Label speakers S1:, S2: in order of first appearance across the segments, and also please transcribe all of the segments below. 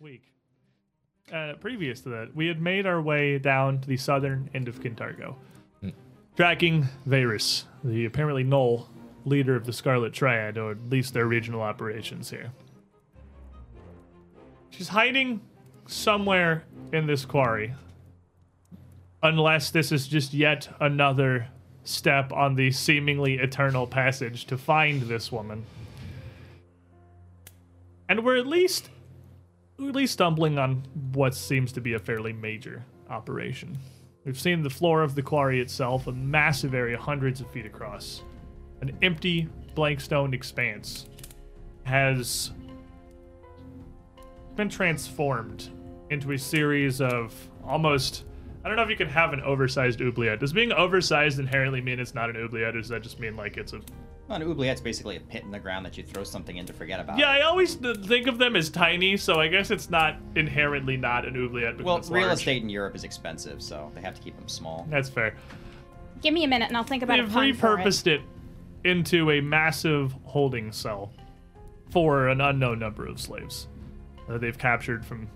S1: week, uh, previous to that, we had made our way down to the southern end of Kintargo, tracking Varus, the apparently null leader of the Scarlet Triad, or at least their regional operations here. She's hiding somewhere in this quarry, unless this is just yet another step on the seemingly eternal passage to find this woman. And we're at least we're at least stumbling on what seems to be a fairly major operation. We've seen the floor of the quarry itself, a massive area hundreds of feet across. An empty, blank stone expanse has been transformed into a series of almost. I don't know if you can have an oversized oubliette. Does being oversized inherently mean it's not an oubliette, or does that just mean like it's a
S2: Well, an oubliette's basically a pit in the ground that you throw something in to forget about.
S1: Yeah, I always th- think of them as tiny, so I guess it's not inherently not an oubliette. Because
S2: Well,
S1: it's
S2: real
S1: large.
S2: estate in Europe is expensive, so they have to keep them small.
S1: That's fair.
S3: Give me a minute and I'll think about
S1: They've
S3: a pun for it.
S1: repurposed it. into a massive holding cell for an unknown number of slaves that they've captured from,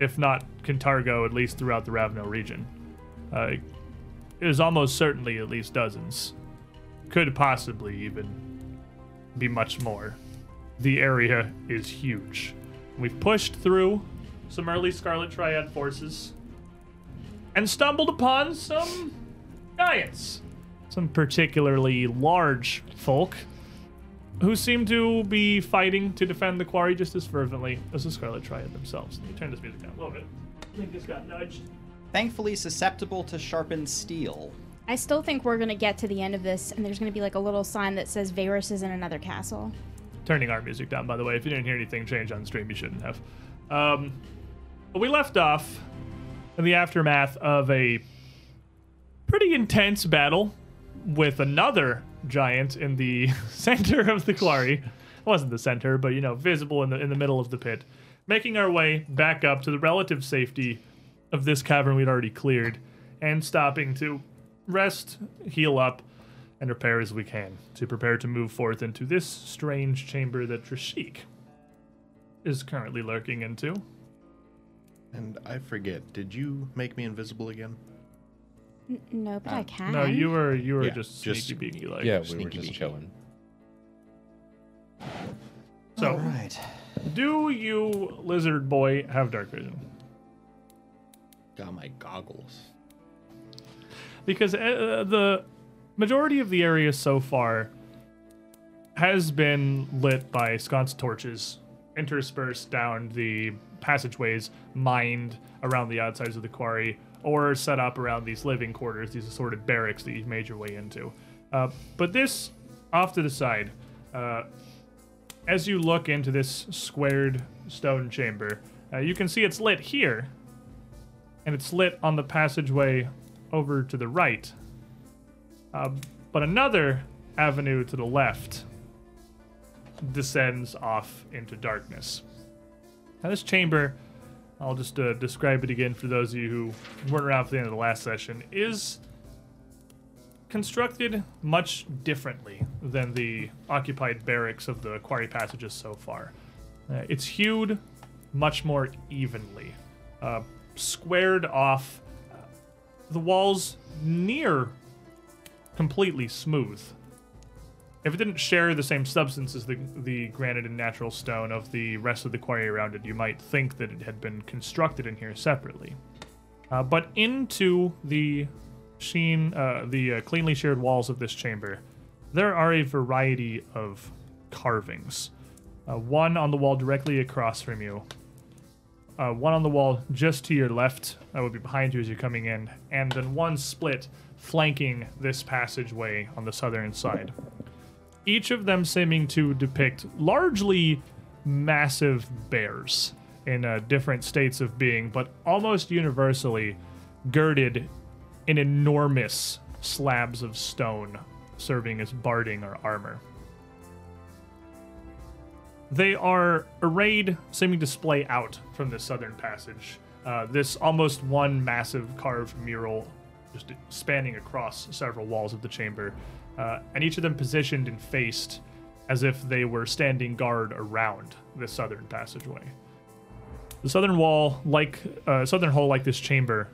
S1: if not Kintargo, at least throughout the Ravno region. Uh, it is almost certainly at least dozens. Could possibly even be much more. The area is huge. We've pushed through some early Scarlet Triad forces and stumbled upon some giants some particularly large folk who seem to be fighting to defend the quarry just as fervently as the Scarlet Triad themselves. Let me turn this music down a little bit. I think this got nudged.
S2: Thankfully, susceptible to sharpened steel.
S3: I still think we're gonna get to the end of this, and there's gonna be like a little sign that says Varus is in another castle.
S1: Turning our music down, by the way. If you didn't hear anything change on stream, you shouldn't have. Um, but we left off in the aftermath of a pretty intense battle with another giant in the center of the quarry. It wasn't the center, but you know, visible in the in the middle of the pit. Making our way back up to the relative safety of this cavern we'd already cleared, and stopping to rest, heal up, and repair as we can to prepare to move forth into this strange chamber that Trishik is currently lurking into.
S4: And I forget, did you make me invisible again?
S3: Uh, No, but I can.
S1: No, you were you were
S4: Yeah,
S1: just sneaky
S4: just-
S1: beaky like.
S5: yeah, we were
S4: sneaky
S5: just
S4: beaky.
S5: chilling.
S1: So
S2: All right.
S1: Do you, lizard boy, have dark vision?
S4: Got my goggles.
S1: Because uh, the majority of the area so far has been lit by sconce torches, interspersed down the passageways, mined around the outsides of the quarry, or set up around these living quarters, these assorted barracks that you've made your way into. Uh, but this, off to the side, uh, as you look into this squared stone chamber, uh, you can see it's lit here, and it's lit on the passageway over to the right. Uh, but another avenue to the left descends off into darkness. Now, this chamber, I'll just uh, describe it again for those of you who weren't around for the end of the last session, is constructed much differently than the occupied barracks of the quarry passages so far. Uh, it's hewed much more evenly, uh, squared off, uh, the walls near completely smooth. If it didn't share the same substance as the, the granite and natural stone of the rest of the quarry around it, you might think that it had been constructed in here separately. Uh, but into the sheen, uh, the uh, cleanly shared walls of this chamber, there are a variety of carvings. Uh, one on the wall directly across from you uh, one on the wall just to your left that would be behind you as you're coming in and then one split flanking this passageway on the southern side each of them seeming to depict largely massive bears in uh, different states of being but almost universally girded in enormous slabs of stone serving as barding or armor they are arrayed, seeming to splay out from the southern passage. Uh, this almost one massive carved mural, just spanning across several walls of the chamber, uh, and each of them positioned and faced as if they were standing guard around the southern passageway. The southern wall, like uh, southern hole, like this chamber,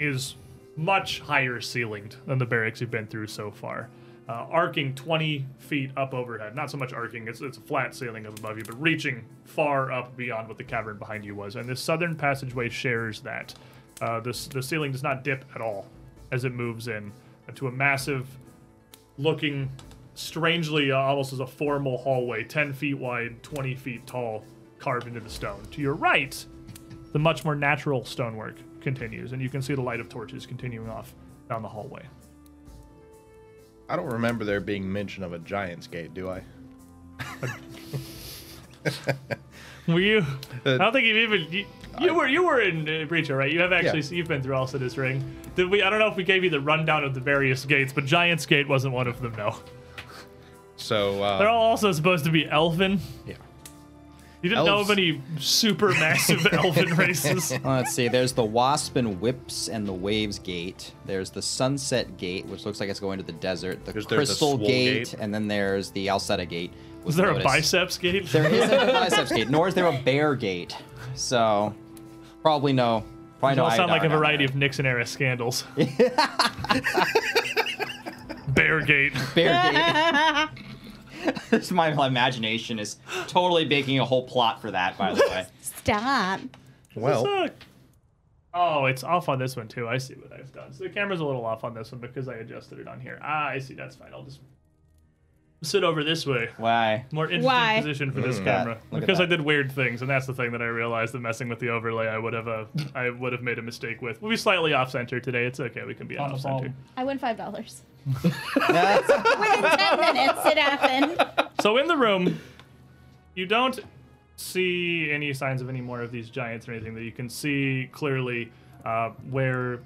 S1: is much higher ceilinged than the barracks you've been through so far. Uh, arcing 20 feet up overhead. Not so much arcing, it's, it's a flat ceiling up above you, but reaching far up beyond what the cavern behind you was. And this southern passageway shares that. Uh, this, the ceiling does not dip at all as it moves in to a massive looking strangely uh, almost as a formal hallway, 10 feet wide, 20 feet tall, carved into the stone. To your right, the much more natural stonework continues, and you can see the light of torches continuing off down the hallway.
S4: I don't remember there being mention of a giant's gate, do I?
S1: Were you?
S4: Uh,
S1: I don't think you've even. You, you were you were in uh, Breacher, right? You have actually you've been through also this ring. Did we? I don't know if we gave you the rundown of the various gates, but Giant's Gate wasn't one of them.
S4: Uh,
S1: No,
S4: So
S1: they're
S4: uh,
S1: all also supposed to be Elven.
S4: yeah.
S1: You didn't know
S4: Elves.
S1: of any super massive Elven races.
S2: Let's see. There's the Wasp and Whips and the Waves Gate. There's the Sunset Gate, which looks like it's going to the desert. The
S4: There's- there's a
S2: Crystal
S4: Swole
S2: gate,
S4: Gate.
S2: and then there's the Alceta Gate.
S1: Is there a biceps gate?
S2: There isn't a biceps gate, nor is there a bear gate. So, probably no. Probably
S1: They
S2: no.
S1: all sound
S2: iodine
S1: like a
S2: down
S1: variety
S2: there.
S1: of Nixon era scandals. Beargate.
S2: bear gate. This- my imagination is totally baking a whole plot for that. By the way,
S3: Stop.
S4: Well,
S1: Suck. Oh, it's off on this one too. I see what I've done. So the camera's a little off on this one because I adjusted it on here. Ah, I see. That's fine. I'll just sit over this way.
S2: why?
S1: More interesting
S3: Why?
S1: position for this
S2: at that.
S1: camera
S2: Mm, Look at
S1: because I
S2: that.
S1: did weird things, and that's the thing that I realized that messing with the overlay, I would have uh, I would have made a mistake with. We'll be slightly off center today. It's okay. We can be
S5: On the
S1: off center.
S5: ball.
S3: I won five dollars.
S2: That's-
S3: Ten minutes. It happened.
S1: So in the room, you don't see any signs of any more of these giants or anything that you can see clearly uh, where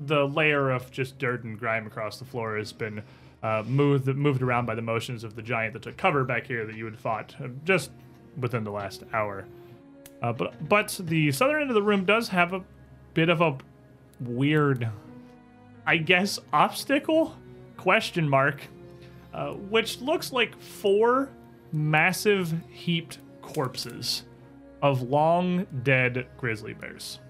S1: the layer of just dirt and grime across the floor has been uh, moved moved around by the motions of the giant that took cover back here that you had fought uh, just within the last hour. Uh, but but the southern end of the room does have a bit of a weird, I guess, obstacle question mark uh, which looks like four massive heaped corpses of long dead grizzly bears.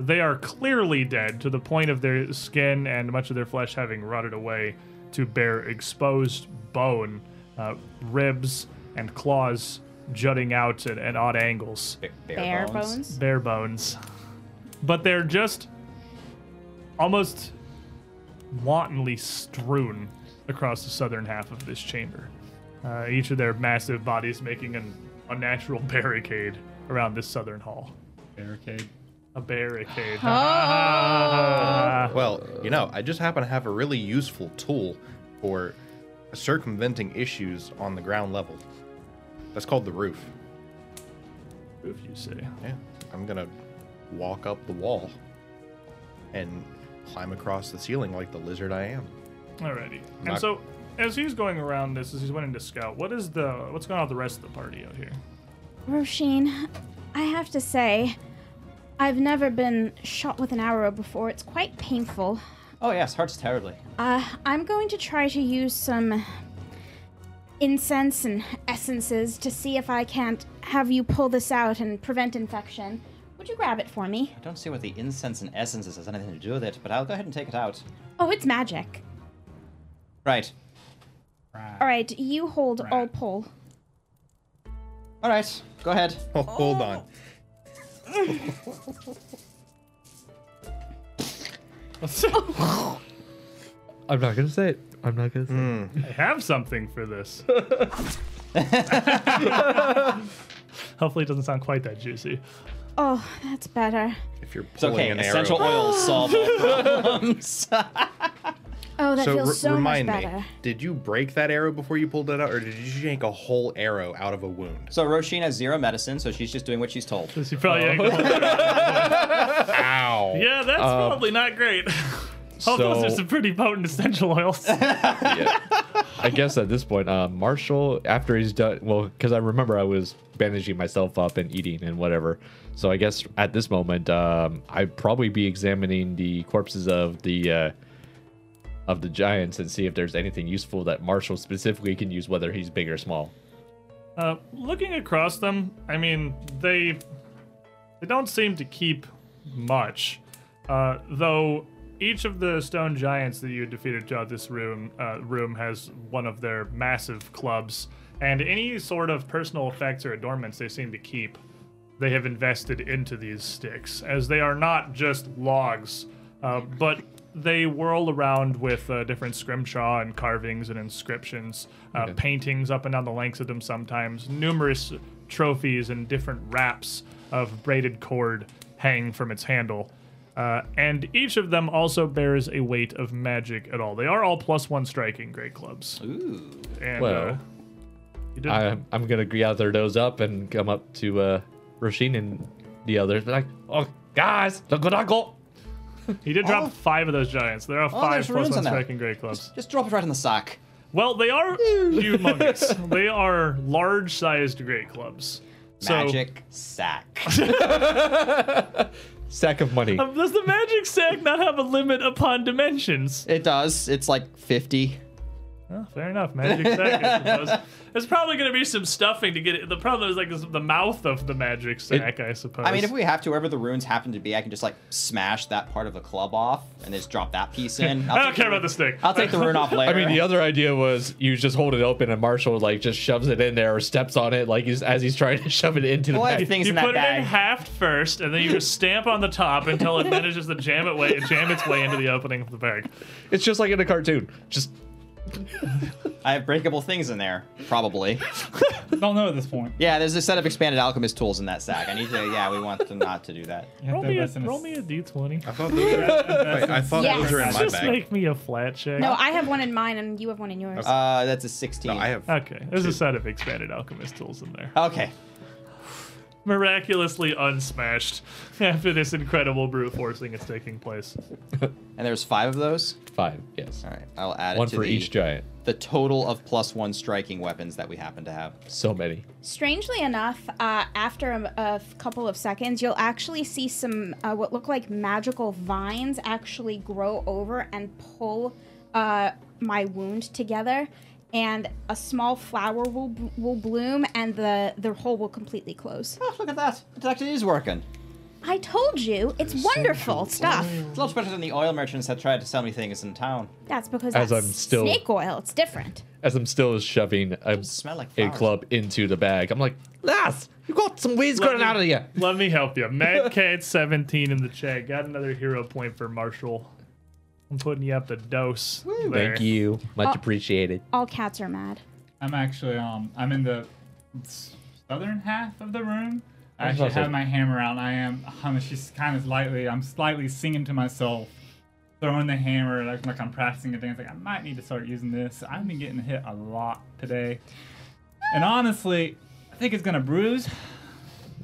S1: They are clearly dead to the point of their skin and much of their flesh having rotted away to bare exposed bone, uh, ribs, and claws jutting out at, at odd angles
S2: Bare,
S3: Bare bones.
S1: bare bones. But they're just almost wantonly strewn across the southern half of this chamber. Uh, each of their massive bodies making an unnatural barricade around this southern hall.
S5: Barricade.
S1: A barricade.
S4: well, you know, I just happen to have a really useful tool for circumventing issues on the ground level. That's called the roof.
S1: If you say.
S4: Yeah, I'm gonna walk up the wall and climb across the ceiling like the lizard I am.
S1: Alrighty. And
S4: Not-
S1: so, as he's going around this, as he's winning to scout, what is the what's going on with the rest of the party out here?
S3: Roisin, I have to say, I've never been shot with an arrow before. It's quite painful.
S2: Oh yes, hurts terribly.
S3: Uh, I'm going to try to use some incense and essences to see if I can't have you pull this out and prevent infection. Would you grab it for me?
S2: I don't see what the incense and essences has anything to do with it, but I'll go ahead and take it out.
S3: Oh, it's magic.
S2: Right.
S3: All right, you hold, I'll pull.
S2: All right. Go ahead.
S4: Oh, hold on.
S6: I'm not gonna say it. I'm not gonna say it.
S1: I have something for this. Hopefully, it doesn't sound quite that juicy.
S3: Oh, that's better.
S4: If you're
S2: It's
S4: pulling
S2: okay.
S4: an
S2: Essential
S4: arrow.
S2: oils solve all problems.
S3: Oh, that
S4: So
S3: feels
S4: re-
S3: so much
S4: remind me,
S3: better.
S4: did you break that arrow before you pulled it out, or did you yank a whole arrow out of a wound?
S2: so Roisin has zero medicine, so she's just doing what she's told.
S1: This you probably ain't gonna-
S4: Ow!
S1: yeah, that's probably not great. Hope those are
S6: so-
S1: some pretty potent essential oils.
S6: I guess at this point, uh, Marshall, after he's done, well, because I remember I was bandaging myself up and eating and whatever. So I guess at this moment, um, I'd probably be examining the corpses of the uh, of the giants and see if there's anything useful that Marshall specifically can use, whether he's big or small.
S1: Uh, looking across them, I mean, they They don't seem to keep much, uh, though. Each of the stone giants that you defeated throughout this room uh, room has one of their massive clubs, and any sort of personal effects or adornments they seem to keep, they have invested into these sticks, as they are not just logs, uh, but they whirl around with uh, different scrimshaw and carvings and inscriptions, uh, paintings up and down the lengths of them sometimes, numerous trophies and different wraps of braided cord hang from its handle. Uh, and each of them also bears a weight of magic at all. They are all plus one striking great clubs.
S2: Ooh.
S1: And
S6: Well,
S1: uh, you did
S6: I, I'm gonna gather those up and come up to uh, Roshin and the others. Be like, oh guys, look what I got.
S1: He did drop
S2: Oh.
S1: five of those giants. There are
S2: Oh,
S1: five
S2: there's
S1: plus
S2: runes
S1: one
S2: on that.
S1: striking great clubs.
S2: Just drop it right in the sack.
S1: Well, they are humongous. they are large-sized great clubs.
S2: Magic sack.
S6: Sack of money.
S1: So, does the magic sack not have a limit upon dimensions?
S2: it does. It's like 50.
S1: Well, fair enough. Magic sack. I suppose. There's probably going to be some stuffing to get it. The problem is like is the mouth of the magic sack. I suppose.
S2: I mean, if we have to, wherever the runes happen to be, I can just like smash that part of the club off and just drop that piece in.
S1: I
S2: I'll take
S1: don't
S2: the
S1: care
S2: ru-
S1: about the stick.
S2: I'll take the rune off later.
S6: I mean, the other idea was you just hold it open and Marshall like just shoves it in there or steps on it like he's, as he's trying to shove it into the
S2: Well, I
S6: bag.
S2: think- things
S1: you
S2: in that
S1: put it
S2: bag.
S1: in half first, and then you just stamp on the top until it manages to jam it way jam its way into the opening of the bag.
S6: It's just like in a cartoon. Just
S2: I have breakable things in there, probably.
S5: Don't know at this point.
S2: Yeah, there's a set of expanded alchemist tools in that sack. I need to. Yeah, we want to not to do that.
S5: You have
S1: Roll
S5: to
S1: me a,
S5: invest in a
S1: roll
S5: s-
S1: me a d20.
S4: I thought those were, wait, I thought
S3: Yes.
S4: those were in my
S1: Just
S4: bag.
S1: make me a flat check.
S3: No, I have one in mine, and you have one in yours.
S2: Uh, that's a 16.
S4: No, I have.
S1: okay, there's a set of expanded alchemist tools in there.
S2: Okay.
S1: Miraculously unsmashed after this incredible brute forcing is taking place.
S2: And there's five of those.
S6: five, yes.
S2: All right, I'll add
S6: One
S2: it to
S6: for
S2: the,
S6: each giant.
S2: the total of plus one striking weapons that we happen to have.
S6: So many.
S3: Strangely enough, uh, after a, a f- couple of seconds, you'll actually see some uh, what look like magical vines actually grow over and pull uh, my wound together, and a small flower will b- will bloom, and the the hole will completely close.
S2: Oh, look at that! It actually is working.
S3: I told you, it's wonderful stuff.
S2: It's much better than the oil merchants that tried to sell me things in town.
S3: That's because
S6: As
S3: that's
S6: I'm still-
S3: snake oil. It's different.
S6: As I'm still shoving a,
S2: smell like
S6: a
S2: flowers.
S6: club into the bag, I'm like, lass, you got some weeds growing out of you.
S1: Let me help you. Mad Cat 17 in the chat got another hero point for Marshall. I'm putting you up the dose. there.
S6: Thank you. Much
S3: Oh.
S6: appreciated.
S3: All cats are mad.
S5: I'm actually um I'm in the s- southern half of the room. I
S6: That's
S5: actually
S6: awesome.
S5: have my hammer out. And I am I'm just kind of lightly I'm slightly singing to myself, throwing the hammer like, like I'm practicing a dance. Like I might need to start using this. I've been getting hit a lot today, and honestly, I think it's gonna bruise.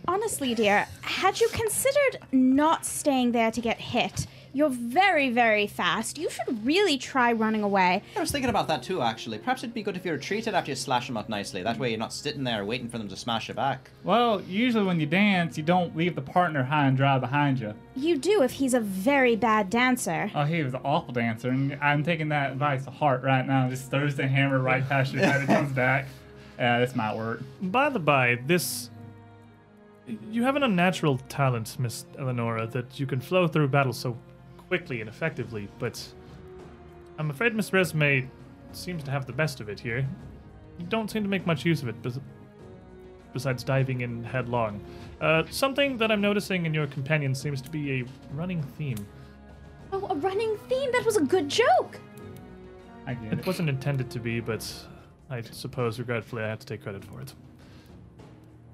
S3: Honestly, dear, had you considered not staying there to get hit? You're very, very fast. You should really try running away.
S2: I was thinking about that too, actually. Perhaps it'd be good if you retreated after you slash them up nicely. That way you're not sitting there waiting for them to smash you back.
S5: Well, usually when you dance, you don't leave the partner high and dry behind you.
S3: You do if he's a very bad dancer.
S5: Oh, he was an awful dancer, and I'm taking that advice to heart right now. Just throws the hammer right past your head, it comes back. Yeah, this might work.
S1: By the by, this. You have an unnatural talent, Miss Eleonora, that you can flow through battle so quickly and effectively, but I'm afraid Miss Resme seems to have the best of it here. You don't seem to make much use of it, bes- besides diving in headlong. Uh, something that I'm noticing in your companion seems to be a running theme.
S3: Oh, a running theme? That was a good joke.
S5: I get
S1: It
S5: it.
S1: wasn't intended to be, but I suppose regretfully I have to take credit for it.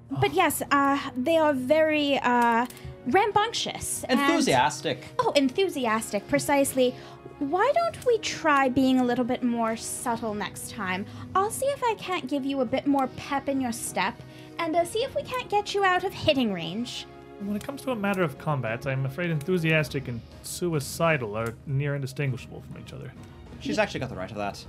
S3: But yes, uh, they are very uh, rambunctious. and-
S2: Enthusiastic.
S3: oh, enthusiastic, precisely. Why don't we try being a little bit more subtle next time? I'll see if I can't give you a bit more pep in your step, and uh, see if we can't get you out of hitting range.
S1: When it comes to a matter of combat, I'm afraid enthusiastic and suicidal are near indistinguishable from each other.
S2: She's actually got the right of that.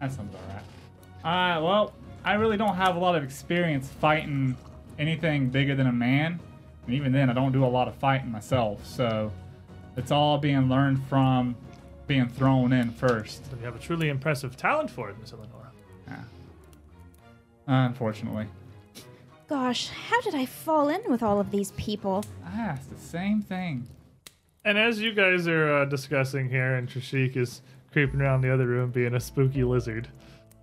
S5: That sounds alright. Uh, well, I really don't have a lot of experience fighting anything bigger than a man, and even then, I don't do a lot of fighting myself. So, it's all being learned from being thrown in first. Ah.
S1: So you have a truly impressive talent for it, Miss Eleonora.
S5: Unfortunately,
S3: Gosh, how did I fall in with all of these people?
S5: Ah, it's the same thing.
S1: And as you guys are uh, discussing here, and Trishik is creeping around the other room being a spooky lizard,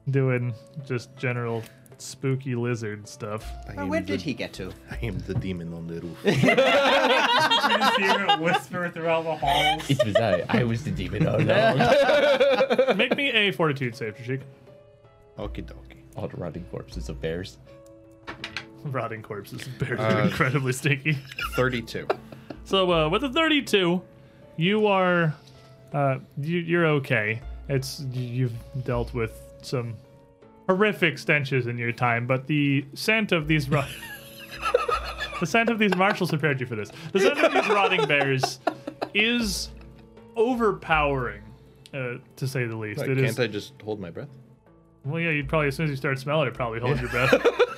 S1: doing just general spooky lizard stuff.
S4: I am
S2: where
S4: the-
S2: did he get to?
S4: I am the demon on the roof.
S5: You just hear it whisper throughout the halls.
S6: It was I. I was the demon all
S1: Make me a fortitude save, Trishik.
S4: Okie dokie.
S6: all the rotting corpses of bears.
S1: Rotting corpses, bears
S4: Uh,
S1: are incredibly stinky.
S4: 32.
S1: So uh, with a 32, you are uh, you, you're okay. It's you've dealt with some horrific stenches in your time, but the scent of these ro- the scent of these marshals prepared you for this. The scent of these rotting bears is overpowering, uh, to say the least.
S4: Like,
S1: It
S4: can't
S1: is-
S4: I just hold my breath?
S1: well, yeah. You'd probably as soon as you start smelling it, probably hold your breath.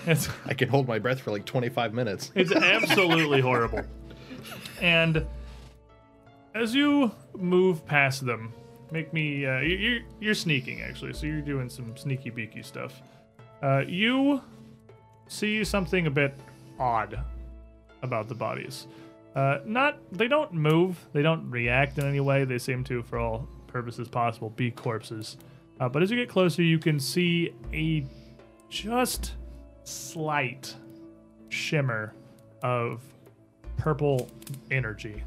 S1: It's
S4: I can hold my breath for like 25 minutes.
S1: It's absolutely horrible. And as you move past them, make me. Uh, you, you're, you're sneaking, actually, so you're doing some sneaky beaky stuff. Uh, you see something a bit odd about the bodies. Uh, not they don't move, they don't react in any way. They seem to, for all purposes possible, be corpses. Uh, but as you get closer, you can see a just slight shimmer of purple energy.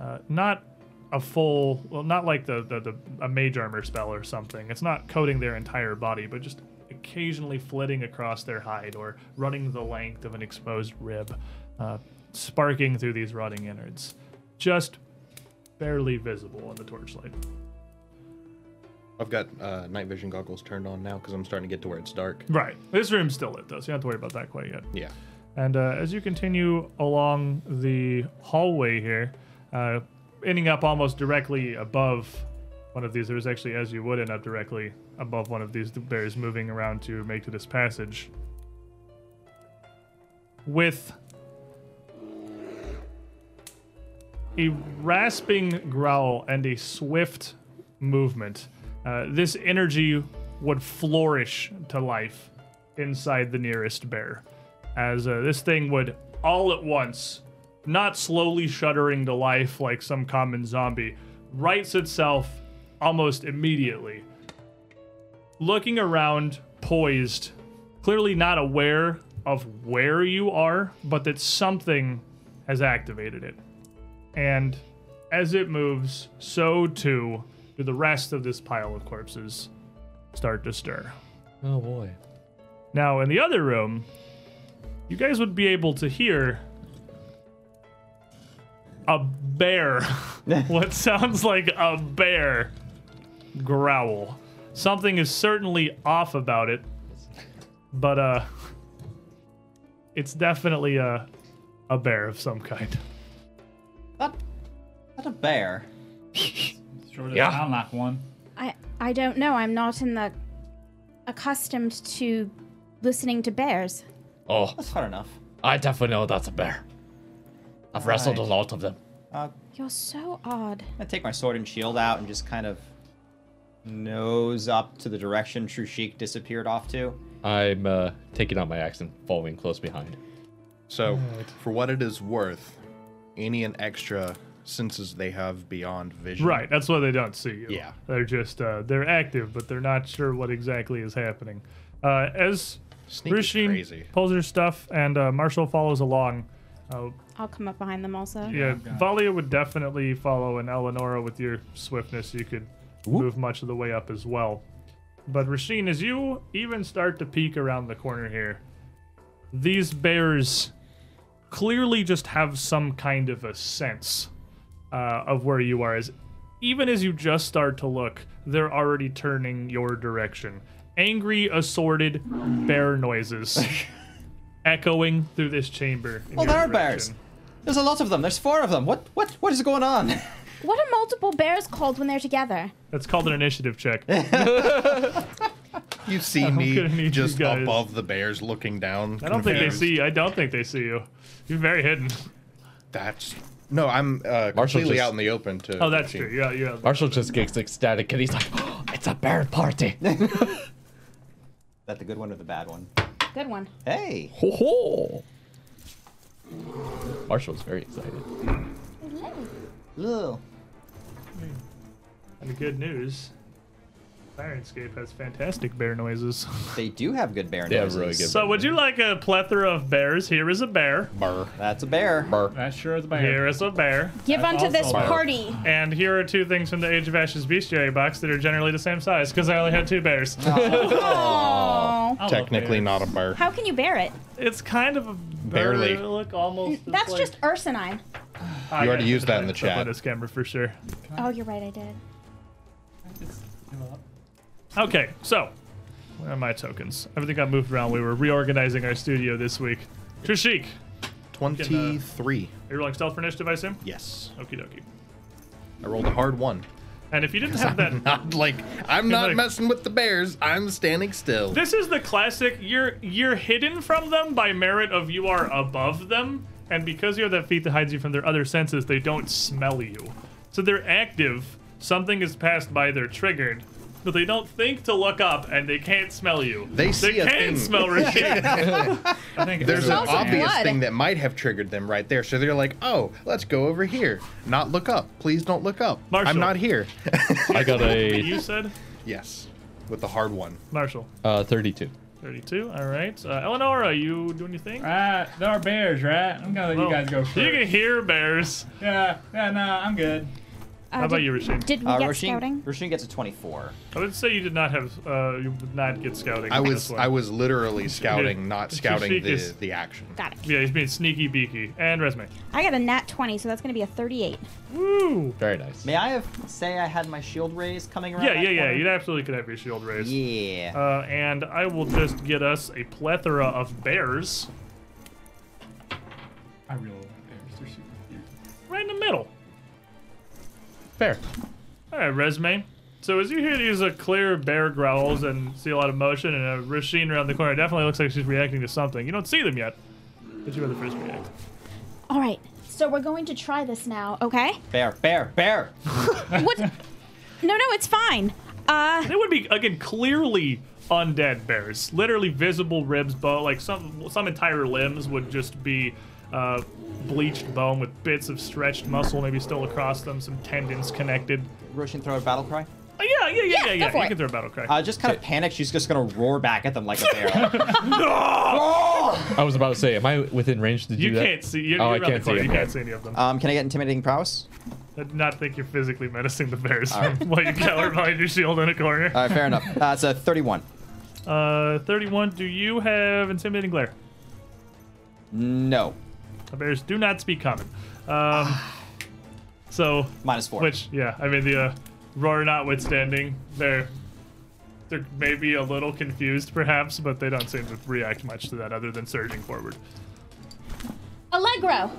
S1: Uh, not a full, well, not like the, the, the a mage armor spell or something. It's not coating their entire body, but just occasionally flitting across their hide or running the length of an exposed rib, uh, sparking through these rotting innards, just barely visible in the torchlight.
S4: I've got uh, night vision goggles turned on now because I'm starting to get to where it's dark.
S1: Right. This room's still lit though, so you don't have to worry about that quite yet.
S4: Yeah.
S1: And uh, as you continue along the hallway here, uh, ending up almost directly above one of these, there was actually, as you would end up directly above one of these bears moving around to make to this passage. With a rasping growl and a swift movement, uh, this energy would flourish to life inside the nearest bear as uh, this thing would all at once, not slowly shuddering to life like some common zombie, rights itself almost immediately. Looking around, poised, clearly not aware of where you are, but that something has activated it. And as it moves, so too do the rest of this pile of corpses start to stir.
S6: Oh boy.
S1: Now, in the other room, you guys would be able to hear a bear. what sounds like a bear growl. Something is certainly off about it, but uh, it's definitely a a bear of some kind.
S2: That, that a bear?
S5: Sure does
S6: Yeah.
S5: sound like one.
S3: I I don't know. I'm not in the accustomed to listening to bears.
S6: Oh,
S2: That's hard enough.
S6: I definitely know that's a bear. I've wrestled a lot of them.
S3: You're so odd.
S2: I take my sword and shield out and just kind of nose up to the direction Trushik disappeared off to.
S6: I'm uh, taking out my axe and following close behind.
S4: So, for what it is worth, any and extra senses they have beyond vision.
S1: Right, that's why they don't see you.
S4: Yeah.
S1: they're just uh, they're active, but they're not sure what exactly is happening. Uh, as
S4: Sneak is crazy.
S1: Rishin pulls her stuff and uh, Marshall follows along. Uh,
S3: I'll come up behind them also.
S1: Yeah, Valia would definitely follow, and Eleonora, with your swiftness, you could move much of the way up as well. But Rasheen, as you even start to peek around the corner here, these bears clearly just have some kind of a sense uh, of where you are. As even as you just start to look, they're already turning your direction. Angry, assorted bear noises echoing through this chamber. in
S2: Oh,
S1: your
S2: there are
S1: direction.
S2: bears. There's a lot of them. There's four of them. What what what is going on?
S3: What are multiple bears called when they're together?
S1: That's called an initiative check.
S4: You see
S1: I'm gonna need
S4: me
S1: you
S4: just
S1: guys.
S4: above the bears looking down.
S1: I don't think they see. I don't think they see you. You're very hidden.
S4: That's. No, I'm uh, completely
S6: just-
S4: out in the open too.
S1: Oh, that's true. Yeah, yeah.
S6: Marshall just gets ecstatic and he's like, oh, it's a bear party.
S2: Is that the good one or the bad one?
S3: Good one.
S2: Hey.
S6: Ho ho! Marshall's very excited.
S2: Ew.
S1: And the good news, Sirenscape has fantastic bear noises.
S2: They do have good bear
S6: They have
S2: noises.
S6: really good
S1: so would you like a plethora of bears? Here is a bear.
S4: Burr.
S2: That's a bear.
S4: Burr.
S5: That sure is a
S1: Here
S5: bear.
S1: is a bear.
S3: Give
S5: That's
S3: unto this
S5: also a-
S3: party.
S1: And here are two things from the Age of Ashes bestiary box that are generally the same size because I only had two bears.
S3: Oh.
S5: I love
S4: Technically
S5: bears.
S4: not a burr.
S3: How can you bear it?
S1: It's kind of a bear
S4: Barely.
S1: look almost. it's
S3: That's
S1: like-
S3: just ursinine.
S1: I
S4: You already
S1: got
S4: used that in the
S1: up
S4: chat.
S1: on this camera for sure.
S3: Oh, you're right, I did.
S5: Just give up.
S1: Okay, so where are my tokens? Everything got moved around. We were reorganizing our studio this week. Trishik, uh,
S4: Twenty-three.
S1: you're rolling stealth for initiative, I assume.
S4: Yes.
S1: Okie dokie.
S4: I rolled a hard one.
S1: And if you didn't have that
S4: Not like I'm not
S1: like-
S4: messing with the bears. I'm standing still.
S1: This is the classic. You're you're hidden from them by merit of you are above them, and because you have that feat that hides you from their other senses, they don't smell you. So they're active. Something is passed by. They're triggered, but they don't think to look up, and they can't smell you.
S4: They see a
S1: can
S4: thing.
S1: smell Rashid.
S5: I think it's
S4: There's
S5: just
S4: an
S5: a
S3: also
S5: bear.
S4: obvious
S3: blood.
S4: thing that might have triggered them right there. So they're like, oh, let's go over here. Not look up. Please don't look up.
S1: Marshall.
S4: I'm not here.
S6: I got
S1: you
S6: a
S1: said,
S4: yes. With the hard one.
S1: Marshall.
S6: uh, 32.
S1: Thirty-two. All right. Uh, Eleanor, are you doing your thing?
S5: Right, there are bears, right? I'm gonna let you guys go first.
S1: You can hear bears.
S5: Yeah, yeah, no, I'm good.
S3: Uh,
S1: How about
S3: did-
S1: you, Rashid?
S3: Did we
S2: Uh,
S3: get
S2: Roshin,
S3: scouting?
S2: Roshin gets a 24.
S1: I would say you did not have. Uh, you did not get scouting.
S4: I
S1: on
S4: was
S1: this one.
S4: I was literally scouting, not
S1: It's
S4: scouting the,
S1: Yoshiki's-
S4: the action.
S3: Got it.
S1: Yeah, he's being sneaky beaky and resume.
S3: I got a nat 20, so that's going to be a 38.
S1: Woo!
S6: Very nice.
S2: May I have say I had my shield raised coming around?
S1: Yeah,
S2: that
S1: yeah, yeah.
S2: corner?
S1: You absolutely could have your shield raised.
S2: Yeah.
S1: Uh, and I will just get us a plethora of bears
S5: I really like bears. They're super cute.
S1: right in the middle.
S6: Fair.
S1: All right, resume. So as you hear these uh, clear bear growls and see a lot of motion and a Rasheen around the corner, it definitely looks like she's reacting to something. You don't see them yet, but you were the first to react.
S3: All right. So we're going to try this now, okay?
S2: bear, bear, bear.
S3: What? no, no, it's fine. Uh,
S1: They would be again clearly undead bears, literally visible ribs, bone, like some some entire limbs would just be uh, bleached bone with bits of stretched muscle, maybe still across them, some tendons connected.
S2: Roshin throw a battle cry.
S1: Oh, yeah, yeah, yeah, yeah,
S3: Yeah,
S1: yeah.
S3: go for
S1: You
S3: it.
S1: can throw a battle cry.
S2: Uh, just kind of panicked. She's just gonna roar back at them like a bear. like,
S6: I was about to say, am I within range to do
S1: you
S6: that?
S1: can't see. You're,
S6: oh,
S1: you're
S6: I
S1: around the
S6: can't see.
S1: corner.
S6: it.
S1: You can't see any of them.
S2: um, can I get intimidating prowess?
S1: I do not think you're physically menacing the bears
S2: right.
S1: while you cower behind your shield in a corner.
S2: All right, fair enough. Uh, it's a 31.
S1: Uh, 31. Do you have intimidating glare?
S2: No,
S1: The bears do not speak common. Um, so
S2: minus four.
S1: Which, yeah, I mean the uh, roar notwithstanding, they're they're maybe a little confused, perhaps, but they don't seem to react much to that other than surging forward.
S3: Allegro.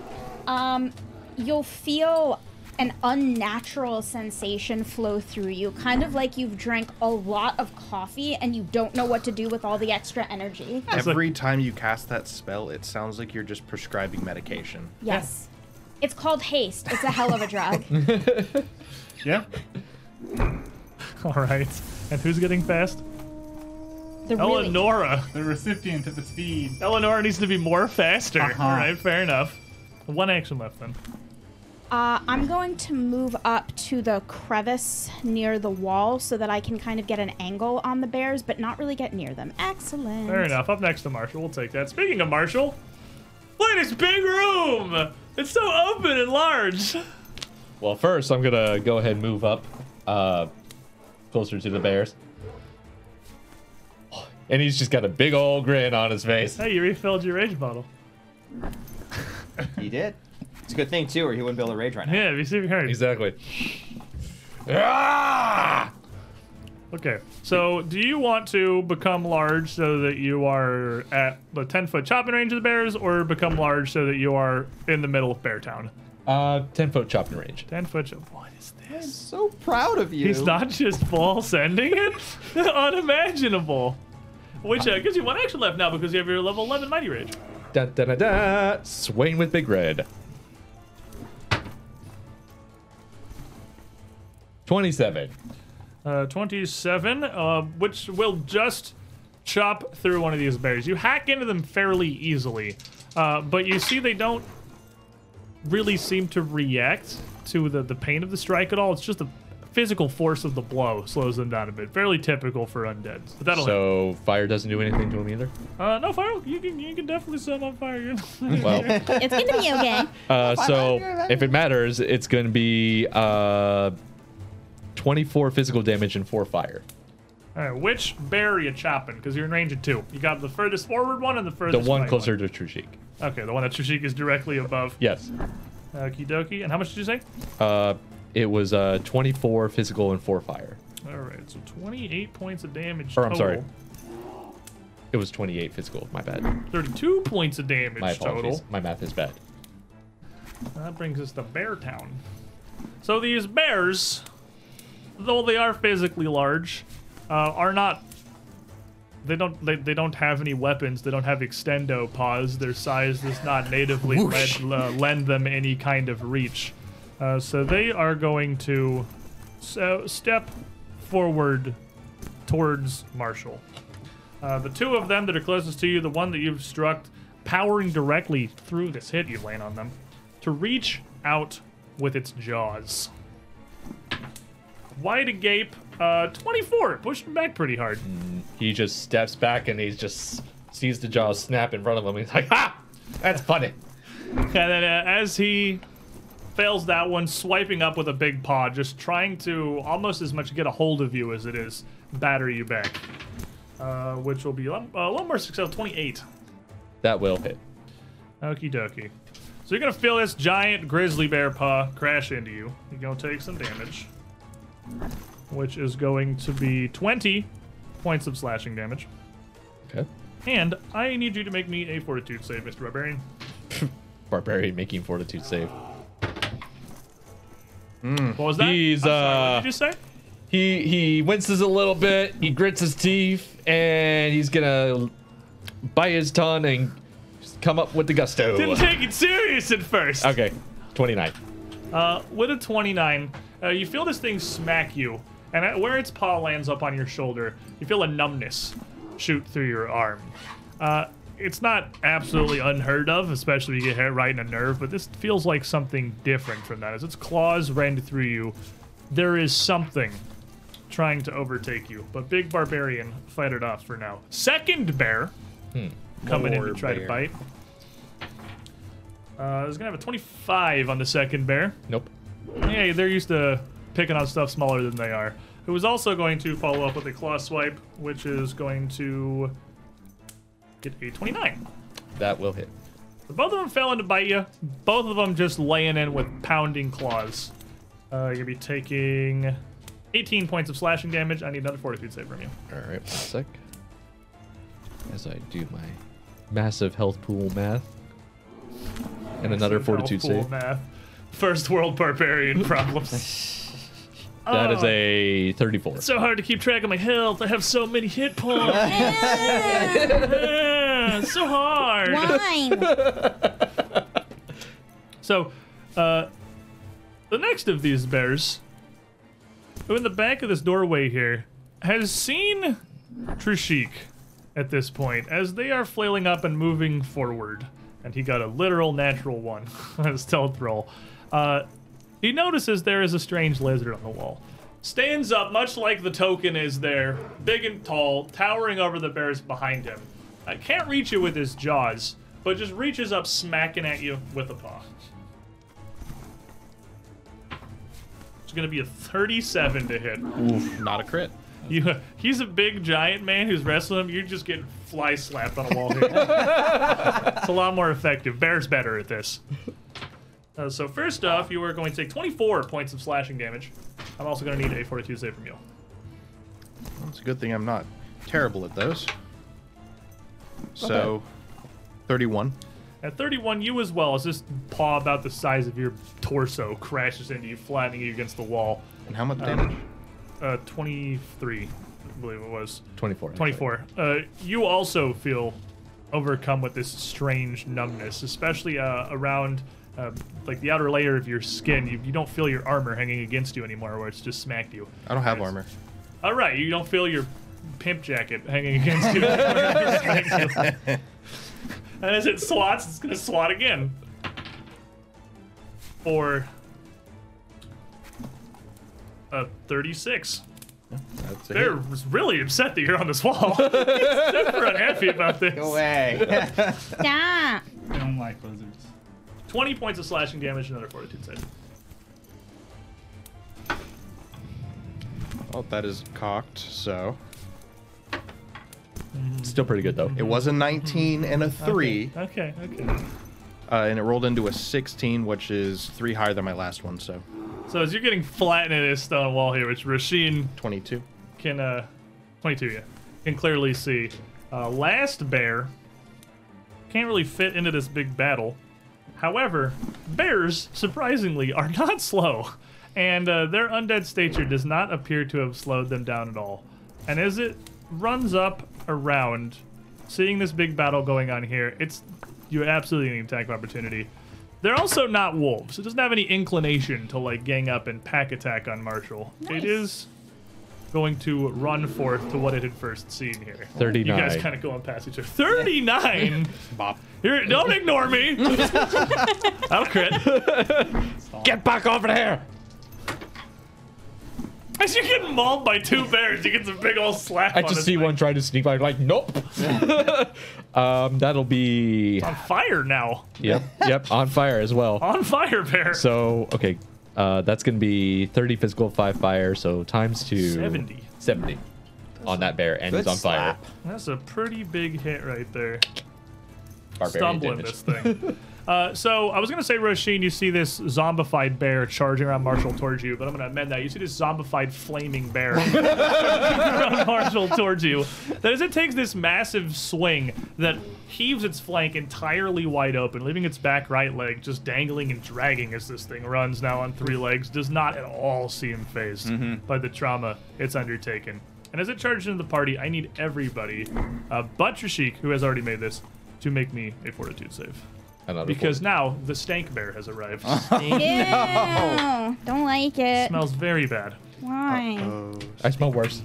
S3: Um, you'll feel an unnatural sensation flow through you, kind of like you've drank a lot of coffee and you don't know what to do with all the extra energy.
S4: Every time you cast that spell, it sounds like you're just prescribing medication.
S3: Yes. It's called haste. It's a hell of a drug.
S5: Yeah.
S1: All right, and who's getting fast?
S3: The really-
S1: Eleonora.
S5: The recipient of the speed.
S1: Eleonora needs to be more faster.
S5: Uh-huh.
S1: All right, fair enough. One action left then.
S3: Uh, I'm going to move up to the crevice near the wall so that I can kind of get an angle on the bears, but not really get near them. Excellent.
S1: Fair enough. Up next to Marshall, we'll take that. Speaking of Marshall, look at this big room. It's so open and large.
S6: Well, first, I'm going to go ahead and move up uh, closer to the bears. And he's just got a big old grin on his face.
S1: Hey, you refilled your rage bottle.
S2: He did. It's a good thing too, or he wouldn't be able to rage right now.
S1: Yeah, have you seen her?
S6: Exactly. Ah!
S1: Okay. So, do you want to become large so that you are at the 10 foot chopping range of the bears, or become large so that you are in the middle of Bear Town?
S6: Uh, 10 foot chopping range.
S1: 10 foot. Chop- what is this?
S2: So proud of you.
S1: He's not just full sending it? Unimaginable. Which uh, gives you one action left now because you have your level 11 Mighty Rage.
S6: Da da da da. Swain with Big Red. 27.
S1: Uh, 27, uh, which will just chop through one of these bears. You hack into them fairly easily, uh, but you see they don't really seem to react to the, the pain of the strike at all. It's just the physical force of the blow slows them down a bit. Fairly typical for undead. But that'll hit.
S6: So fire doesn't do anything to him either.
S1: Uh, no, fire. You can you can definitely set him on fire.
S6: Well,
S3: It's gonna be okay.
S6: uh, so if it matters, it's going to be uh, 24 physical damage and four fire.
S1: All right, which bear are you chopping? Because you're in range of two. You got the furthest forward one and the
S6: The
S1: furthest.
S6: one
S1: right
S6: closer to Trishik.
S1: Okay, the one that Trishik is directly above.
S6: Yes.
S1: Okie dokie. And how much did you say?
S6: Uh, it was uh, 24 physical and four fire.
S1: All right, so 28 points of damage.
S6: Or I'm sorry.
S1: total.
S6: It was 28 physical. My bad.
S1: 32 points of damage
S6: My apologies.
S1: total.
S6: My math is bad.
S1: That brings us to Bear Town. So these bears, though they are physically large, uh, are not. They don't. They, they don't have any weapons. They don't have extendo paws. Their size does not natively lend, uh, lend them any kind of reach. Uh, so they are going to so step forward towards Marshall. Uh, the two of them that are closest to you, the one that you've struck, powering directly through this hit you land on them, to reach out with its jaws. Wide agape, uh, 24, pushed him back pretty hard.
S6: He just steps back and he just sees the jaws snap in front of him. He's like, ha! That's funny.
S1: And then uh, as he fails that one, swiping up with a big paw, just trying to almost as much get a hold of you as it is batter you back. Uh, which will be a lot, a lot more successful, 28.
S6: That will hit.
S1: Okie dokie. So you're gonna feel this giant grizzly bear paw crash into you. You're gonna take some damage, which is going to be 20 points of slashing damage.
S6: Okay.
S1: And I need you to make me a fortitude save, Mr. Barbarian.
S6: Barbarian making fortitude save.
S1: What was that?
S6: He's,
S1: I'm sorry,
S6: uh,
S1: what did you say?
S6: He he winces a little bit. He grits his teeth and he's gonna bite his tongue and just come up with the gusto.
S1: Didn't take it serious at first.
S6: Okay, 29.
S1: Uh, with a 29, uh, you feel this thing smack you, and at where its paw lands up on your shoulder, you feel a numbness shoot through your arm. Uh, it's not absolutely unheard of, especially if you get hit right in a nerve, but this feels like something different from that. As its claws rend through you, there is something trying to overtake you, but Big Barbarian fight it off for now. Second bear coming in
S4: Lower
S1: to try to
S4: bear.
S1: bite. Uh, is gonna have a 25 on the second bear.
S6: Nope.
S1: Hey, they're used to picking on stuff smaller than they are. Who is also going to follow up with a claw swipe, which is going to get a 29.
S6: That will hit.
S1: So both of them fell in to bite you. Both of them just laying in with pounding claws. Uh, you're gonna be taking 18 points of slashing damage. I need another fortitude save from you.
S6: All right, one sec. As I do my massive health pool math and another
S1: Somehow
S6: fortitude
S1: full of
S6: save.
S1: math. First world barbarian problems.
S6: That is a 34.
S1: so hard to keep track of my health. I have so many hit points.
S3: Ah,
S1: Ah, so hard.
S3: Wine.
S1: So, uh, the next of these bears, who in the back of this doorway here, has seen Trishik at this point as they are flailing up and moving forward. And he got a literal natural one on his stealth roll. Uh, he notices there is a strange lizard on the wall. Stands up, much like the token is there, big and tall, towering over the bears behind him. Uh, can't reach you with his jaws, but just reaches up, smacking at you with a paw. It's gonna be a 37 to hit.
S4: Not a crit.
S1: You, he's a big giant man who's wrestling him. You just get fly slapped on a wall here. it's a lot more effective. Bear's better at this. Uh, so first off, you are going to take 24 points of slashing damage. I'm also going to need a fortitude save from you.
S4: It's a good thing I'm not terrible at those. So, 31.
S1: At 31, you as well, as this paw about the size of your torso crashes into you, flattening you against the wall.
S4: And how much damage?
S1: Uh, 23, I believe it was.
S6: 24. actually.
S1: 24. Uh, you also feel overcome with this strange numbness, especially uh, around uh, like the outer layer of your skin. You, you don't feel your armor hanging against you anymore, where it's just smacked you.
S4: I don't have armor.
S1: All right, you don't feel your pimp jacket hanging against you. and as it swats, it's gonna swat again. For a 36.
S4: That's
S1: They're really upset that you're on this wall. They're unhappy about this.
S2: Go away. Uh,
S3: Nah.
S5: They don't like lizards.
S1: 20 points of slashing damage, another fortitude save.
S4: Well, Oh, that is cocked, so.
S6: Still pretty good though.
S4: It was a 19 and a 3,
S1: Okay, okay.
S4: uh, and it rolled into a 16, which is 3 higher than my last one, so
S1: So as you're getting flattened in this stone wall here, which Rasheen
S4: 22.
S1: can uh 22 yeah can clearly see uh, last bear can't really fit into this big battle however bears surprisingly are not slow and uh, their undead stature does not appear to have slowed them down at all and as it runs up around seeing this big battle going on here it's you absolutely need an attack of opportunity they're also not wolves it doesn't have any inclination to like gang up and pack attack on marshall
S3: Nice.
S1: it is going to run forth to what it had first seen here.
S6: 39.
S1: You guys kind of going past each other. 39?
S4: Bop.
S1: Here, don't ignore me. I'll crit.
S6: Get back over here!
S1: As you're getting mauled by two bears, you get some big old slap.
S6: I
S1: on
S6: just
S1: his
S6: see
S1: thing.
S6: one trying to sneak by. I'm like, nope. um, that'll be
S1: on fire now.
S6: yep, yep, on fire as well.
S1: On fire, bear.
S6: So okay, uh, that's gonna be 30 physical, five fire. So times two.
S1: 70.
S6: 70 on that bear, and
S2: Good
S6: he's on
S2: slap.
S6: fire.
S1: That's a pretty big hit right there.
S6: Barbarian
S1: Stumbling
S6: damage.
S1: this thing. Uh, so I was gonna say, Roshin, you see this zombified bear charging around Marshall towards you, but I'm gonna amend that. You see this zombified flaming bear around Marshall towards you. That as it takes this massive swing that heaves its flank entirely wide open, leaving its back right leg just dangling and dragging as this thing runs now on three legs, does not at all seem phased by the trauma it's undertaken. And as it charges into the party, I need everybody, uh, but Trishik, who has already made this, to make me a fortitude save.
S6: Another
S1: Because
S6: four.
S1: now the stank bear has arrived.
S3: Ew. Don't like it.
S1: smells very bad.
S3: Why?
S6: I smell worse.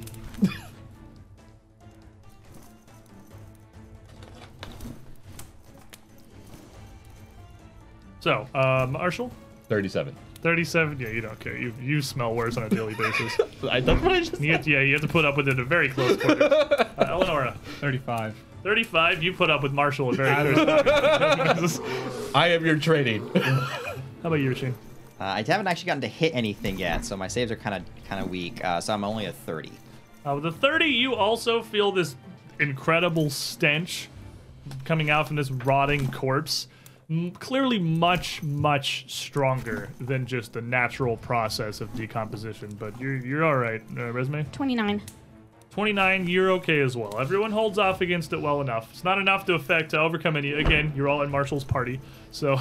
S1: So, uh, Marshall,
S6: 37.
S1: 37. Yeah, you don't care. You you smell worse on a daily basis.
S6: I, that's what I just.
S1: You have to, yeah, you have to put up with it at very close quarters. Uh, Eleonora,
S5: 35.
S1: 35. You put up with Marshall at very close quarters.
S6: I am your training.
S1: How about you, Shane?
S2: Uh, I haven't actually gotten to hit anything yet, so my saves are kind of kind of weak. Uh, so I'm only a 30.
S1: Uh, with the 30, you also feel this incredible stench coming out from this rotting corpse. M- Clearly, much, much stronger than just the natural process of decomposition. But you're you're all right, uh, resume.
S3: 29.
S1: 29, you're okay as well. Everyone holds off against it well enough. It's not enough to affect to overcome any. Again, you're all in Marshall's party, so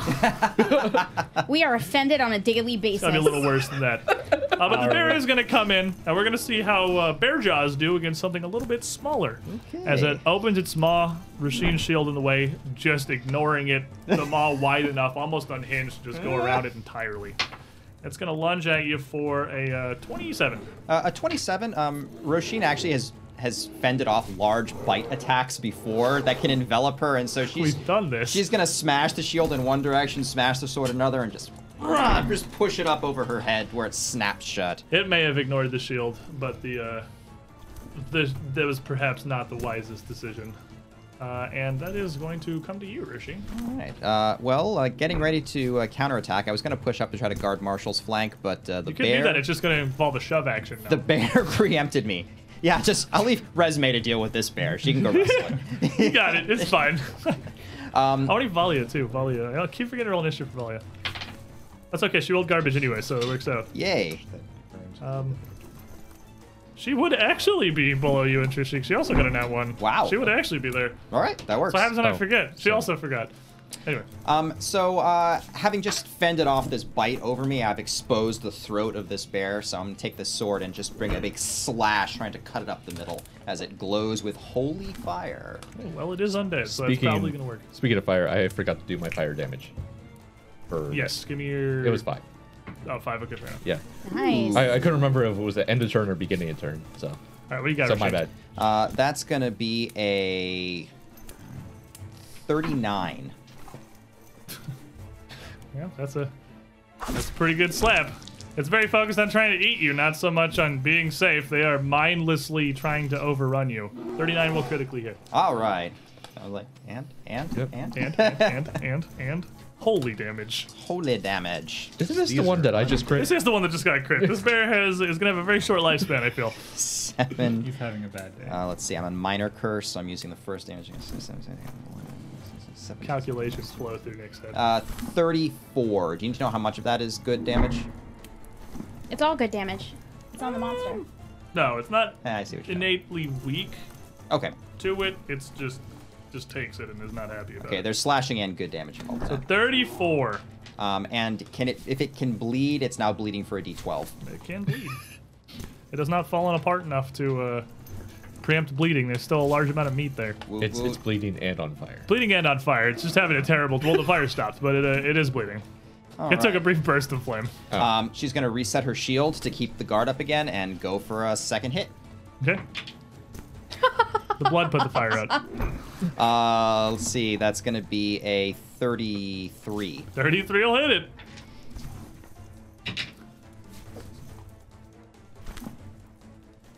S3: We are offended on a daily basis.
S1: That'd be a little worse than that. Uh, but the bear is going to come in, and we're going to see how uh, bear jaws do against something a little bit smaller. As it opens its maw, Rasheen's shield in the way, just ignoring it. The maw wide enough, almost unhinged, to just go around it entirely. It's going to lunge at you for a uh, 27.
S2: Uh, a 27. Um, Roshin actually has has fended off large bite attacks before that can envelop her, and so she's
S1: We've done this.
S2: she's gonna smash the shield in one direction, smash the sword in another, and just rah, just push it up over her head where it snaps shut.
S1: It may have ignored the shield, but the uh, the that was perhaps not the wisest decision. Uh, and that is going to come to you, Rishi.
S2: All right. Uh, well, uh, getting ready to uh, counterattack. I was gonna push up to try to guard Marshall's flank, but uh, the
S1: You could
S2: bear
S1: do that. It's just going to involve a shove action. Now.
S2: the bear preempted me. Yeah, just I'll leave Resme to deal with this bear. She can go wrestling.
S1: You got it. It's fine. um, I already Valia too. Valia. I keep forgetting to roll initiative for Valia. That's okay. She rolled garbage anyway, so it works out.
S2: Yay.
S1: Um, she would actually be below you in Trishik. She also got a nat one.
S2: Wow.
S1: She would actually be there.
S2: All right, that works.
S1: So happens when I
S6: Oh,
S1: forget. She also forgot. Anyway,
S2: Um, so uh, having just fended off this bite over me, I've exposed the throat of this bear. So I'm gonna take this sword and just bring a big slash, trying to cut it up the middle as it glows with holy fire.
S1: Oh, well, it is undead, so it's probably gonna work.
S6: Speaking of fire, I forgot to do my fire damage. For,
S1: Yes. Give me your.
S6: It was five.
S1: Oh, five. Okay, fair enough.
S6: Yeah.
S3: nice.
S6: I, I couldn't remember if it was the end of turn or beginning of turn. So
S1: All right, what do you got?
S6: So my
S1: Rashid?
S6: bad.
S2: Uh, that's gonna be a 39.
S1: Yeah, that's a that's a pretty good slap. It's very focused on trying to eat you, not so much on being safe. They are mindlessly trying to overrun you. 39 will critically hit.
S2: All right. I was like, and and
S6: Yep.
S2: and
S1: And, and, and, and, and. Holy damage.
S2: holy damage.
S6: Isn't this the
S4: These
S6: one
S4: are
S6: that I just
S1: This
S6: crit?
S1: is the one that just got crit. This bear has is going to have a very short lifespan, I feel.
S2: Seven.
S5: He's having a bad day.
S4: um,
S2: Uh, let's see. I'm on minor curse, so I'm using the first damage. Seven.
S1: Calculations flow through Nick's head.
S2: Uh, 34. Do you need to know how much of that is good damage?
S3: It's all good damage. It's on the monster.
S1: no, it's not
S2: Ah, I see what you mean.
S1: innately weak
S2: Okay.
S1: to it. It's just just takes it and is not happy about
S2: Okay,
S1: it.
S2: there's slashing and good damage involved. in
S1: So
S2: that.
S1: 34.
S2: Um, and can it if it can bleed, it's now bleeding for a d12.
S1: It can bleed. it has not fallen apart enough to uh, preempt bleeding. There's still a large amount of meat there.
S2: Woo,
S6: It's
S2: woo.
S6: it's bleeding and on fire.
S1: Bleeding and on fire. It's just having a terrible. Well, the fire stopped, but it uh, it is bleeding.
S2: All
S1: it took
S2: right.
S1: a brief burst of flame.
S2: Um, she's gonna reset her shield to keep the guard up again and go for a second hit.
S1: Okay. the blood put the fire out.
S2: Uh, let's see, that's gonna be a 33.
S1: 33 will hit it.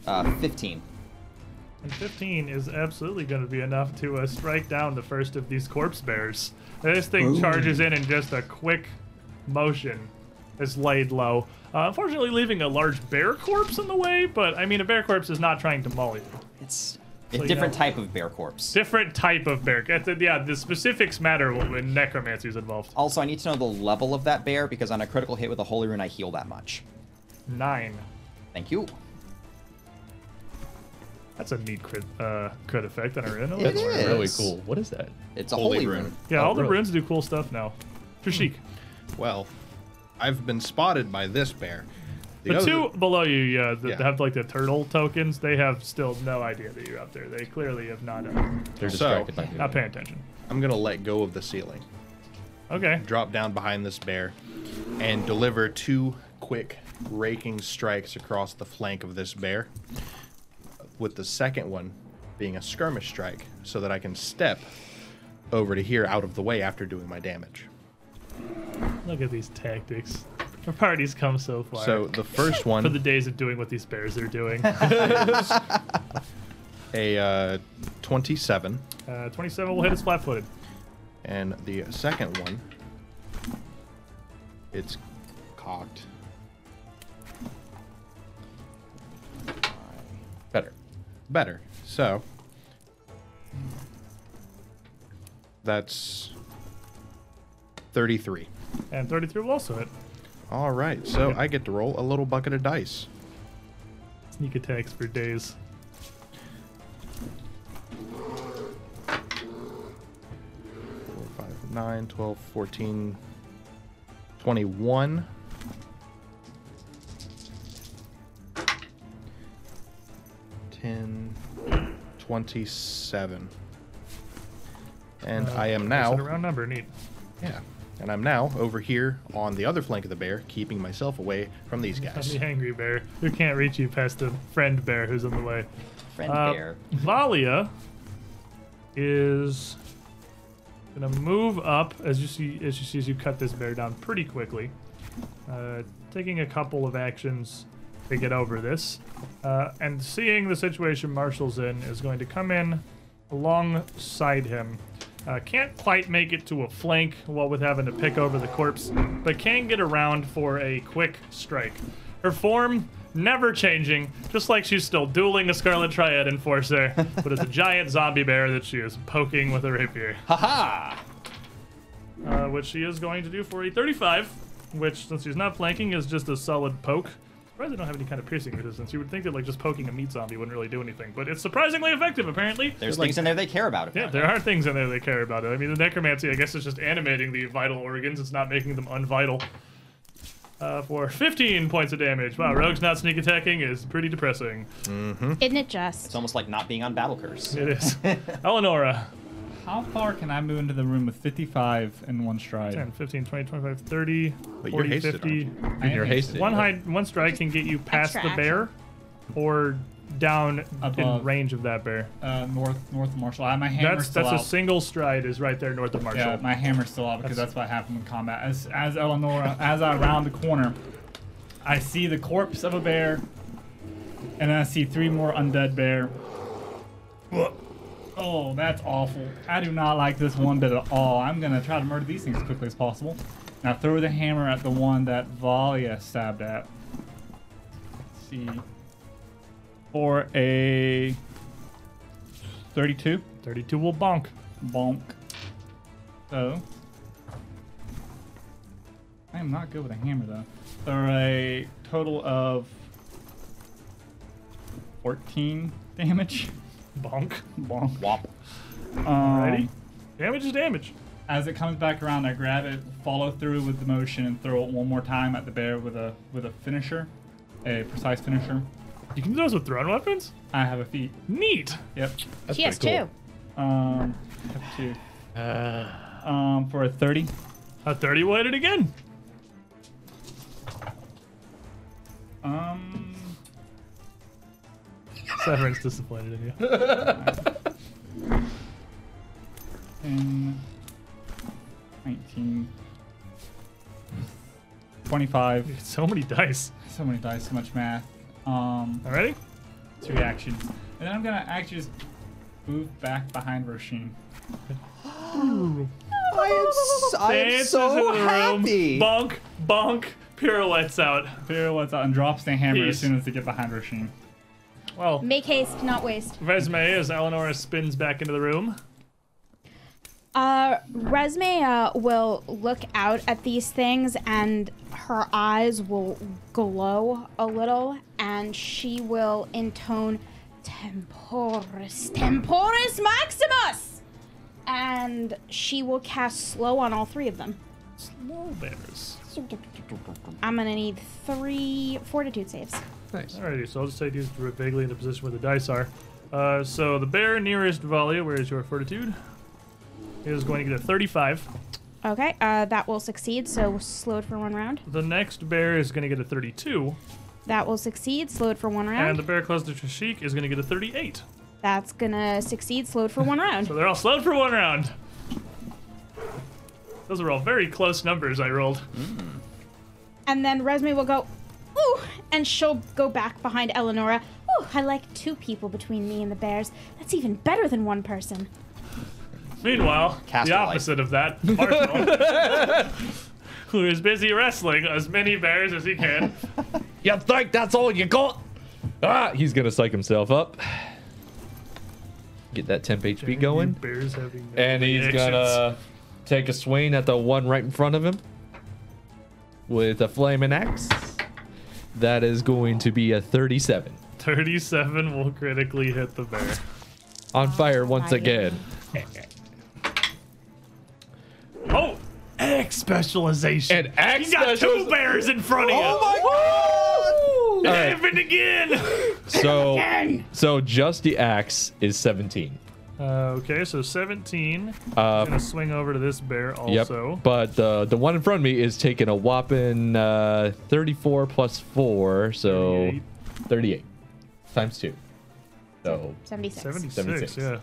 S2: Uh, 15.
S1: And 15 is absolutely going to be enough to uh, strike down the first of these corpse bears. And This thing charges in in just a quick motion. Is laid low. Uh, unfortunately, leaving a large bear corpse in the way, but I mean, a bear corpse is not trying to maul you.
S2: It's a
S1: So you
S2: different
S1: know-
S2: type of bear corpse.
S1: Different type of bear. that's it, Yeah, the specifics matter when necromancy is involved.
S2: Also, I need to know the level of that bear because on a critical hit with a holy rune, I heal that much.
S1: Nine.
S2: Thank you.
S1: That's a neat crit, uh, crit effect on our end. I like
S2: It
S6: That's
S1: that.
S6: really
S2: is.
S6: cool. What is that?
S2: It's a holy,
S4: Holy
S2: rune.
S4: rune.
S1: Yeah,
S6: Oh,
S1: all the
S6: really?
S1: runes do cool stuff now. Trishik.
S4: Well, I've been spotted by this bear.
S1: The
S4: other-
S1: two below you, yeah, that
S4: Yeah.
S1: have like the turtle tokens, they have still no idea that you're up there. They clearly have not uh,
S6: They're
S4: So-
S6: distracted by me.
S1: not paying attention.
S4: I'm gonna let go of the ceiling,
S1: Okay.
S4: drop down behind this bear, and deliver two quick raking strikes across the flank of this bear. With the second one being a skirmish strike, so that I can step over to here out of the way after doing my damage.
S1: Look at these tactics. Our party's come so far.
S4: So the first
S1: for the
S4: one,
S1: days of doing what these bears are doing.
S4: a uh, 27,
S1: Uh, 27 will hit us flat-footed.
S4: and the second one, it's cocked.
S6: Better.
S4: better. So that's 33.
S1: And 33 will also hit.
S4: All right, so I get to roll a little bucket of dice.
S1: Sneak attacks for days.
S4: Four, five, nine, 12, 14, 21. Ten, twenty-seven, and I am now
S1: It's a round number, neat.
S4: Yeah. And I'm now over here on the other flank of the bear, keeping myself away from these
S1: I'm
S4: guys.
S1: the angry bear who can't reach you past the friend bear who's in the way.
S2: Friend
S1: Uh,
S2: bear.
S1: Valia is gonna move up as you see as you see as you cut this bear down pretty quickly, uh, taking a couple of actions to get over this, uh, and seeing the situation Marshall's in is going to come in alongside him. Uh, can't quite make it to a flank, what with having to pick over the corpse, but can get around for a quick strike. Her form never changing, just like she's still dueling the Scarlet Triad Enforcer, but it's a giant zombie bear that she is poking with a rapier.
S2: Haha!
S1: Uh, which she is going to do for a 35, which, since she's not flanking, is just a solid poke. Surprised I don't have any kind of piercing resistance. You would think that like just poking a meat zombie wouldn't really do anything, but it's surprisingly effective apparently.
S2: There's things in there they care about.
S1: Yeah,
S2: apparently.
S1: there are things in there they care about. I mean, the necromancy, I guess, is just animating the vital organs. It's not making them unvital. Uh, for 15 points of damage. Wow, rogues not sneak attacking is pretty depressing. Hmm?
S3: Isn't it just?
S2: It's almost like not being on battle curse.
S1: It is. Eleonora.
S5: How far can I move into the room with 55 in one stride?
S1: 10, 15, 20, 25, 30,
S4: But you're
S1: 40,
S4: hasted,
S1: 50.
S4: aren't
S5: I am
S6: You're
S5: hasted.
S6: hasted.
S1: One
S6: yeah.
S1: hide, one strike can get you past
S3: Extra
S1: the bear, or down in
S5: Above.
S1: range of that bear.
S5: Uh, north, north Marshall. I have my hammer
S1: That's
S5: still
S1: that's
S5: out.
S1: a single stride is right there north of Marshall.
S5: Yeah, my hammer's still out because
S1: That's-
S5: that's, what happened in combat. As as Eleonora, as I round the corner, I see the corpse of a bear, and then I see three more undead bear. Ugh. Oh, that's awful. I do not like this one bit at all. I'm gonna try to murder these things as quickly as possible. Now throw the hammer at the one that Valia stabbed at. Let's see. For a 32.
S1: 32 will bonk.
S5: Bonk. So. I am not good with a hammer, though. They're a total of 14 damage.
S1: Bonk.
S5: Bonk.
S2: Womp.
S5: Um,
S1: Alrighty. Damage is damage.
S5: As it comes back around, I grab it, follow through with the motion, and throw it one more time at the bear with a with a finisher, a precise finisher.
S1: You can do those with thrown weapons?
S5: I have a feat.
S1: Neat.
S5: Yep.
S6: That's
S3: she has
S6: pretty cool.
S3: two.
S5: Um, I have two. Um, for a 30.
S1: A 30 will hit it again.
S5: Um,
S1: Severin's disappointed in you.
S5: Ten, 19, 25.
S1: So many dice.
S5: So many dice, so much math. Um,
S1: Alrighty.
S5: it's reactions. And then I'm gonna actually just move back behind Roshin.
S2: I am, s- I am
S1: Dances
S2: so
S1: into the room.
S2: happy.
S1: Bonk, bonk, pirouettes out.
S5: Pirouettes out uh, and drops the hammer
S1: Peace.
S5: as soon as they get behind Roshin.
S1: Well,
S3: Make haste, not waste.
S1: Vesme, as Eleonora spins back into the room,
S3: Uh, Resmea will look out at these things and her eyes will glow a little and she will intone Temporis, Temporis Maximus! And she will cast slow on all three of them.
S1: small bears.
S3: I'm gonna need three fortitude saves.
S6: Nice.
S1: Alrighty, so I'll just take these to put vaguely into position where the dice are. Uh, so the bear nearest Valia, where is your fortitude? Is going to get a 35.
S3: Okay, uh, that will succeed, so slowed for one round.
S1: The next bear is going to get a 32,
S3: That will succeed, slowed for one
S1: and
S3: round.
S1: the bear close to Trishik is going to get a 38.
S3: That's gonna succeed, slowed for one round.
S1: So they're all slowed for one round. Those are all very close numbers I rolled.
S3: And then Resme will go, ooh, and she'll go back behind Eleonora. Ooh, I like two people between me and the bears. That's even better than one person.
S1: Meanwhile,
S2: Cast
S1: the
S2: a light.
S1: opposite of that, Marshall, who is busy wrestling as many bears as he can.
S6: You think that's all you got? Ah, he's gonna psych himself up. Get that temp HP going.
S1: Bears having no
S6: And he's
S1: reactions.
S6: gonna take a swing at the one right in front of him with a flaming axe. That is going to be a 37.
S1: 37 will critically hit the bear.
S6: On fire once
S3: Fire.
S6: again.
S1: Oh! Axe specialization.
S6: An axe
S1: He got
S6: specializ-
S1: two bears in front of
S2: Oh
S1: you.
S2: my god!
S6: All
S1: It
S6: right,
S1: happened again.
S6: so, so just the axe is 17.
S1: Uh, okay, so 17.
S6: Uh,
S1: gonna swing over to this bear
S6: Yep.
S1: also.
S6: But uh, the one in front of me is taking a whopping uh, 34 plus 4, so 38,
S1: 38.
S6: times 2. So,
S3: 76.
S1: 76,
S6: 76.
S1: yeah.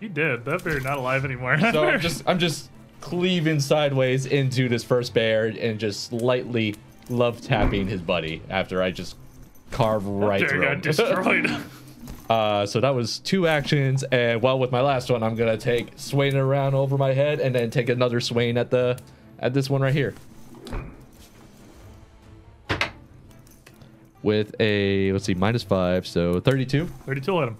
S1: He did. That bear not alive anymore.
S6: so I'm just I'm just cleaving sideways into this first bear and just lightly love tapping his buddy after I just carve right
S1: bear
S6: through
S1: got
S6: him.
S1: destroyed.
S6: Uh, so that was two actions, and well, with my last one, I'm gonna take swaying around over my head, and then take another swing at the at this one right here. With a let's see, minus five, so 32.
S1: 32 will hit him.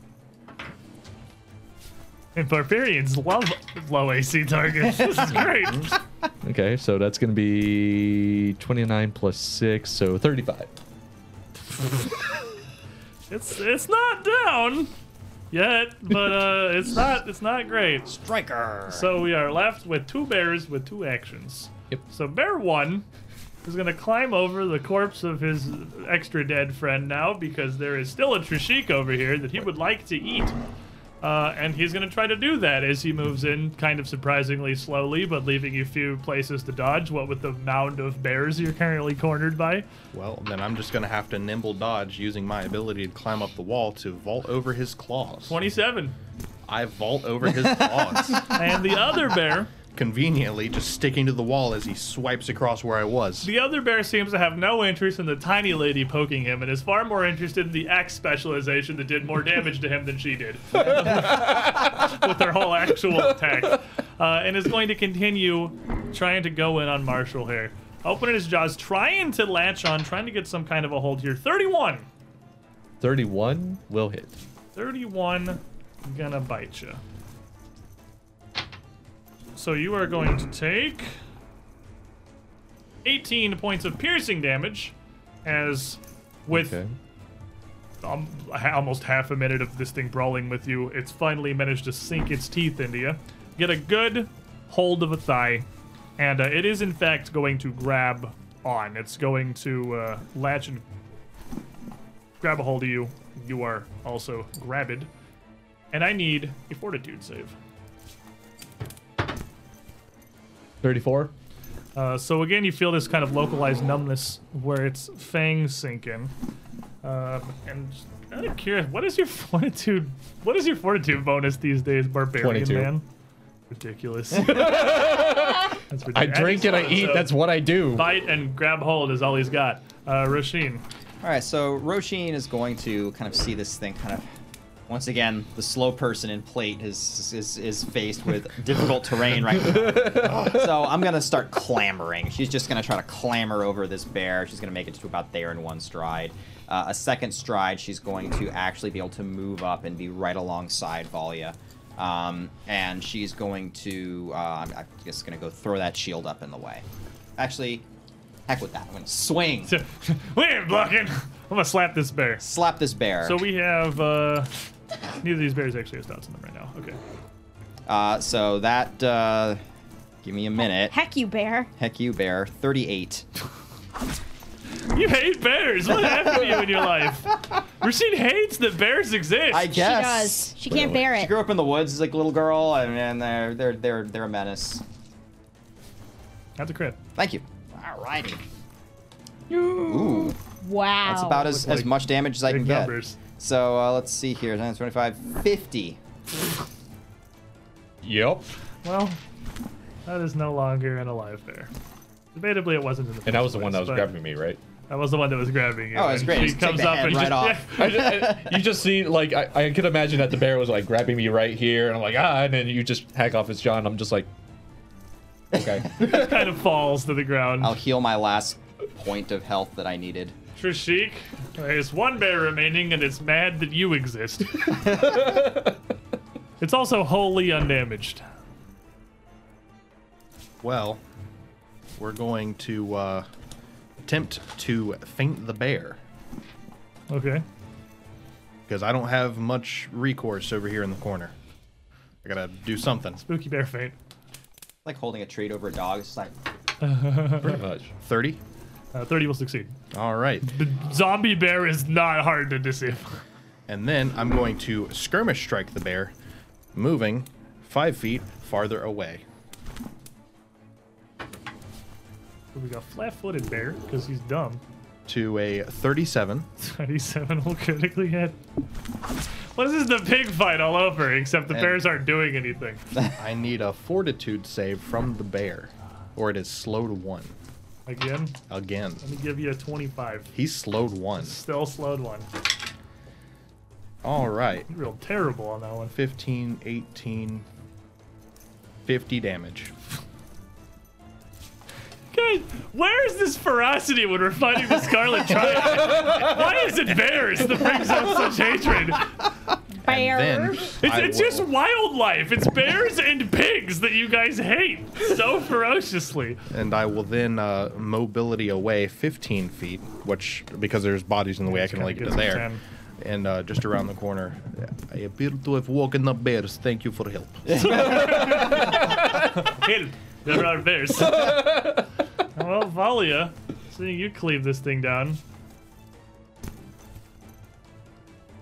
S1: And barbarians love low AC targets. This is great.
S6: Okay, so that's gonna be 29 plus six, so 35.
S1: it's it's not down yet, but uh, it's not it's not great.
S2: Striker.
S1: So we are left with two bears with two actions.
S6: Yep.
S1: So bear one is gonna climb over the corpse of his extra dead friend now because there is still a Trishik over here that he would like to eat. Uh, and he's going to try to do that as he moves in, kind of surprisingly slowly, but leaving you few places to dodge, what with the mound of bears you're currently cornered by.
S4: Well, then I'm just gonna have to nimble dodge using my ability to climb up the wall to vault over his claws.
S1: 27.
S4: I vault over his claws,
S1: And the other bear.
S4: conveniently just sticking to the wall as he swipes across where I was.
S1: The other bear seems to have no interest in the tiny lady poking him and is far more interested in the axe specialization that did more damage to him than she did with her whole actual attack. Uh, and is going to continue trying to go in on Marshall here. Opening his jaws, trying to latch on, trying to get some kind of a hold here. 31.
S6: 31 will hit.
S1: 31 gonna bite you. So you are going to take 18 points of piercing damage as with
S6: Okay.
S1: um, ha- almost half a minute of this thing brawling with you, it's finally managed to sink its teeth into you. Get a good hold of a thigh, and uh, it is in fact going to grab on. It's going to uh, latch and grab a hold of you. You are also grabbed, and I need a fortitude save.
S6: 34.
S1: Uh, so again, you feel this kind of localized numbness where its fangs sink in. Um, and kind of curious, what is your fortitude? What is your fortitude bonus these days, barbarian
S6: 22.
S1: man? Ridiculous. That's ridiculous.
S6: I drink and I
S1: So
S6: eat. That's what I do.
S1: bite and grab hold is all he's got. Uh, Rasheen,
S2: All right, so Roshin is going to kind of see this thing kind of. Once again, the slow person in plate is is, is faced with difficult terrain right now. so I'm gonna start clambering. She's just gonna try to clamber over this bear. She's gonna make it to about there in one stride. Uh, a second stride, she's going to actually be able to move up and be right alongside Valia. Um, and she's going to, uh, I'm I'm just gonna go throw that shield up in the way. Actually, heck with that. I'm gonna swing,
S1: we ain't blocking. I'm gonna slap this bear.
S2: slap this bear.
S1: So we have uh, neither of these bears actually has dots on them right now. Okay.
S2: Uh, so that, uh, give me a minute.
S3: Heck you, bear.
S2: Heck you, bear. 38.
S1: You hate bears. What happened to you in your life? Rasheen hates that bears exist.
S2: I guess.
S3: She does. She can't bear
S2: She
S3: it.
S2: grew up in the woods as like a little girl, and man, they're they're they're they're a menace.
S1: That's a crit.
S2: Thank you. Alrighty. Ooh,
S3: Wow.
S2: that's about as, as
S1: like
S2: much damage as I can
S1: Big
S2: get.
S1: numbers.
S2: So uh, let's see here. 9, 25, 50.
S6: Yep.
S1: Well, that is no longer an alive bear. Debatably, it wasn't in the.
S6: And that was
S1: first
S6: the one that
S1: place,
S6: was
S1: but
S6: grabbing me, right?
S1: That was the one that was grabbing you.
S2: Oh, it's
S1: and
S2: great.
S1: She
S2: Just take
S1: comes
S2: the
S1: up
S2: head
S1: and
S2: right
S1: just,
S2: off.
S1: yeah.
S6: I, ju- I- you just see, like, I, I could imagine that the bear was like grabbing me right here, and I'm like, ah, and then you just hack off his jaw, and I'm just like, okay.
S1: kind of falls to the ground.
S2: I'll heal my last point of health that I needed.
S1: Trishik, there's one bear remaining, and it's mad that you exist. it's also wholly undamaged.
S4: Well, we're going to uh, attempt to faint the bear
S1: Okay.
S4: because I don't have much recourse over here in the corner. I gotta do something.
S1: Spooky bear faint.
S2: Like holding a treat over a dog. It's just like,
S6: Pretty much.
S4: 30?
S1: Uh, 30 will succeed.
S4: All right.
S1: The zombie bear is not hard to deceive.
S4: And then I'm going to skirmish strike the bear, moving five feet farther away.
S1: We got flat-footed bear because he's dumb.
S4: to a 37.
S1: 27 will critically hit. Well, this is the pig fight all over, except the
S4: And-
S1: bears aren't doing anything.
S4: I need a fortitude save from the bear, or it is slowed one
S1: Again,
S4: again.
S1: let me give you a 25.
S4: He's slowed one.
S1: Still slowed one.
S4: All right.
S1: You're Real terrible on that one.
S4: 15, 18, 50 damage.
S1: Guys, where is this ferocity when we're fighting the Scarlet Triad? Why is it bears that brings out such hatred?
S3: bear.
S4: Then
S1: It's,
S4: I
S1: it's just
S4: will-
S1: wildlife. It's bears and pigs that you guys hate so ferociously.
S4: and I will then uh, mobility away 15 feet, which because there's bodies in the way, I can
S1: kinda
S4: only get
S1: gives
S4: to
S1: him
S4: there.
S1: 10.
S4: And uh, just around the corner, I appear to have woken up bears. Thank you for help.
S1: Help! There are bears. well, Valia, seeing you cleave this thing down,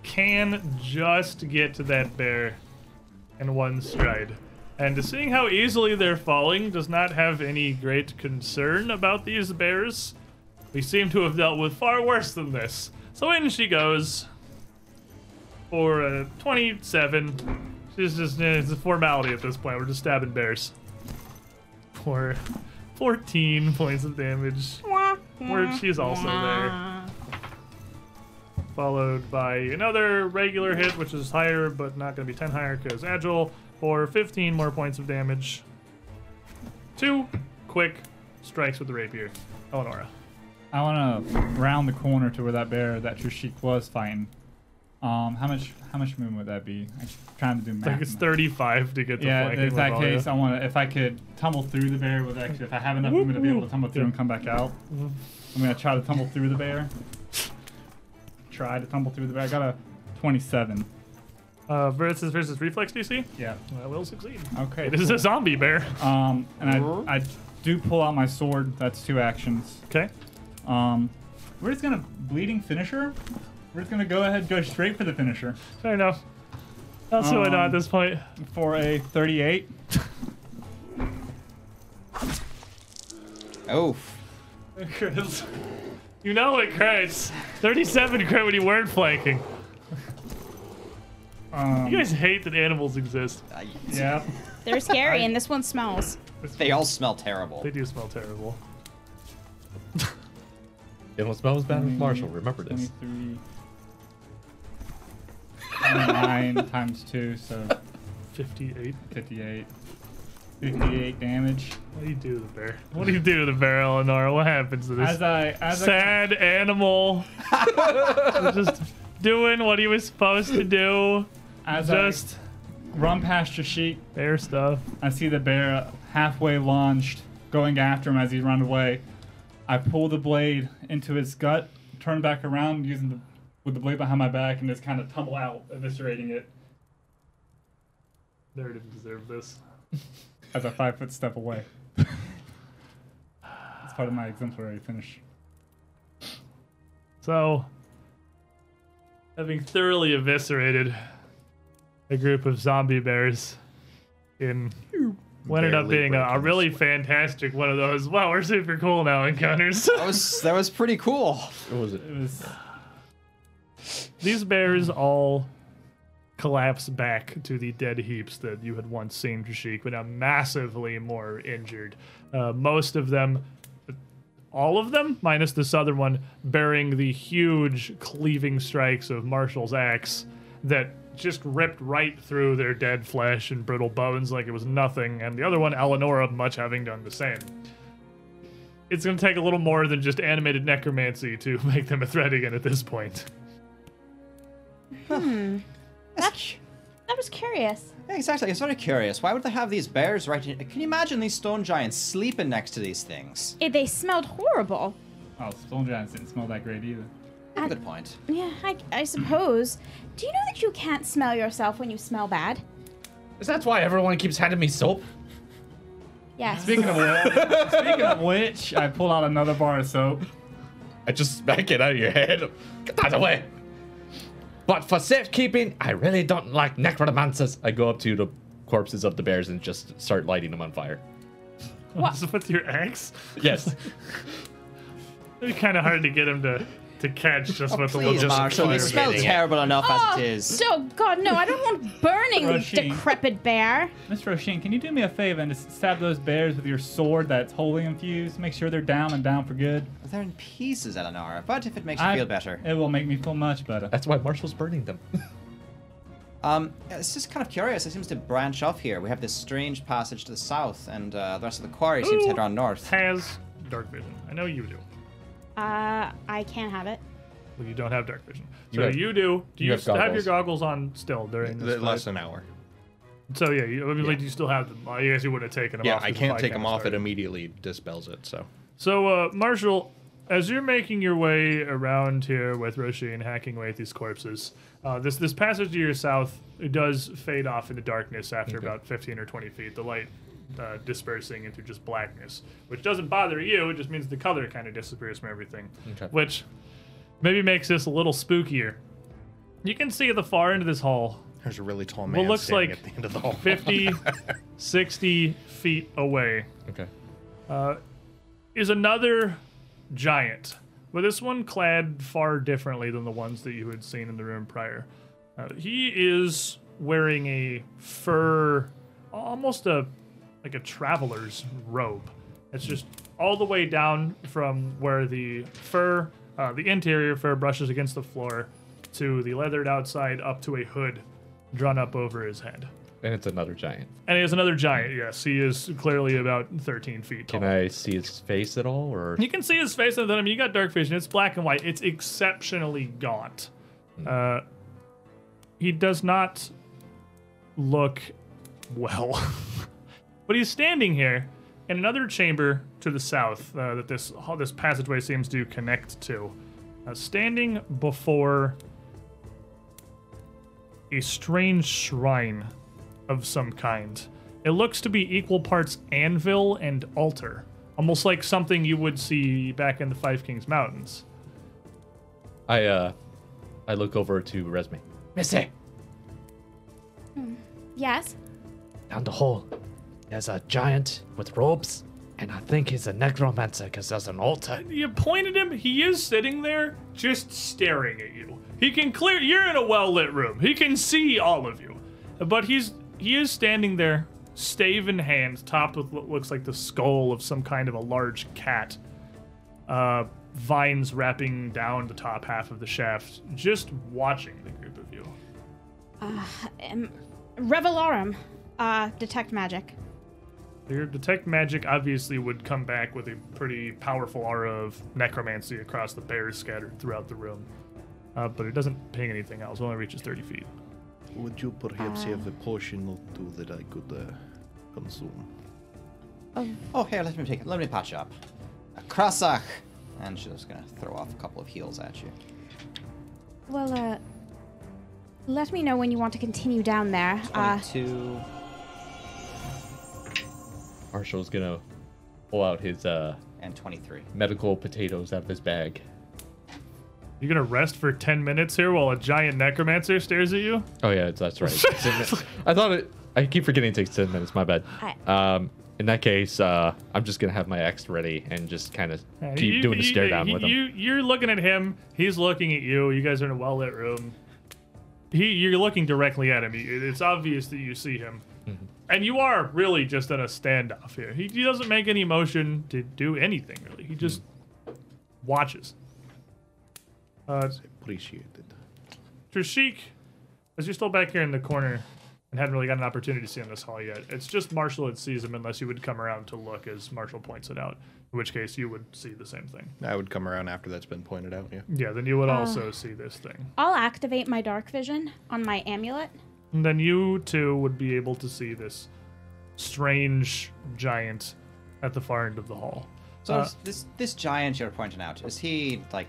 S1: can just get to that bear in one stride. And seeing how easily they're falling, does not have any great concern about these bears. We seem to have dealt with far worse than this. So in she goes for a 27. She's just, eh, it's a formality at this point. We're just stabbing bears. For 14 points of damage. Where she's also there. Followed by another regular hit, which is higher, but not going to be 10 higher because agile, for 15 more points of damage. Two quick strikes with the rapier. Oh, Eleonora.
S5: I want to round the corner to where that bear that Trishik was fighting. Um, how much how much movement would that be? I'm just trying to do math.
S1: Like it's 35 to get to
S5: Yeah,
S1: flanking.
S5: in
S1: with
S5: that
S1: all you.
S5: case, I want to. If I could tumble through the bear with actually, if I have enough movement to be able to tumble through and come back out, I'm gonna try to tumble through the bear. Try to tumble through the bear. I got a 27.
S1: Uh, versus versus reflex DC.
S5: Yeah.
S1: I will succeed.
S5: Okay.
S1: It is a zombie bear.
S5: Um, and I I do pull out my sword. That's two actions.
S1: Okay.
S5: Um, we're just gonna bleeding finisher. We're just gonna go ahead and go straight for the finisher
S1: Fair enough. That's who I know at
S5: Um,
S1: this point.
S5: for a 38.
S2: Oh,
S1: you know it crits. 37 crit when you weren't flanking.
S5: Um,
S1: You guys hate that animals exist.
S2: I-
S5: yeah.
S3: They're scary, and this one smells.
S2: they all smell terrible.
S1: They do smell terrible.
S6: It almost smells bad with Marshall. Remember this.
S5: 23. Nine times two, so
S1: 58.
S5: 58. 58 damage.
S1: What do you do to the bear? What do you do to the bear, Eleanor? What happens to this
S5: As I as
S1: sad animal? just doing what he was supposed to do.
S5: I as
S1: Just
S5: I run past Trishik,
S1: bear stuff.
S5: I see the bear halfway launched, going after him as he run away. I pull the blade into his gut, turn back around using the with the blade behind my back, and just kind of tumble out, eviscerating it
S1: Bear didn't deserve this.
S5: as a five foot step away. That's part of my exemplary finish.
S1: So, having thoroughly eviscerated a group of zombie bears in what ended up
S4: Barely
S1: being a, a
S4: breaking
S1: really fantastic one of those, wow, we're super cool now encounters.
S2: That was that was pretty cool.
S6: What was it?
S5: It was
S1: These bears all collapse back to the dead heaps that you had once seen, Trishik, but now massively more injured. Uh, most of them, all of them, minus the southern one, bearing the huge cleaving strikes of Marshall's axe that just ripped right through their dead flesh and brittle bones like it was nothing. And the other one, Eleonora, much having done the same. It's going to take a little more than just animated necromancy to make them a threat again at this point.
S3: I was curious.
S2: Yeah, exactly. It's very curious. Why would they have these bears right in? Can you imagine these stone giants sleeping next to these things?
S3: Eh, they smelled horrible.
S5: oh, Stone Giants didn't smell that great either.
S2: Good point.
S3: Yeah, I, I suppose. Do you know that you can't smell yourself when you smell bad?
S7: That's why everyone keeps handing me soap.
S3: Yes.
S5: Speaking of which, speaking of which, I pull out another bar of soap.
S7: I just smack it out of your head. Get out of the way. But for safekeeping, I really don't like necromancers.
S6: I go up to the corpses of the bears and just start lighting them on fire.
S1: Just with your axe?
S6: Yes.
S1: It'd be kind of hard to get him to, to catch just with a
S2: Oh, Please,
S1: little
S2: Marshall, you smell
S7: getting it.
S2: terrible enough
S3: Oh,
S2: as it is.
S3: oh, God, no! I don't want burning
S5: Rushing.
S3: decrepit bear.
S5: Mr. O'Sheen, can you do me a favor and just stab those bears with your sword that's wholly infused? Make sure they're down and down for good.
S2: They're in pieces, Eleanor. But if it makes you feel better,
S5: It will make me feel much better.
S6: That's why Marshall's burning them.
S2: um, it's just kind of curious. It seems to branch off here. We have this strange passage to the south, and uh, the rest of the quarry seems to head around north.
S1: Has dark vision. I know you do.
S3: Uh, I can't have it.
S1: Well, you don't have dark vision. So
S6: You
S1: you,
S6: have-
S1: do. Do you,
S6: have
S1: still have your
S6: goggles.
S1: goggles on still during this?
S4: Th- Less
S1: fight?
S4: than an hour.
S1: So yeah, you, I mean, like, you still have them. I guess you would have taken them
S4: Yeah,
S1: off.
S4: I
S1: 'cause the
S4: can't
S1: fight
S4: take them
S1: kinda
S4: off. It
S1: started.
S4: immediately dispels it. So
S1: So, uh, Marshall, as you're making your way around here with Roshi and hacking away at these corpses, uh, this this passage to your south it does fade off into darkness after about 15 or 20 feet. The light uh, dispersing into just blackness, which doesn't bother you. It just means the color kind of disappears from everything,
S6: Hmm.
S1: which maybe makes this a little spookier. You can see at the far end of this hall
S4: There's a really tall man
S1: Well, looks
S4: standing
S1: like
S4: at the end of the hall.
S1: 50, 60 feet away
S6: Okay.
S1: is another giant, but this one clad far differently than the ones that you had seen in the room prior. Uh, he is wearing a fur, almost a like a traveler's robe. It's just all the way down from where the fur, uh, the interior fur brushes against the floor, to the leathered outside, up to a hood drawn up over his head.
S6: And it's another giant.
S1: And he is another giant. Yes, he is clearly about 13 feet tall.
S6: Can I see his face at all, or
S1: You can see his face, and then I mean, you got dark vision. It's black and white. It's exceptionally gaunt. Uh, he does not look well, but he's standing here in another chamber to the south uh, that this hall- this passageway seems to connect to. Uh, standing before a strange shrine of some kind. It looks to be equal parts anvil and altar, almost like something you would see back in the Five Kings Mountains.
S6: I uh, I look over to Resme.
S7: Missy,
S3: Yes.
S7: down the hall, there's a giant with robes, and I think he's a necromancer because there's an altar.
S1: You point at him, he is sitting there just staring at you. He can clear you're in a well-lit room. He can see all of you. But he's he is standing there, stave in hand, topped with what looks like the skull of some kind of a large cat. Uh vines wrapping down the top half of the shaft, just watching the group of you.
S3: Um, Revelorum. Uh, detect magic.
S1: Your detect magic obviously would come back with a pretty powerful aura of necromancy across the bears scattered throughout the room. Uh, but it doesn't ping anything else. It only reaches 30 feet.
S4: Would you perhaps have a portion or two that I could uh, consume?
S2: Oh, here, let me take it. Let me patch up. A krasach. And she's just gonna throw off a couple of heels at you.
S3: Well, uh, let me know when you want to continue down there. Uh,
S2: Twenty-two.
S6: Marshall's gonna pull out his uh
S2: and 23.
S6: medical potatoes out of his bag.
S1: You're going to rest for 10 minutes here while a giant necromancer stares at you?
S6: Oh yeah, it's- that's right. It's ten min- I thought it. I keep forgetting it takes ten minutes. My bad. Um, in that case, uh, I'm just gonna have my axe ready and just kind of keep
S1: You-
S6: doing the
S1: you-
S6: stare down
S1: you-
S6: with him.
S1: You, you're looking at him. He's looking at you. You guys are in a well lit room. He, you're looking directly at him. It- It's obvious that you see him.
S6: Mm-hmm.
S1: And you are really just in a standoff here. He, he doesn't make any motion to do anything, really. He just
S6: Hmm.
S1: watches. Uh,
S4: Appreciate it.
S1: Trishik, as you're still back here in the corner and haven't really got an opportunity to see him this hall yet, it's just Marshall that sees him unless you would come around to look, as Marshall points it out, in which case you would see the same thing.
S4: I would come around after that's been pointed out. Yeah.
S1: Yeah, then you would also see this thing.
S3: I'll activate my dark vision on my amulet.
S1: And then you too would be able to see this strange giant at the far end of the hall.
S2: So
S1: Uh,
S2: is this this giant you're pointing out, is he like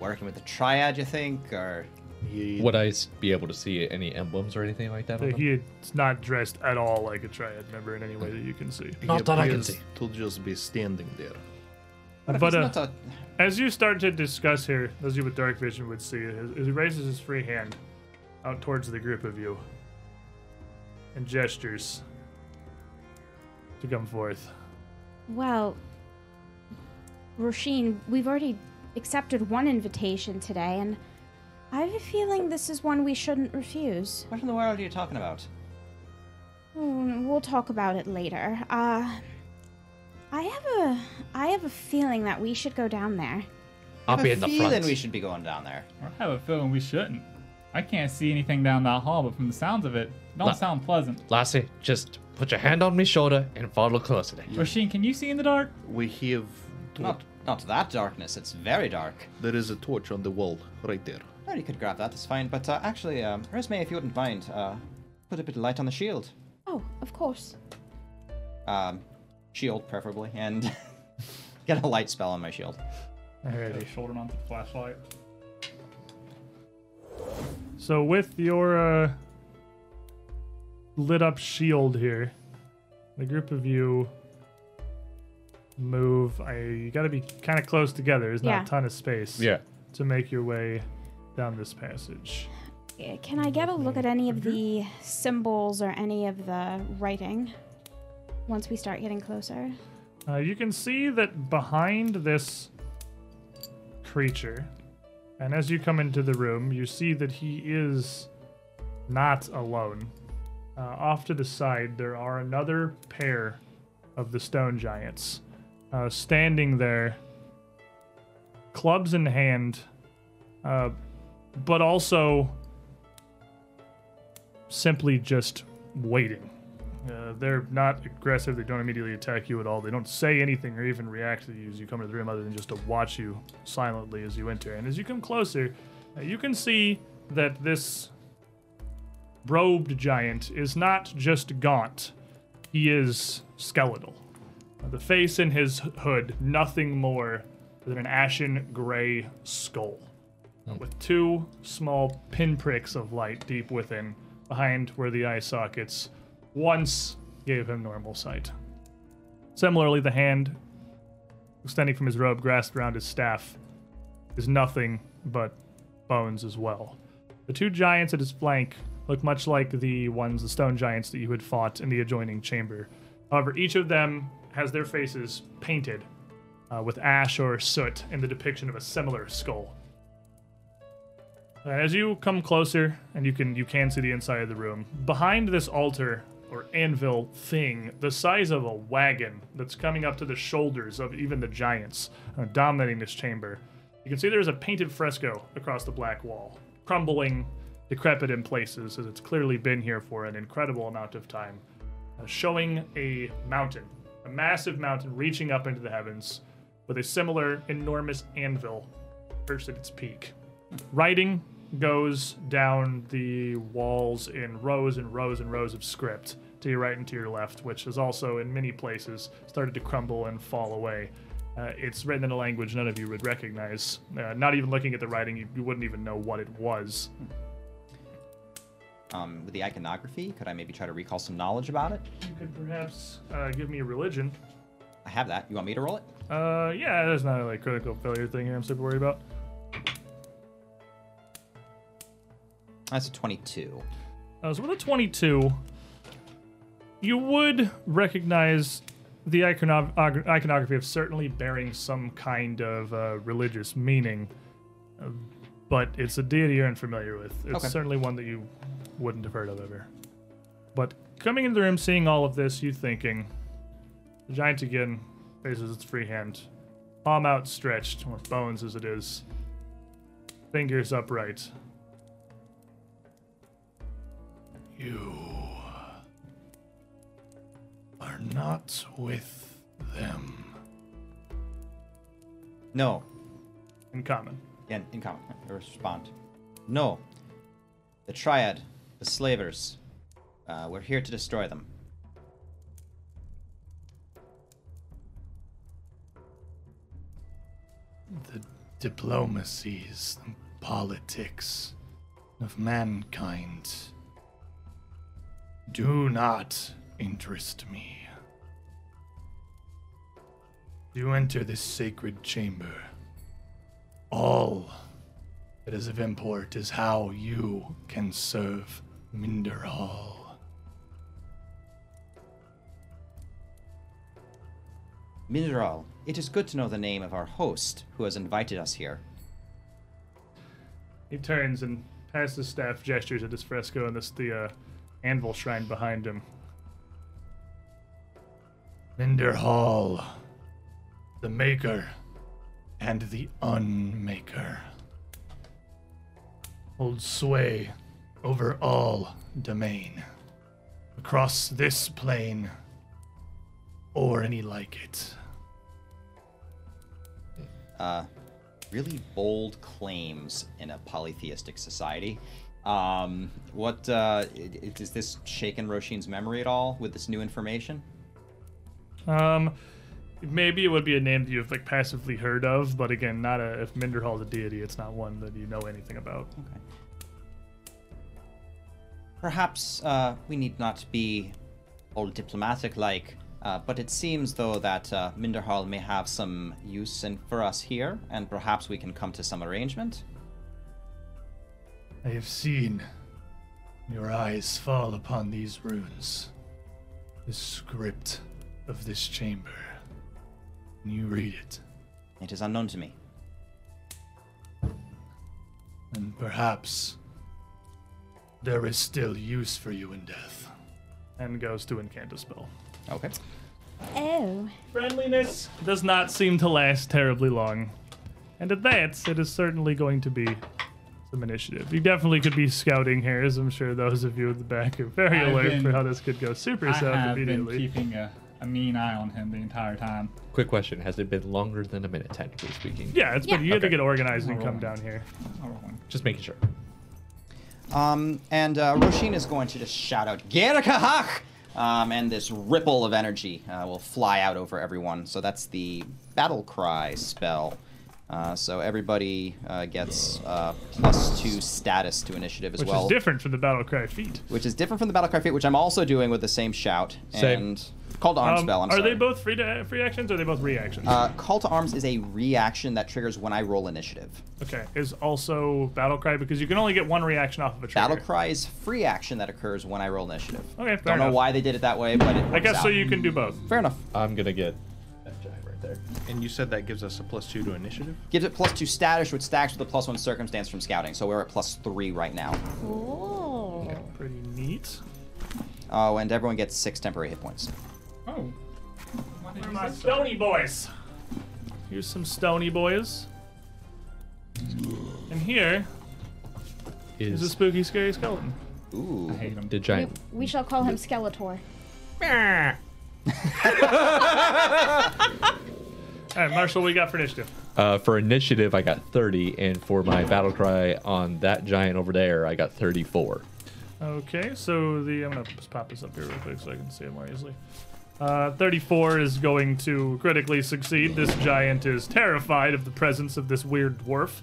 S2: working with the triad, you think? Or
S4: He-
S6: Would I s- be able to see any emblems or anything like that? on him?
S1: He's not dressed at all like a triad member in any way that you can see.
S4: he
S7: Not that I can
S4: appears
S7: see.
S4: To just be standing there.
S2: what if
S1: But,
S2: he's
S1: uh,
S2: not a-
S1: As you start to discuss here, those of you with dark vision would see it, as he raises his free hand out towards the group of you and gestures to come forth.
S3: Well, Roisin, we've already accepted one invitation today, and I have a feeling this is one we shouldn't refuse.
S2: what in the world are you talking about?
S3: Mm, We'll talk about it later. Uh, I have a, I have a feeling that we should go down there.
S7: I'll
S2: I
S7: be
S2: have
S7: in
S2: a
S7: the
S2: feeling
S7: front.
S2: we should be going down there.
S5: I have a feeling we shouldn't. I can't see anything down that hall, but from the sounds of it, it don't
S7: Look.
S5: sound pleasant.
S7: Lassie, just put your hand on me shoulder and follow closely.
S5: Rasheen, can you see in the dark?
S4: We have.
S2: Not
S4: Torch.
S2: not that darkness, it's very dark.
S4: There is a torch on the wall right there.
S2: Oh, you could grab that, that's fine. But uh, actually, um, Resme, if you wouldn't mind, uh, put a bit of light on the shield.
S3: Oh, of course.
S2: Um, shield, preferably, and get a light spell on my shield.
S1: Alrighty.
S5: Shoulder onto the flashlight.
S1: So with your uh, lit up shield here, the group of you move. I you got to be kind of close together. There's not
S3: Yeah.
S1: a ton of space.
S6: Yeah.
S1: To make your way down this passage.
S3: Yeah, Can I get a look at any of the symbols or any of the writing once we start getting closer?
S1: Uh, you can see that behind this creature, and as you come into the room, you see that he is not alone. Uh, off to the side, there are another pair of the stone giants uh, standing there, clubs in hand, uh, but also simply just waiting. Uh, they're not aggressive. They don't immediately attack you at all. They don't say anything or even react to you as you come to the room, other than just to watch you silently as you enter. And as you come closer, uh, you can see that this robed giant is not just gaunt, he is skeletal. Uh, The face in his hood, nothing more than an ashen gray skull with two small pinpricks of light deep within, behind where the eye sockets once gave him normal sight. Similarly, the hand extending from his robe, grasped around his staff, is nothing but bones as well. The two giants at his flank look much like the ones, the stone giants that you had fought in the adjoining chamber. However, each of them has their faces painted uh, with ash or soot in the depiction of a similar skull. Uh, As you come closer, and you can you can see the inside of the room. Behind this altar or anvil thing, the size of a wagon that's coming up to the shoulders of even the giants, uh, dominating this chamber. You can see there's a painted fresco across the black wall, crumbling, decrepit in places, as it's clearly been here for an incredible amount of time, uh, showing a mountain, a massive mountain reaching up into the heavens, with a similar enormous anvil perched at its peak writing goes down the walls in rows and rows and rows of script to your right and to your left, which has also in many places started to crumble and fall away. Uh, it's written in a language none of you would recognize. Uh, not even looking at the writing, you, you wouldn't even know what it was.
S2: Um, with the iconography, could I maybe try to recall some knowledge about it?
S1: You could perhaps uh, give me a religion.
S2: I have that. You want me to roll it?
S1: Uh, yeah, there's not a like, critical failure thing here I'm super worried about.
S2: That's a 22.
S1: Uh, so with a 22, you would recognize the icono- ag- iconography of certainly bearing some kind of uh, religious meaning, uh, but it's a deity you're unfamiliar with. It's
S2: Okay.
S1: certainly one that you wouldn't have heard of ever. But coming into the room, seeing all of this, you thinking, the giant again raises its free hand, palm outstretched, with bones as it is, fingers upright,
S4: You are not with them.
S2: No.
S1: in common.
S2: In, in common. I respond. No. The triad, the slavers. Uh, we're here to destroy them.
S4: The diplomacies and politics of mankind do not interest me. You enter this sacred chamber. All that is of import is how you can serve Minderhall.
S2: Mineral, it is good to know the name of our host who has invited us here.
S1: He turns and passes his staff, gestures at this fresco and this the uh, anvil shrine behind him.
S4: Minderhall, the maker and the unmaker, holds sway over all domain across this plane or any like it.
S2: uh, really bold claims in a polytheistic society. Um, what uh, i- i- does this shaken Roshin's memory at all with this new information?
S1: Um, maybe it would be a name that you've like passively heard of, but again, not a if Minderhall's a deity, it's not one that you know anything about.
S2: Perhaps uh, we need not be all diplomatic like, uh, but it seems though that uh, Minderhall may have some use in, for us here, and perhaps we can come to some arrangement.
S8: I have seen your eyes fall upon these runes, the script of this chamber. And you read it,
S2: It is unknown to me.
S8: and perhaps there is still use for you in death.
S1: and goes to Incandispel.
S2: Okay.
S3: Oh.
S1: Friendliness does not seem to last terribly long. And at that, it is certainly going to be some initiative. You definitely could be scouting here, as I'm sure those of you in the back are very
S5: I've
S1: alert
S5: been-
S1: for how this could go super
S5: I
S1: south
S5: have been
S1: immediately.
S5: keeping a, a mean eye on him the entire time.
S6: Quick question: Has it been longer than a minute, technically speaking?
S1: yeah, it's been
S3: Yeah.
S1: you had to
S6: Okay.
S1: get organized and come
S5: Alright.
S1: down here.
S5: Oh, wrong.
S6: Just making sure.
S2: Um, and uh, Roshin is going to just shout out, Gerkahach! Um, and this ripple of energy uh, will fly out over everyone. So that's the battle cry spell. Uh, so everybody uh, gets uh, plus two status to initiative as
S1: Which
S2: well,
S1: is different from the battle cry feat.
S2: which is different from the battle cry feat, which I'm also doing with the same shout
S6: Same.
S2: and call to arms
S1: Um,
S2: spell. I'm
S1: are
S2: sorry.
S1: they both free to, free actions or are they both reactions?
S2: Uh, call to arms is a reaction that triggers when I roll initiative.
S1: okay, is also battle cry because you can only get one reaction off of a trigger.
S2: Battle cry is free action that occurs when I roll initiative.
S1: Okay, fair
S2: Don't know
S1: enough.
S2: why they did it that way, but it works
S1: I guess so.
S2: out.
S1: You can do both.
S2: Fair enough.
S6: I'm gonna get that giant right there.
S4: And you said that gives us a plus two to initiative?
S2: Gives it plus two status, which stacks with a plus one circumstance from scouting. So we're at plus three right now.
S3: Cool.
S1: Pretty neat.
S2: Oh, and everyone gets six temporary hit points.
S5: Oh. Why did you
S1: My
S5: say so?
S1: stony boys. Here's some stony boys. And here is a
S6: Is
S1: spooky, scary skeleton.
S2: Ooh.
S5: I hate him.
S6: the giant?
S3: We shall call him Skeletor.
S1: All right, Marshall, what you got for initiative?
S6: Uh, for initiative, I got 30, and for my battle cry on that giant over there, I got 34.
S1: Okay, so the I'm gonna just pop this up here real quick so I can see it more easily. Uh, 34 is going to critically succeed. This giant is terrified of the presence of this weird dwarf.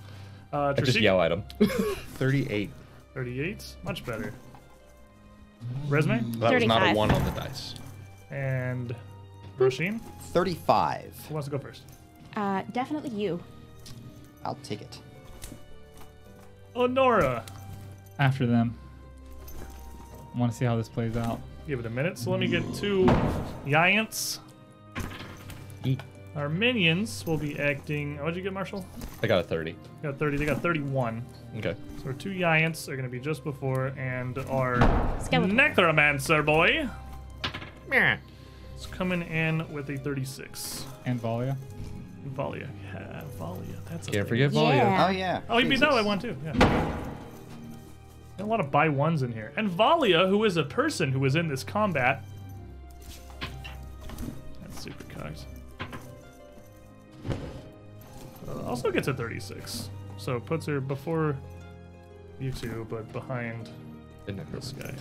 S1: Uh,
S6: I just
S1: Trishik-
S6: yell at him.
S4: 38.
S1: 38, much better. Resume
S4: That was not a
S3: 35.
S4: one on the dice.
S1: and Roshin.
S2: 35.
S1: Who wants to go first?
S3: Uh, definitely you.
S2: I'll take it.
S1: Honora.
S5: After them. I want to see how this plays out.
S1: Give it a minute. So let me get two Giants. Our minions will be acting. What'd you get, Marshall?
S6: I got a 30.
S1: Got 30. They got 31.
S6: Okay.
S1: So our two Giants are going to be just before, and our
S3: Skeletor.
S1: Necromancer boy is coming in with a 36.
S5: And Valia.
S1: Valia. Yeah, Valia. That's a
S6: Can't
S1: thing.
S6: forget Volia.
S2: Oh, yeah.
S1: Oh, he beat that
S2: Jesus.
S1: by one too. Yeah. There are A lot of buy ones in here. And Valia, who is a person who is in this combat. That's super cocked. Uh, also gets a 36. So puts her before you two, but behind
S6: The
S1: this
S6: necros.
S1: guy.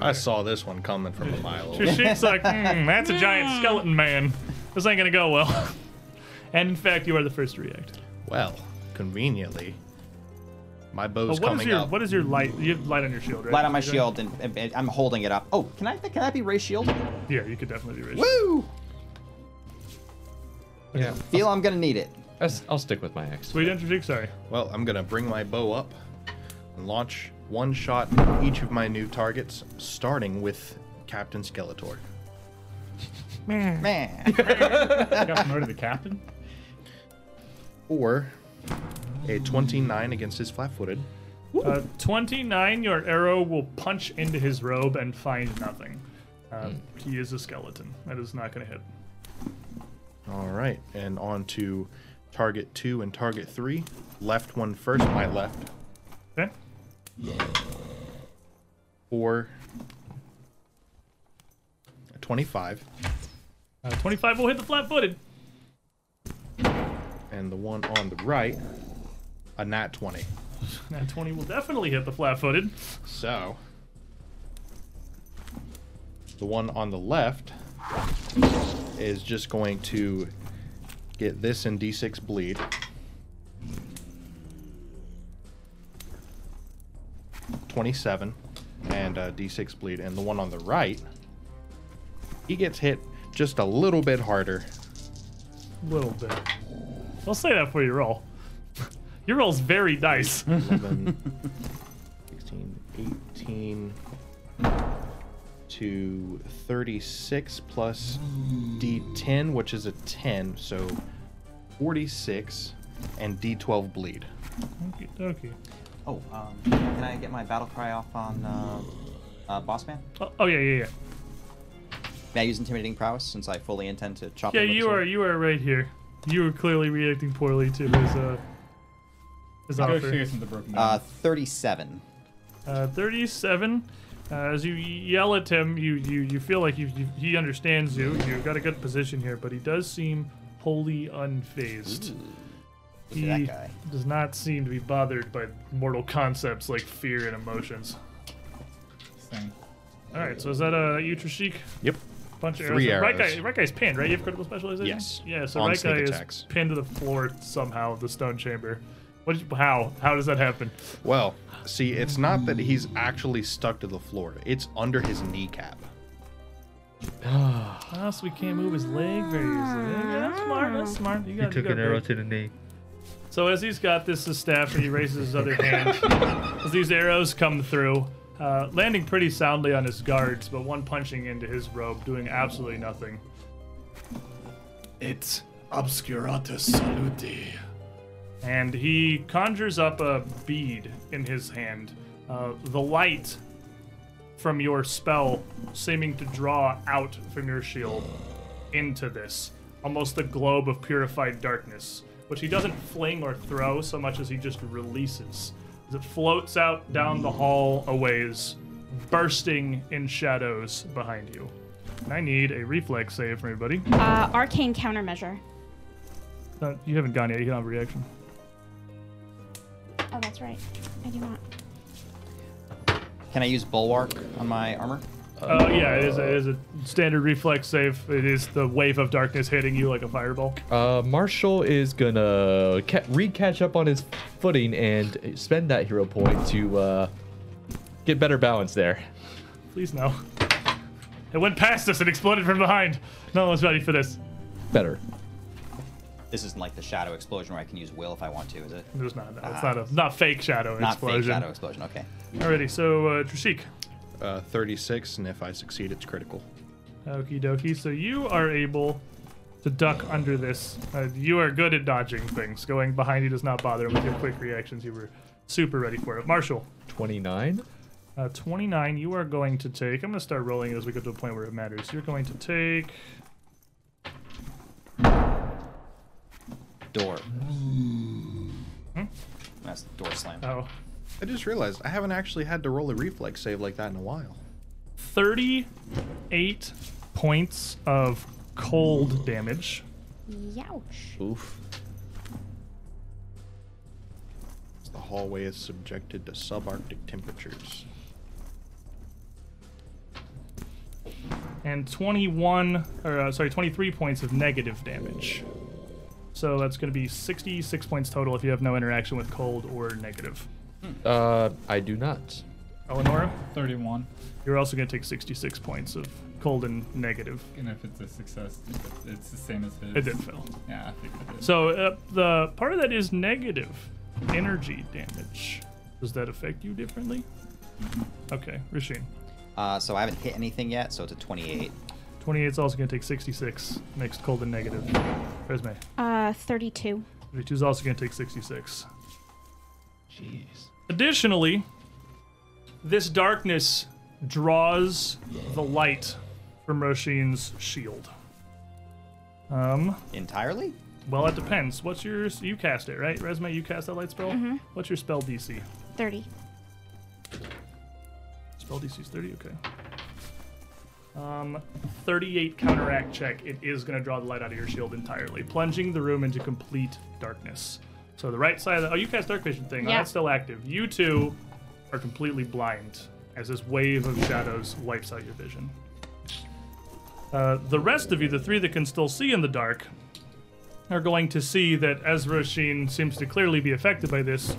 S4: I saw this one coming from a mile away.
S1: Trishik's like, "Hmm, that's a giant skeleton man. This ain't gonna go well. and in fact, you are the first to react. Uh,
S4: Well, conveniently, my
S1: But
S4: bow's
S1: what is
S4: coming
S1: your
S4: up.
S1: what is your light? You have light on your shield, right?
S2: Light on my
S1: You don't-
S2: shield, and, and- and I'm holding it up. Oh, can I can that be raise shield?
S1: Yeah, you could definitely be raised.
S2: Woo!
S6: Yeah.
S2: Feel I'm gonna need it.
S6: I'll, I'll stick with my axe.
S1: Sweet intrigue, sorry.
S4: Well, I'm gonna bring my bow up and launch one shot each of my new targets, starting with Captain Skeletor.
S2: Man.
S5: You got promoted to captain?
S4: Or a 29 against his flat-footed.
S1: Uh, 29, your arrow will punch into his robe and find nothing. Uh, He is a skeleton. That is not going to hit.
S4: All right, and on to target two and target three. Left one first, my left.
S1: Okay?
S4: Or a 25,
S1: Uh, 25 will hit the flat footed.
S4: and the one on the right, a nat 20.
S1: Now 20 will definitely hit the flat footed.
S4: So, the one on the left is just going to get this in D6 bleed. Twenty-seven, and uh, D6 bleed, and the one on the right, he gets hit just a little bit harder.
S1: A little bit. I'll say that for your roll. Your roll's very nice.
S4: 11, 16, 18 to 36 plus D10, which is a 10, so 46 and D12 bleed.
S1: okay, okay.
S2: Oh, um, can I get my battle cry off on uh, uh, boss man?
S1: Oh, oh yeah, yeah, yeah.
S2: May I use intimidating prowess since I fully intend to chop?
S1: Yeah,
S2: him with a
S1: you
S2: sword?
S1: are you are right here. You were clearly reacting poorly to his uh his offer.
S5: Negotiations with the broken
S2: Uh, thirty-seven.
S1: Uh, Thirty-seven. Uh, as you yell at him, you you, you feel like you, you he understands you. You've got a good position here, but he does seem wholly unfazed.
S2: Look at that guy.
S1: does not seem to be bothered by mortal concepts like fear and emotions.
S5: thing.
S1: All right, so is that a uh, you, Trishik?
S4: Yep.
S1: Bunch of
S4: Three
S1: arrows. Right
S4: arrows.
S1: guy, right guy's pinned, right? You have critical specialization.
S4: Yes.
S1: Yeah. So
S4: On
S1: right
S4: sneak
S1: guy
S4: attacks.
S1: is pinned to the floor somehow of the stone chamber. What? did you- How? How does that happen?
S4: Well, see, it's not that he's actually stuck to the floor, it's under his kneecap.
S1: Ah, so we can't move his leg very easily. Yeah, that's smart. That's smart. You got, you got big.
S7: the knee.
S1: So as he's got this his staff, he raises his other hand. as these arrows come through, uh, landing pretty soundly on his guards, but one punching into his robe, doing absolutely nothing.
S8: It obscurata saluti.
S1: and he conjures up a bead in his hand. Uh, the light from your spell seeming to draw out from your shield into this, almost the globe of purified darkness, which he doesn't fling or throw so much as he just releases. As it floats out down the hall a ways, bursting in shadows behind you. And I need a reflex save from everybody.
S3: Uh, arcane countermeasure.
S1: Uh, you haven't gone yet, you don't have a reaction.
S3: Oh, that's right. I do not.
S2: Can I use bulwark on my armor?
S1: Uh, yeah, it is, it is a standard reflex save. It is the wave of darkness hitting you like a fireball.
S6: Uh, Marshall is gonna ca- re-catch up on his footing and spend that hero point to uh, get better balance there.
S1: Please no. It went past us and exploded from behind. No one's ready for this.
S6: Better.
S2: This isn't like the shadow explosion where I can use will if I want to, is it?
S1: There's not. No, it's not a not fake shadow
S2: Ah. Not
S1: explosion.
S2: fake shadow explosion. Okay.
S1: Alrighty. So uh, Trishik,
S4: Uh, 36, and if I succeed, it's critical.
S1: okie dokie. So you are able to duck under this. Uh, you are good at dodging things. Going behind you does not bother him with your quick reactions. You were super ready for it. Marshall,
S6: 29.
S1: Uh, 29, you are going to take. I'm going to start rolling as we get to a point where it matters. You're going to take.
S2: Door. That's the door slam.
S1: Hmm? Oh.
S4: I just realized I haven't actually had to roll a reflex save like that in a while.
S1: 38 points of cold damage.
S3: Youch.
S6: Oof.
S4: The hallway is subjected to subarctic temperatures.
S1: And 21, or uh, sorry, 23 points of negative damage. So that's going to be 66 points total if you have no interaction with cold or negative.
S6: Uh, I do not.
S1: Eleonora,
S5: 31.
S1: you're also going to take 66 points of cold and negative.
S5: And if it's a success, if it- it's the same as his.
S1: It did fail.
S5: Yeah, I think it did.
S1: So uh, the part of that is negative energy damage. Does that affect you differently? Okay, Rasheen.
S2: Uh, so I haven't hit anything yet, so it's a 28.
S1: 28 is also going to take 66. Makes cold and negative. Resume.
S3: Uh, 32.
S1: 32 is also going to take 66. Jeez. Additionally, this darkness draws the light from Rasheen's shield. Um,
S2: Entirely?
S1: well, it depends. What's your. You cast it, right? Resume, you cast that light spell? What's your spell DC?
S3: 30.
S1: Spell DC's 30, okay. Um, 38 counteract check. It is going to draw the light out of your shield entirely, plunging the room into complete darkness. So the right side of the. Oh, you cast Dark Vision thing.
S3: Yeah.
S1: That's still active. You two are completely blind as this wave of shadows wipes out your vision. Uh, the rest of you, the three that can still see in the dark, are going to see that as Roshin seems to clearly be affected by this,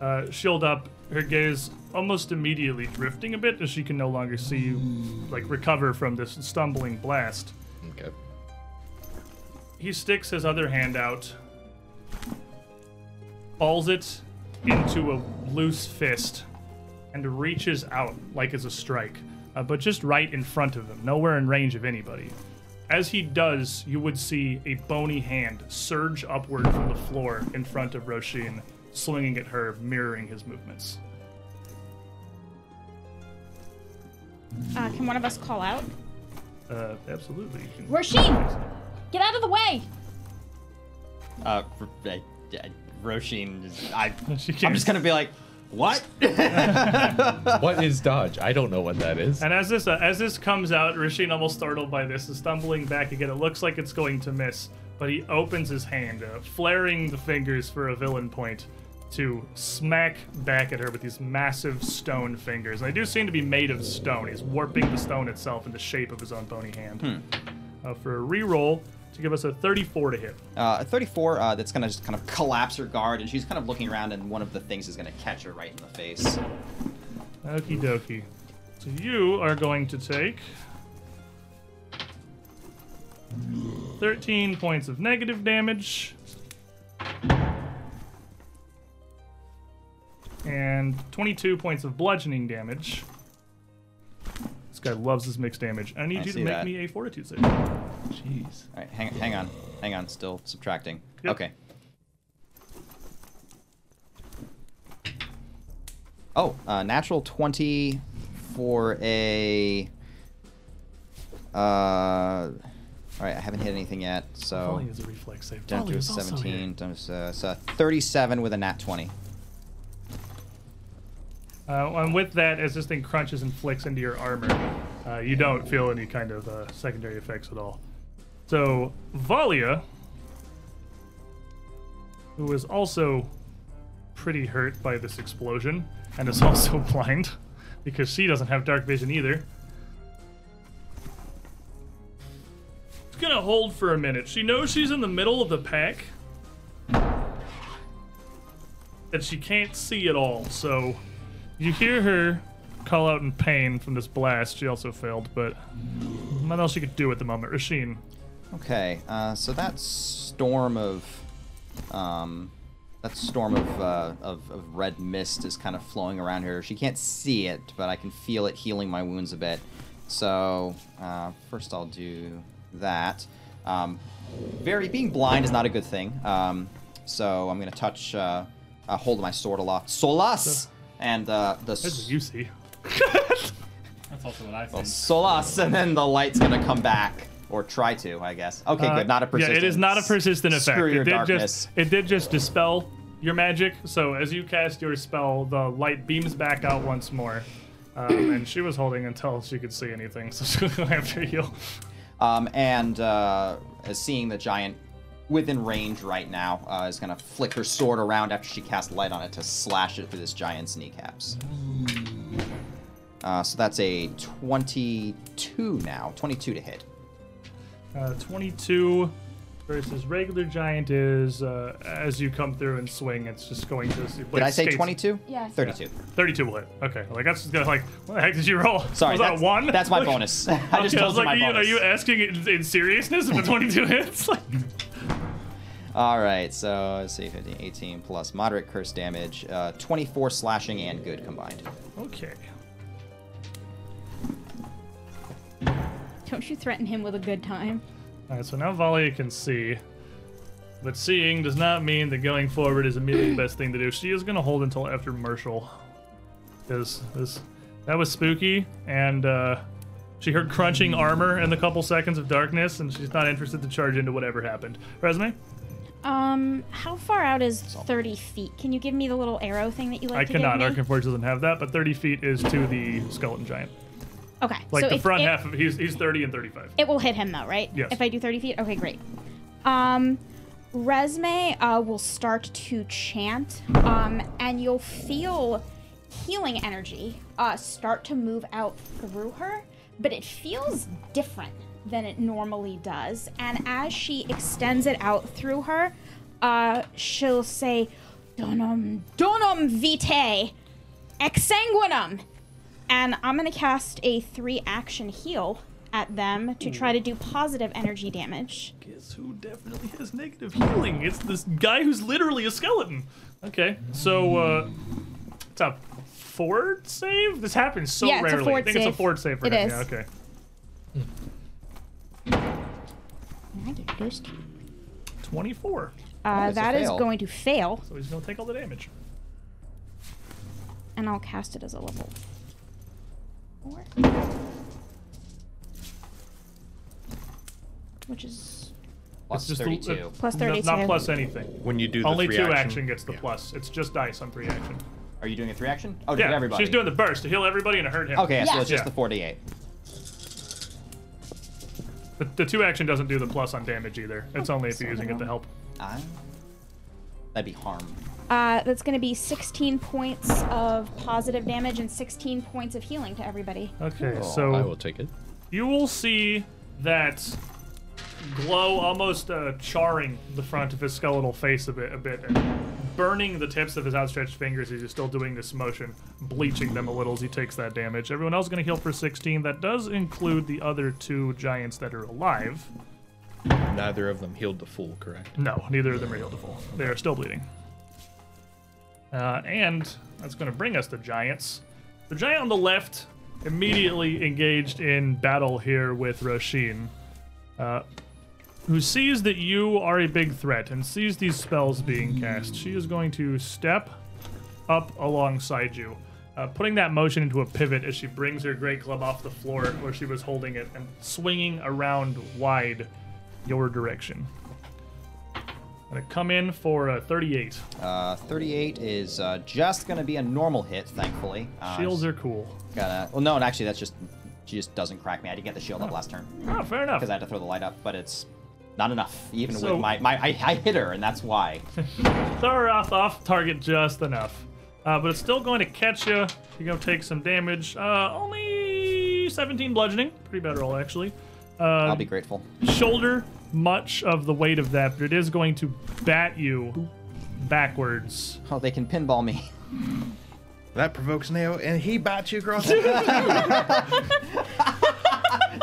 S1: uh, shield up, her gaze almost immediately drifting a bit as she can no longer see you, like, recover from this stumbling blast.
S6: Okay.
S1: He sticks his other hand out, balls it into a loose fist and reaches out like as a strike, uh, but just right in front of him, nowhere in range of anybody. As he does, you would see a bony hand surge upward from the floor in front of Roshin, swinging at her, mirroring his movements.
S3: Uh, can one of us call out?
S1: Uh, absolutely. you can-
S3: Roshin, get out of the way!
S2: Uh, R- I, I, Roshin, is- I,
S1: She can't-
S2: I'm just gonna be like, what?
S6: What is dodge? I don't know what that is.
S1: And as this uh, as this comes out, Rasheen, almost startled by this, is stumbling back again. It looks like it's going to miss, but he opens his hand, uh, flaring the fingers for a villain point, to smack back at her with these massive stone fingers. And they do seem to be made of stone. He's warping the stone itself into the shape of his own bony hand. Uh, for a reroll to give us a 34 to hit.
S2: Uh, a 34, uh, that's gonna just kind of collapse her guard, and she's kind of looking around, and one of the things is gonna catch her right in the face.
S1: Okie dokie. So you are going to take 13 points of negative damage. And 22 points of bludgeoning damage. This guy loves his mixed damage. I need
S2: I
S1: you to
S2: see
S1: make
S2: that.
S1: me a fortitude save.
S6: Jeez.
S2: All right, hang, hang on, hang on, still subtracting.
S1: Yep.
S2: Okay. Oh, uh, natural 20 for a. Uh, all right, I haven't hit anything yet, so.
S1: Volley is a reflex save.
S2: Down
S1: Volley
S2: to a
S1: is also here.
S2: 17, down to a- so 37 with a nat 20.
S1: Uh, and with that, as this thing crunches and flicks into your armor, uh, you don't feel any kind of uh, secondary effects at all. So, Valia, who is also pretty hurt by this explosion and is also blind because she doesn't have dark vision either, is going to hold for a minute. She knows she's in the middle of the pack that she can't see at all, so. You hear her call out in pain from this blast. She also failed, but nothing else she could do at the moment. Rasheen,
S2: Okay, uh, so that storm of, um, that storm of, uh, of of red mist is kind of flowing around her. She can't see it, but I can feel it healing my wounds a bit. So uh, first, I'll do that. Um, very being blind is not a good thing. Um, so I'm gonna touch, uh, uh, hold my sword aloft, Solas, and uh, the
S1: that's
S2: s-
S1: what you see.
S5: That's also what I
S2: well,
S5: think.
S2: Solas, and then the light's gonna come back. Or try to, I guess. Okay,
S1: Uh,
S2: good. Not a persistent.
S1: Yeah, it is not a persistent effect.
S2: Screw your
S1: it did
S2: darkness.
S1: just it did just dispel your magic. So as you cast your spell, the light beams back out once more. Um, and she was holding until she could see anything, so she's gonna have to heal.
S2: Um, and uh, seeing the giant within range right now uh, is going to flick her sword around after she casts light on it to slash it through this giant's kneecaps. Uh, so that's a 22 now, 22 to hit.
S1: Uh, 22 versus regular giant is uh, as you come through and swing, it's just going to.
S2: Did I say
S1: skates-
S2: 22?
S3: Yeah.
S2: 32.
S1: 32 will hit. Okay. Like, that's just gonna, like, what the heck did you roll?
S2: Sorry,
S1: was that
S2: that's,
S1: a one?
S2: that's my
S1: Like-
S2: bonus. I just
S1: Okay,
S2: told
S1: was like,
S2: you my
S1: are you,
S2: bonus.
S1: Are you asking in, in seriousness if the 22 hits? Like,
S2: All right, so let's see, 15, 18 plus moderate curse damage, uh, 24 slashing and good combined.
S1: okay.
S3: Don't you threaten him with a good time?
S1: All right, so now Valia can see. But seeing does not mean that going forward is immediately the best thing to do. She is going to hold until after Marshall. Because this, that was spooky, and uh, she heard crunching armor in the couple seconds of darkness, and she's not interested to charge into whatever happened. Resume?
S3: Um, how far out is 30 feet? Can you give me the little arrow thing that you like
S1: I
S3: to
S1: cannot.
S3: give
S1: Arc
S3: me?
S1: and Forge doesn't have that, but 30 feet is to the skeleton giant.
S3: Okay.
S1: Like
S3: so
S1: the
S3: if
S1: front
S3: it,
S1: half of he's he's 30 and 35.
S3: It will hit him though, right?
S1: Yes.
S3: If I do 30 feet? Okay, great. Um, Resme uh, will start to chant, um, and you'll feel healing energy uh, start to move out through her, but it feels different than it normally does. And as she extends it out through her, uh, she'll say, Donum, donum vitae, exsanguinum. And I'm going to cast a three action heal at them
S2: Hmm.
S3: to try to do positive energy damage.
S1: Guess who definitely has negative healing? It's this guy who's literally a skeleton. Okay, so uh, it's a fort save. This happens so
S3: Yeah, it's a
S1: rarely. I
S3: fort
S1: think it's
S3: save.
S1: a fort save for
S3: It
S1: him.
S3: is.
S1: Yeah, okay.
S3: And I get those two.
S1: Twenty-four.
S2: Oh,
S3: Uh,
S2: it's a
S3: that is
S2: fail.
S3: going to fail,
S1: So he's gonna take all the damage.
S3: and I'll cast it as a level four, which is
S2: Plus
S1: just a- uh,
S2: 32.
S3: plus
S1: No-
S3: thirty-two.
S1: not plus anything.
S4: When you do the
S1: Only
S4: three
S1: two action.
S4: action,
S1: gets the
S4: yeah.
S1: plus. It's just dice on three action.
S2: Are you doing a three action? Oh, did
S1: yeah,
S2: everybody.
S1: she's doing the burst to heal everybody and to hurt him.
S2: Okay, so
S3: Yeah.
S2: it's just
S1: Yeah.
S2: the 48.
S1: The, the two action doesn't do the plus on damage either. It's only if you're using it to help.
S2: Ah. that'd be harm.
S3: Uh, that's going to be sixteen points of positive damage and sixteen points of healing to everybody.
S1: Okay,
S6: I
S1: so
S6: will take it.
S1: you will see that glow almost uh, charring the front of his skeletal face a bit, a bit, and burning the tips of his outstretched fingers as he's still doing this motion, bleaching them a little as he takes that damage. Everyone else going to heal for 16. That does include the other two giants that are alive.
S4: Neither of them healed the full, correct?
S1: No, neither of them are healed to full. They are still bleeding. Uh, and that's going to bring us to giants. The giant on the left immediately engaged in battle here with Roshin, uh, who sees that you are a big threat and sees these spells being cast. She is going to step up alongside you, uh, putting that motion into a pivot as she brings her great club off the floor where she was holding it and swinging around wide your direction. Gonna come in for a 38.
S2: Uh, 38 is uh, just gonna be a normal hit, thankfully. Uh,
S1: Shields are cool.
S2: Gonna, well, no, and actually, that's just she just doesn't crack me. I didn't get the shield up last turn
S1: Oh, fair enough.
S2: because I had to throw the light up, but it's not enough. Even
S1: So-
S2: with my my, I, I hit her, and that's why.
S1: Throw her off, off target just enough. Uh, but it's still going to catch you. You're gonna take some damage. Uh, only 17 bludgeoning. Pretty bad roll, actually.
S2: I'll
S1: Uh,
S2: be grateful.
S1: shoulder much of the weight of that, but it is going to bat you backwards.
S2: Oh, they can pinball me.
S4: That provokes Neo, and he bites you across the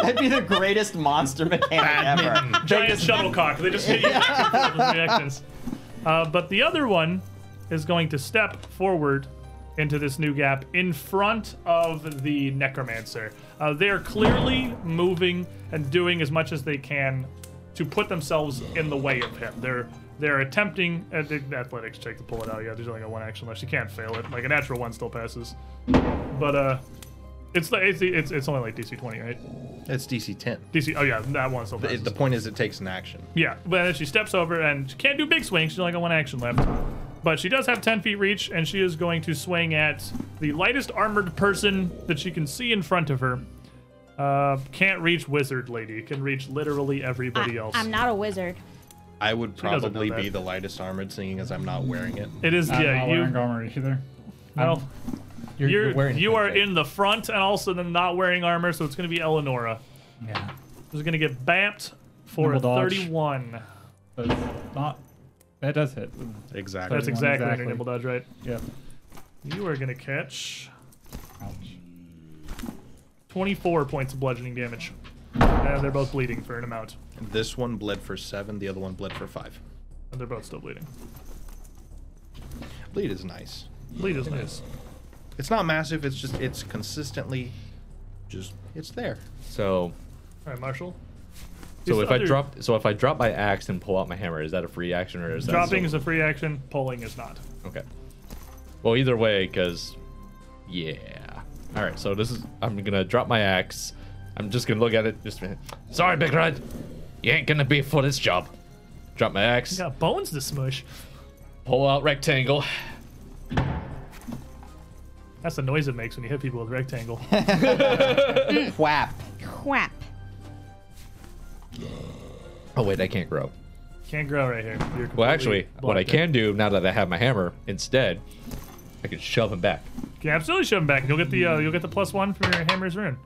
S2: That'd be the greatest monster mechanic ever.
S1: Giant shuttlecock. They just hit you back and forth with reactions. Uh, but the other one is going to step forward into this new gap in front of the necromancer. Uh, they are clearly moving and doing as much as they can to put themselves in the way of him. They're they're attempting uh, the athletics check to pull it out. Yeah, there's only a one action left. You can't fail it. Like a natural one still passes. But uh, it's it's it's, it's only like DC 20, right?
S4: It's DC 10.
S1: DC. Oh yeah, that one still passes.
S4: It- the point is, it takes an action.
S1: Yeah, but then she steps over and she can't do big swings. She's only got one action left. But she does have 10 feet reach, and she is going to swing at the lightest armored person that she can see in front of her. Uh, can't reach wizard lady. Can reach literally everybody
S3: I,
S1: else.
S3: I'm not a wizard.
S4: I would
S1: doesn't know
S4: probably
S1: that.
S4: be the lightest armored, seeing as I'm not wearing it.
S1: It is
S5: I'm
S1: yeah.
S5: not
S1: You
S5: wearing armor either.
S1: well,
S7: You're,
S1: you're,
S7: you're wearing
S1: you are
S7: something.
S1: in the front and also then not wearing armor, so it's going to be Eleonora.
S5: Yeah.
S1: Who's going to get bamped for
S5: Double
S1: a
S5: dodge.
S1: 31.
S5: But it's not. That does hit.
S4: Exactly.
S1: That's
S5: 31,
S1: exactly,
S5: exactly.
S1: your nimble dodge, right?
S5: Yep.
S1: You are going to catch
S5: Ouch.
S1: 24 points of bludgeoning damage. And they're both bleeding for an amount.
S4: This one bled for seven, the other one bled for five.
S1: And they're both still bleeding.
S4: Bleed is nice.
S1: Bleed is nice.
S4: It's not massive, it's just, it's consistently just, it's there.
S6: So,
S1: Alright, Marshall.
S6: so
S1: These
S6: if I
S1: other-
S6: drop, so if I drop my axe and pull out my hammer, is that a free action or is that
S1: Dropping is
S6: still-
S1: a free action, pulling is not.
S6: okay? Well, either way, because yeah. All right, so this is I'm gonna drop my axe. I'm just gonna look at it. Just a minute. sorry, Big Red, you ain't gonna be for this job. Drop my axe.
S1: You got bones to smush.
S6: Pull out rectangle.
S1: That's the noise it makes when you hit people with rectangle.
S2: Whap.
S3: Quap.
S6: Oh wait, I can't grow.
S1: Can't grow right here. You're
S6: Well,
S1: completely
S6: actually, what I
S1: blocked there.
S6: can do now that I have my hammer, instead, I can shove him back.
S1: You can absolutely shove him back. You'll get the uh, you'll get the plus one from your hammer's rune.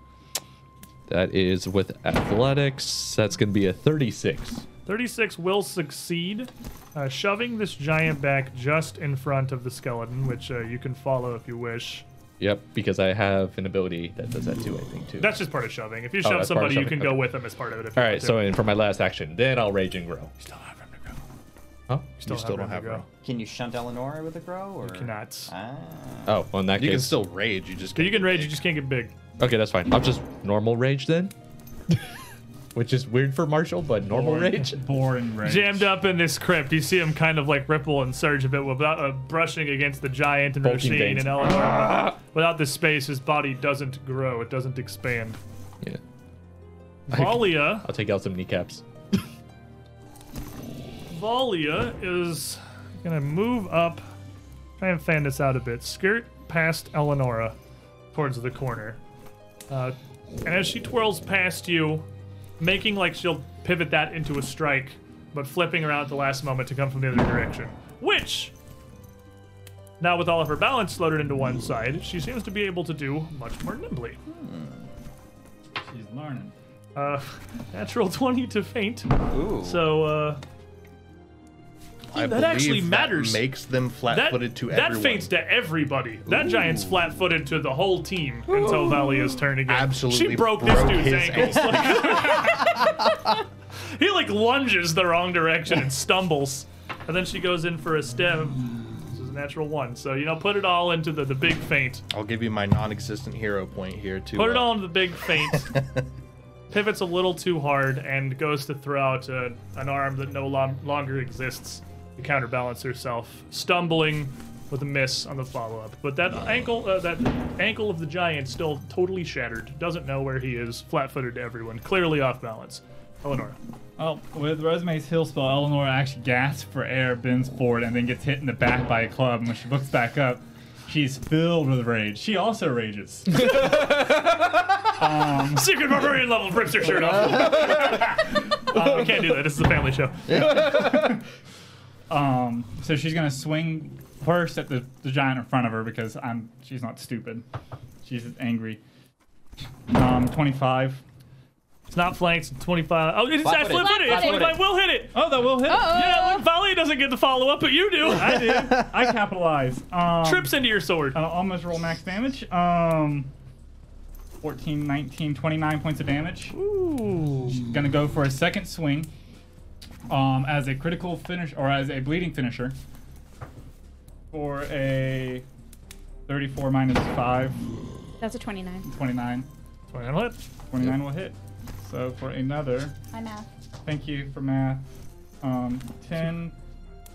S6: That is with athletics. That's gonna be a 36.
S1: 36 will succeed, uh, shoving this giant back just in front of the skeleton, which uh, you can follow if you wish.
S6: Yep, because I have an ability that does that too, I think, too.
S1: That's just part of shoving. If you
S6: Oh,
S1: shove
S6: that's part of
S1: somebody, you can
S6: shoving,
S1: go
S6: okay.
S1: with them as part of it. If
S6: All
S1: you
S6: right,
S1: want
S6: so
S1: to.
S6: and for my last action, then I'll rage and grow.
S1: still have room to grow.
S6: Huh?
S1: Still, have
S4: still don't
S1: room
S4: have
S1: to
S4: room.
S1: grow.
S2: Can you shunt Eleanor with a grow? Or?
S1: Cannot.
S2: Ah.
S6: Oh, well, in that
S4: You can
S6: case,
S4: still rage. You just
S1: But you
S4: can't
S1: can
S4: get
S1: rage,
S4: big.
S1: you just can't get big.
S6: Okay, that's fine. I'll just normal rage then. Which is weird for Marshall, but normal
S5: Boring-
S6: rage.
S5: Boring rage.
S1: Jammed up in this crypt, you see him kind of like ripple and surge a bit without uh, brushing against the giant and
S6: Bulking
S1: Rasheen
S6: veins.
S1: and Eleanor. Without the space, his body doesn't grow, it doesn't expand.
S6: Yeah.
S1: Valia,
S6: I'll take out some kneecaps.
S1: Valia is gonna move up, try and fan this out a bit, skirt past Eleonora towards the corner. Uh, and as she twirls past you, making like she'll pivot that into a strike, but flipping around at the last moment to come from the other direction. Which, now with all of her balance loaded into one side, she seems to be able to do much more nimbly.
S5: She's learning.
S1: Uh, natural 20 to faint.
S2: Ooh.
S1: So, uh,
S4: I
S1: that actually
S4: believe
S1: matters.
S4: That makes them flat-footed to everyone.
S1: That faints to everybody. That giant's flat footed to the whole team until Valia's turn again.
S4: Absolutely
S1: She broke, this
S4: broke
S1: dude's
S4: his
S1: ankles. Like- he like lunges the wrong direction and stumbles. And then she goes in for a stem. This is a natural one. So, you know, put it all into the, the big feint.
S4: I'll give you my non-existent hero point here too. Uh,
S1: Put it all into the big feint. Pivots a little too hard and goes to throw out uh, an arm that no lom- longer exists to counterbalance herself, stumbling with a miss on the follow-up. But that ankle, uh, that ankle of the giant, still totally shattered. Doesn't know where he is. Flat-footed to everyone, clearly off balance. Eleonora,
S5: Oh, with Rosemary's heal spell, Eleanor actually gasps for air, bends forward, and then gets hit in the back by a club. And when she looks back up, she's filled with rage. She also rages.
S1: secret barbarian level, rips her shirt off. Uh, we can't do that. This is a family show.
S5: um, so she's gonna swing first at the, the giant in front of her because I'm she's not stupid. She's just angry. Um, 25.
S1: It's not flanked. It's 25. Oh, it's
S2: Flat-footed.
S1: flat-footed. It's
S2: Flat-footed.
S1: 25. We'll hit it.
S5: Oh, that will hit.
S1: Yeah, Volley doesn't get the follow up, but you do. I do.
S5: I capitalize. Um,
S1: Trips into your sword.
S5: I almost roll max damage. Um, 14, 19, 29 points of damage.
S1: Ooh.
S5: Gonna go for a second swing um, as a critical finish or as a bleeding finisher for a 34 minus 5,
S3: That's a 29.
S5: 29. 29 will hit. So for another,
S3: My math.
S5: thank you for math, um, 10,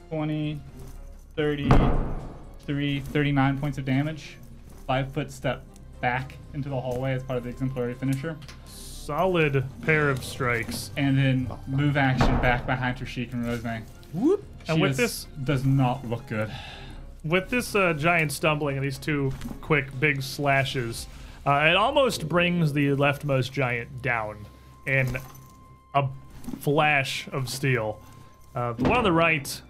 S5: 20, 30, 3, 39 points of damage. Five foot step back into the hallway as part of the exemplary finisher.
S1: Solid pair of strikes.
S5: and then move action back behind Trishik and Rosemary.
S1: Whoop.
S5: She
S1: And with
S5: is-
S1: this,
S5: does not look good.
S1: with this uh, giant stumbling and these two quick big slashes, uh, it almost brings the leftmost giant down in a flash of steel. Uh, the one on the right,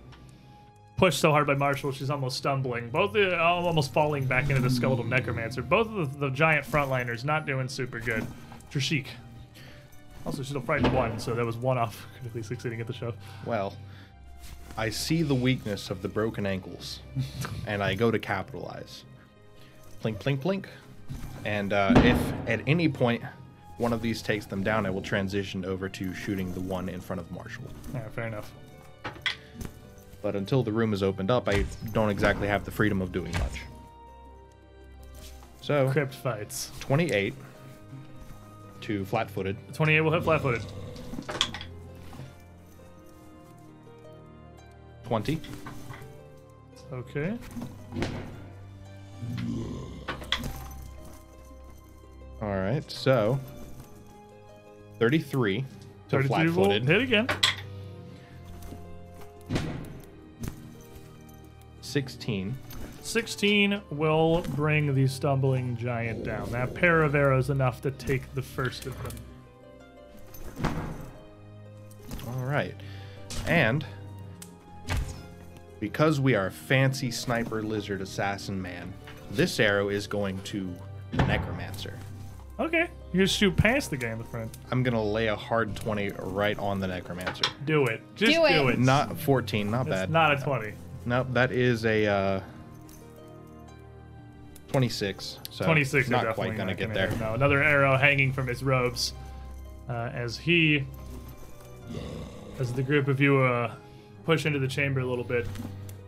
S1: pushed so hard by Marshall, she's almost stumbling. Both the, al- almost falling back into the skeletal necromancer. Both of the, the giant frontliners not doing super good. Trishik. Also, she's a frightened one, so that was one off critically succeeding at the show.
S4: Well, I see the weakness of the broken ankles, and I go to capitalize. Plink, plink, plink. And uh, if at any point one of these takes them down, I will transition over to shooting the one in front of Marshall.
S1: Yeah, fair enough.
S4: But until the room is opened up, I don't exactly have the freedom of doing much. So,
S1: Crypt fights.
S4: 28 to flat footed.
S1: 28 will hit flat footed.
S4: 20.
S1: Okay.
S4: All right, so 33 to
S1: 32
S4: flat
S1: will
S4: footed.
S1: Hit again.
S4: 16.
S1: 16 will bring the stumbling giant down. That pair of arrows enough to take the first of them.
S4: All right. And because we are fancy sniper lizard assassin man, this arrow is going to the necromancer.
S1: Okay. You just shoot past the guy in the front.
S4: I'm going to lay a hard 20 right on the necromancer.
S1: Do it. Just do
S3: Do
S1: it.
S3: it.
S4: Not 14, not
S1: It's
S4: bad.
S1: not a 20.
S4: Nope, that is a uh 26. So
S1: 26
S4: Not
S1: are definitely
S4: quite gonna
S1: not
S4: get
S1: gonna
S4: there.
S1: hit. No, another arrow hanging from his robes uh, as he, as the group of you uh, push into the chamber a little bit,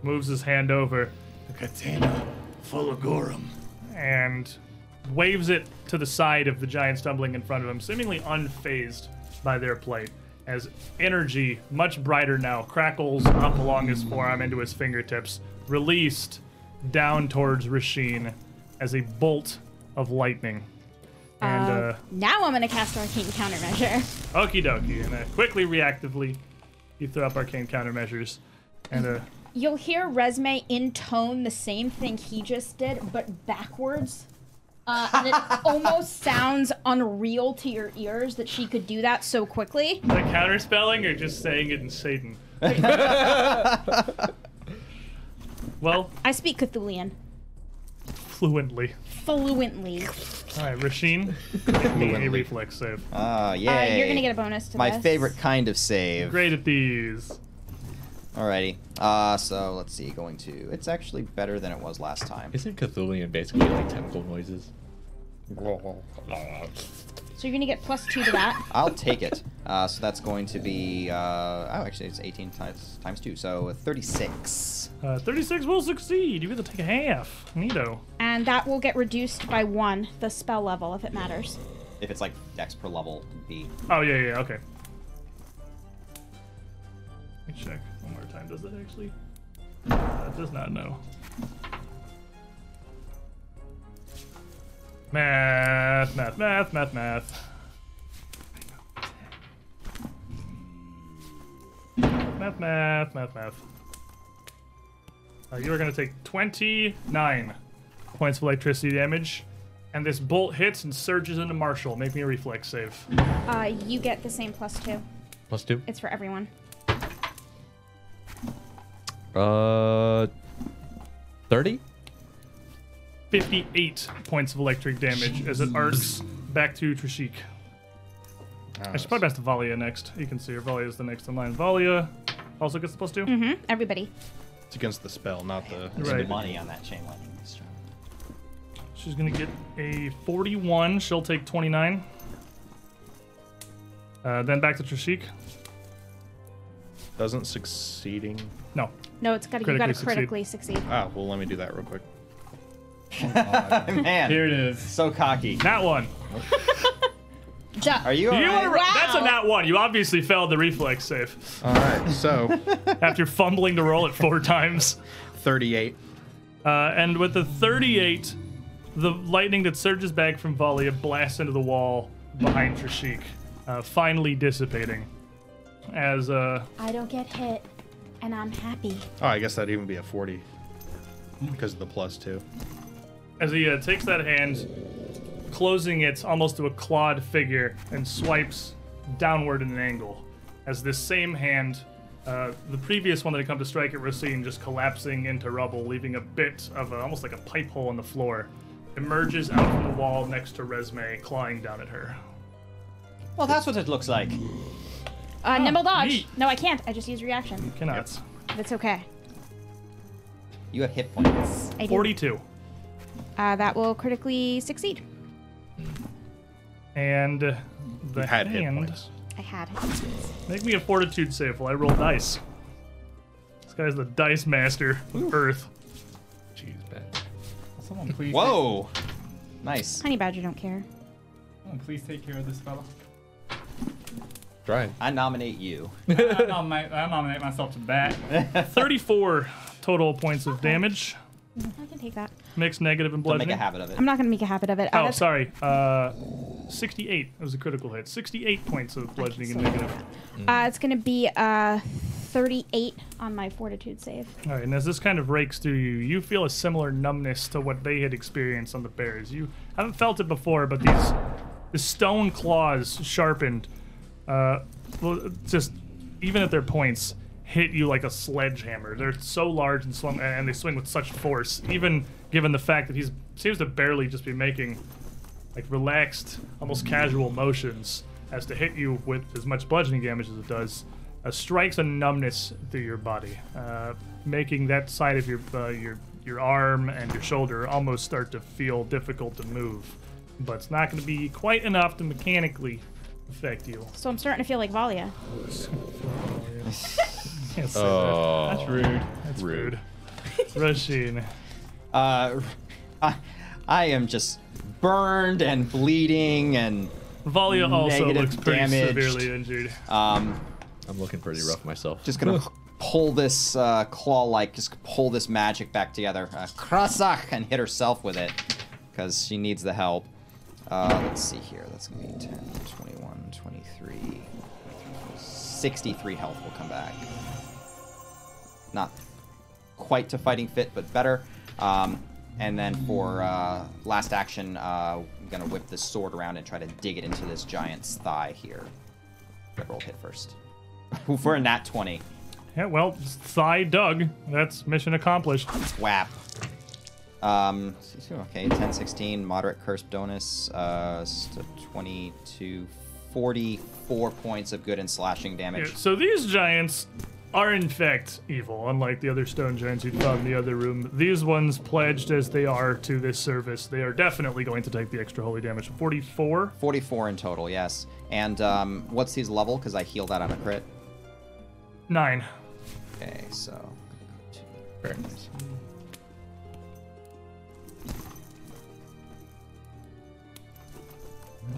S1: moves his hand over
S8: The katana full of Gorum.
S1: and waves it to the side of the giant stumbling in front of him, seemingly unfazed by their plight. As energy, much brighter now, crackles up along his forearm into his fingertips, released down towards Rasheen as a bolt of lightning. And uh,
S3: Now I'm gonna cast Arcane Countermeasure.
S1: okie dokie. And uh, quickly, reactively, you throw up arcane countermeasures. And uh,
S3: You'll hear Resme intone the same thing he just did, but backwards. Uh, and it almost sounds unreal to your ears that she could do that so quickly.
S1: is that counterspelling or just saying it in Satan? well,
S3: I speak Cthulian
S1: fluently.
S3: fluently. Uh,
S1: All right, Rasheen, give me a reflex save.
S2: Ah, yay.
S3: Uh, you're gonna get a bonus to
S2: My
S3: this.
S2: favorite kind of save.
S1: Great at these.
S2: Alrighty. Uh, so let's see. Going to. It's actually better than it was last time.
S6: Isn't Cthulian basically like tentacle noises?
S3: So you're gonna get plus two to that.
S2: I'll take it. Uh, so that's going to be. Uh, oh, actually, it's 18 times times two, so 36.
S1: Uh, 36 will succeed. You get to take a half. Neato.
S3: and that will get reduced by one, the spell level, if it matters.
S2: If it's like dex per level, it'd be
S1: Oh, yeah, yeah, yeah, okay. Let me check one more time. Does it actually? Uh, it does not know. Math, math, math, math, math. Math, math, math, math. Uh, you are going to take 29 points of electricity damage, and this bolt hits and surges into Marshall. Make me a reflex save.
S3: Uh, you get the same plus two.
S6: Plus two.
S3: It's for everyone.
S6: Uh, thirty.
S1: 58 points of electric damage as it arcs back to Trishik. I
S4: Uh,
S1: should probably pass to Valia next. You can see her. Valia is the next in line. Valia also gets the plus two.
S3: Hmm? Everybody.
S4: It's against the spell, not the.
S1: Right.
S2: money on that chain lightning this time.
S1: She's going to get a 41. She'll take 29. Uh, then back to Trishik.
S4: Doesn't succeeding.
S1: No.
S3: No, it's gotta, you gotta
S1: Critically
S3: critically succeed.
S4: Ah, well, let me do that real quick.
S5: Here
S2: Man,
S5: it is.
S2: so cocky.
S1: Nat one.
S3: Duh.
S2: Are you?
S1: You
S2: alright?
S1: are, That's a nat one. You obviously failed the reflex save
S4: All right, so
S1: after fumbling to roll it four times.
S4: 38.
S1: Uh, and with the 38, the lightning that surges back from Valia blasts into the wall behind Trishik, uh, finally dissipating. As uh,
S3: I don't get hit, and I'm happy.
S4: Oh, I guess that'd even be a 40 because of the plus two.
S1: as he uh, takes that hand, closing it almost to a clawed figure, and swipes downward in an angle. As this same hand, uh, the previous one that had come to strike at Racine, just collapsing into rubble, leaving a bit of a, almost like a pipe hole in the floor, emerges out from the wall next to Resme, clawing down at her.
S2: Well, that's what it looks like.
S3: Uh, nimble dodge.
S1: Oh, neat.
S3: No, I can't. I just use reaction.
S1: Cannot.
S3: That's okay.
S2: You have hit points.
S3: I do.
S1: 42.
S3: Uh, that will critically succeed.
S1: And uh, the
S4: Had hit
S1: hand.
S4: points.
S3: I had.
S1: Make me a fortitude save while I roll dice. This guy's the dice master of Earth.
S6: Jeez, man.
S5: Someone please.
S2: Whoa. Nice.
S3: Honey Badger don't care.
S5: Take, someone please take care of this fella.
S6: Trying.
S2: I nominate you.
S5: I nominate, I nominate myself to bat.
S1: 34 total points of damage.
S3: I can take that.
S1: Mixed negative and
S2: Don't make
S1: bludgeoning.
S2: a habit of it.
S3: I'm not gonna make a habit of it.
S1: Oh,
S3: Uh, that's-
S1: sorry. Uh, 68 was a critical hit. 68 points of bludgeoning and negative.
S3: Uh, it's gonna be uh, 38 on my fortitude save.
S1: All right, and as this kind of rakes through you, you feel a similar numbness to what they had experienced on the bears. You haven't felt it before, but these the stone claws sharpened, uh, well, just even at their points, hit you like a sledgehammer. They're so large and swung, and they swing with such force. Even given the fact that he seems to barely just be making like relaxed, almost casual motions, as to hit you with as much bludgeoning damage as it does, uh, strikes a numbness through your body, uh, making that side of your uh, your your arm and your shoulder almost start to feel difficult to move, but it's not going to be quite enough to mechanically affect you.
S3: So I'm starting to feel like Valia.
S1: Can't say
S6: Oh,
S5: Rude.
S1: That's uh, rude. Rasheen.
S2: Uh, I, I am just burned and bleeding and
S1: Valia also
S2: Negative
S1: looks pretty
S2: damaged.
S1: severely injured.
S2: um,
S6: I'm looking pretty rough myself.
S2: just gonna pull this uh, claw-like, just pull this magic back together. Uh, Krasach and hit herself with it because she needs the help. Uh, let's see here. That's gonna be 10, 21, 23, 63 health will come back. Not quite to fighting fit, but better. Um, and then for uh, last action, uh, I'm gonna whip this sword around and try to dig it into this giant's thigh here. Roll hit first. For a nat 20.
S1: Yeah, well, thigh dug. That's mission accomplished.
S2: Whap. Um, okay, 10, 16, moderate curse bonus, uh, s- to 22, 44 points of good and slashing
S1: Yeah,
S2: damage.
S1: so these giants are in fact evil, unlike the other stone giants you found in the other room. These ones, pledged as they are to this service, they are definitely going to take the extra holy damage. 44?
S2: 44 in total, yes. And um, what's his level? Because I heal that on a crit.
S1: 9.
S2: Okay, so.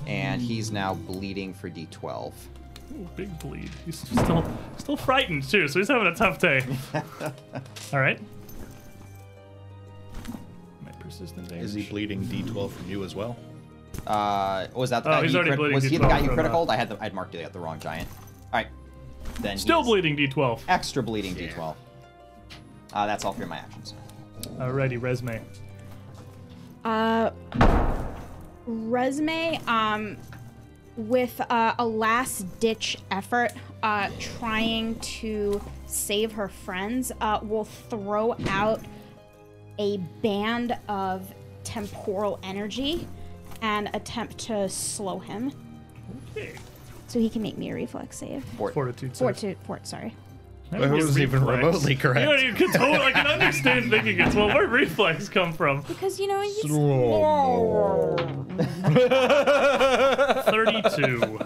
S2: And he's now bleeding for d12.
S1: Ooh, big bleed. He's still still frightened too, so he's having a tough day. All right. My persistent damage.
S4: Is he bleeding D12 from you as well?
S2: Uh, was that the
S1: Oh,
S2: guy?
S1: he's
S2: you
S1: already
S2: crit-
S1: bleeding
S2: was he the guy
S1: D12
S2: you
S1: from uh,
S2: critical?
S1: that.
S2: I had the, I'd marked it at the wrong giant. All right, then
S1: still
S2: he's
S1: bleeding D12?
S2: Extra bleeding d12. Uh, that's all for my actions.
S1: Alrighty, resume.
S3: Uh, resume um, with uh, a last ditch effort, uh, trying to save her friends, uh, will throw out a band of temporal energy and attempt to slow him.
S1: Okay.
S3: So he can make me a reflex save.
S2: Fort.
S1: Fortitude. save.
S3: Fortitude, fort, sorry.
S1: That
S4: That
S1: would be
S4: wasn't even
S1: reflex.
S4: remotely
S1: You
S4: correct.
S1: know, you can totally, I can understand thinking it's well. Where reflex come from?
S3: Because you know he's
S1: Thirty-two.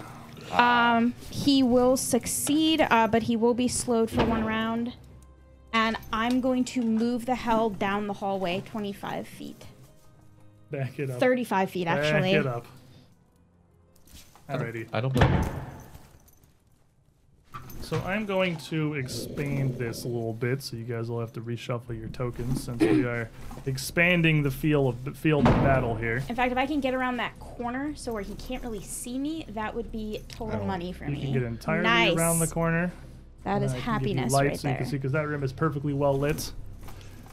S3: Um, he will succeed, uh, but he will be slowed for one round. And I'm going to move the hell down the hallway 25 feet.
S1: Back it up.
S3: 35 feet,
S1: Back
S3: actually.
S1: it Eh, up. Alrighty.
S6: I don't blame you.
S1: So I'm going to expand this a little bit, so you guys will have to reshuffle your tokens since we are expanding the field of the field of battle here.
S3: In fact, if I can get around that corner so where he can't really see me, that would be total money for
S1: You
S3: me.
S1: can get entirely
S3: nice.
S1: around the corner.
S3: That is
S1: I can give you
S3: happiness
S1: light
S3: right
S1: so you
S3: there.
S1: can see because that room is perfectly well lit.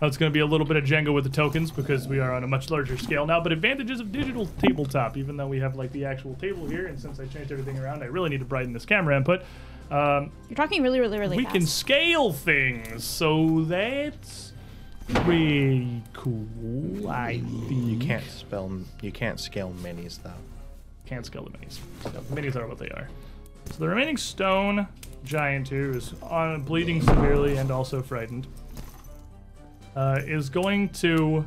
S1: Oh, it's going to be a little bit of Django with the tokens because we are on a much larger scale now. But advantages of digital tabletop, even though we have like the actual table here, and since I changed everything around, I really need to brighten this camera input. Um,
S3: You're talking really, really, really
S1: we
S3: fast.
S1: can scale things, so that's pretty cool. I
S4: You
S1: think.
S4: can't spell. You can't scale minis though.
S1: can't scale the minis. So the minis are what they are. So the remaining stone giant who is on bleeding severely and also frightened uh, is going to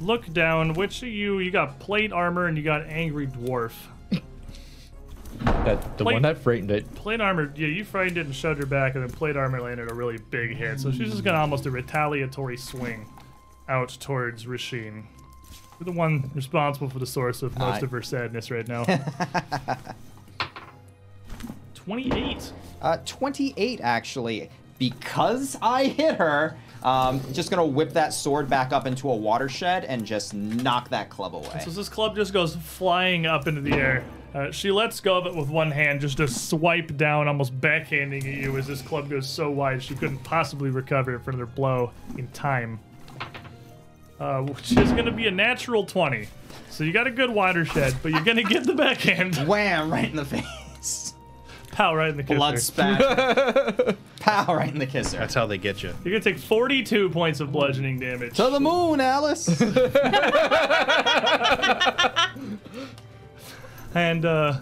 S1: look down. Which of you? You got plate armor and you got angry dwarf.
S6: That the
S1: Plate-
S6: one that frightened it.
S1: Plate armor. Yeah, you frightened it and shoved her back, and then plate armor landed a really big hit. So she's just gonna almost a retaliatory swing out towards Rasheen. You're the one responsible for the source of most
S2: I-
S1: of her sadness right now. 28.
S2: Uh, 28 actually, because I hit her. Um, just gonna whip that sword back up into a watershed and just knock that club away.
S1: So this club just goes flying up into the air. Uh, she lets go of it with one hand, just a swipe down, almost backhanding at you as this club goes so wide she couldn't possibly recover it for another blow in time. Uh, which is going to be a natural 20. So you got a good watershed, but you're going to get the backhand.
S2: Wham! Right in the face.
S1: Pow, right in the kisser.
S2: Blood spat. Pow! Right in the kisser.
S4: That's how they get you.
S1: You're going to take 42 points of bludgeoning damage.
S2: To the moon, Alice.
S1: And uh,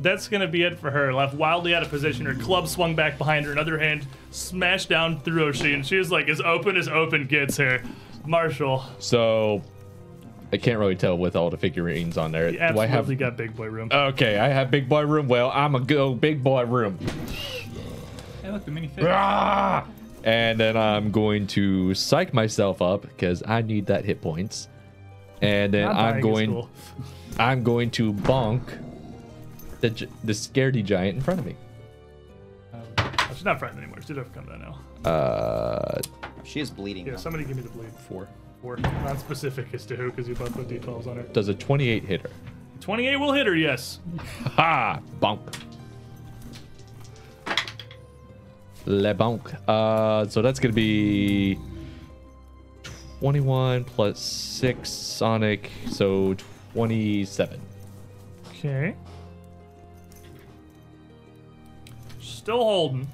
S1: that's going to be it for her. Left wildly out of position, her club swung back behind her, another hand smashed down through Oshi, and she is like as open as open gets here. Marshall,
S6: So I can't really tell with all the figurines on there.
S1: you
S6: Do I
S1: absolutely
S6: have?
S1: got big boy room.
S6: Okay, I have big boy room. Well, I'm a go big boy room.
S5: Hey, look, the mini fish.
S6: Ah! And then I'm going to psych myself up because I need that hit points. And then
S1: Not dying
S6: I'm
S1: is
S6: going.
S1: cool.
S6: I'm going to bonk the gi- the scaredy giant in front of me.
S1: Oh, She's not frightened anymore. She doesn't come down now.
S6: Uh,
S2: She is bleeding.
S1: Yeah,
S2: though.
S1: somebody give me the bleed.
S4: Four.
S1: We're non-specific as to who, because you both put d12s on her.
S6: does a 28 hit her?
S1: 28 will hit her, yes.
S6: Ha! Bonk. Le bonk. Uh, so that's gonna be 21 plus 6 sonic, so 27.
S1: Okay. Still holding.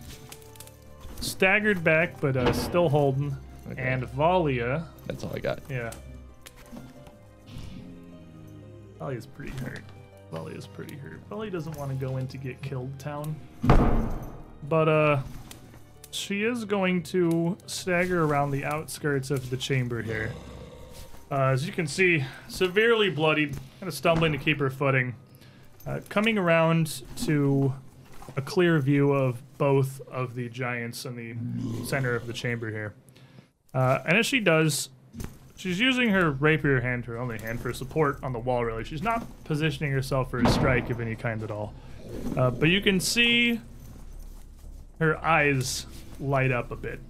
S1: Staggered back, but uh, still holding.
S6: Okay.
S1: And Valia.
S6: That's all I got.
S1: Yeah. Valia's pretty hurt. Valia's pretty hurt. Valia doesn't want to go in to get killed town. But, uh, she is going to stagger around the outskirts of the chamber here. Uh, as you can see, severely bloodied, kind of stumbling to keep her footing. Uh, coming around to a clear view of both of the giants in the center of the chamber here. Uh, and as she does, She's using her rapier hand, her only hand, for support on the wall, really. She's not positioning herself for a strike of any kind at all. Uh, but you can see her eyes light up a bit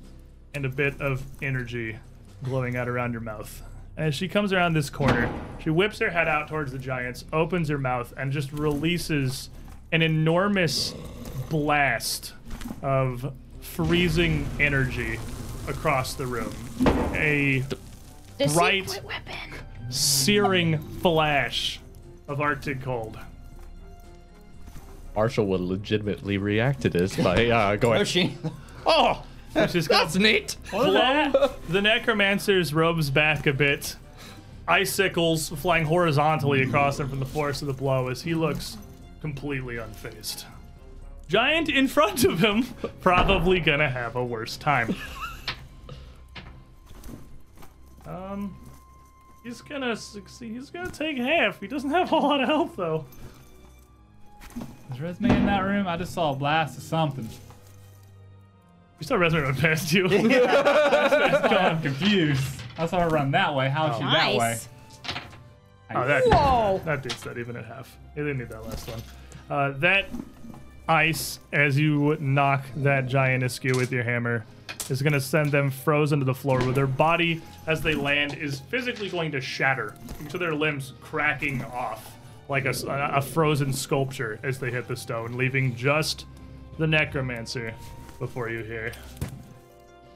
S1: and a bit of energy glowing out around her mouth. As she comes around this corner, she whips her head out towards the giants, opens her mouth, and just releases an enormous blast of freezing energy across the room. A
S3: The
S1: Right.
S3: secret weapon.
S1: searing flash of Arctic cold.
S6: Marshall would legitimately react to this by uh, going,
S2: Oh, she.
S6: Oh,
S1: Which is gonna
S6: that's neat.
S1: blow the necromancer's robes back a bit. Icicles flying horizontally across him from the force of the blow as he looks completely unfazed. Giant in front of him, probably gonna have a worse time. Um, he's gonna succeed. He's gonna take half. He doesn't have a lot of health though.
S5: Is Resme in that room? I just saw a blast of something.
S1: You saw Reznor run past you.
S5: I'm confused. I saw her run that way. How is she that way?
S3: Nice.
S1: Oh, that,
S3: Whoa.
S1: that did that even at half. It didn't need that last one. Uh, that ice, as you knock that giant askew with your hammer, is going to send them frozen to the floor, where their body, as they land, is physically going to shatter, into their limbs cracking off like a, s- a- a frozen sculpture as they hit the stone, leaving just the necromancer before you here.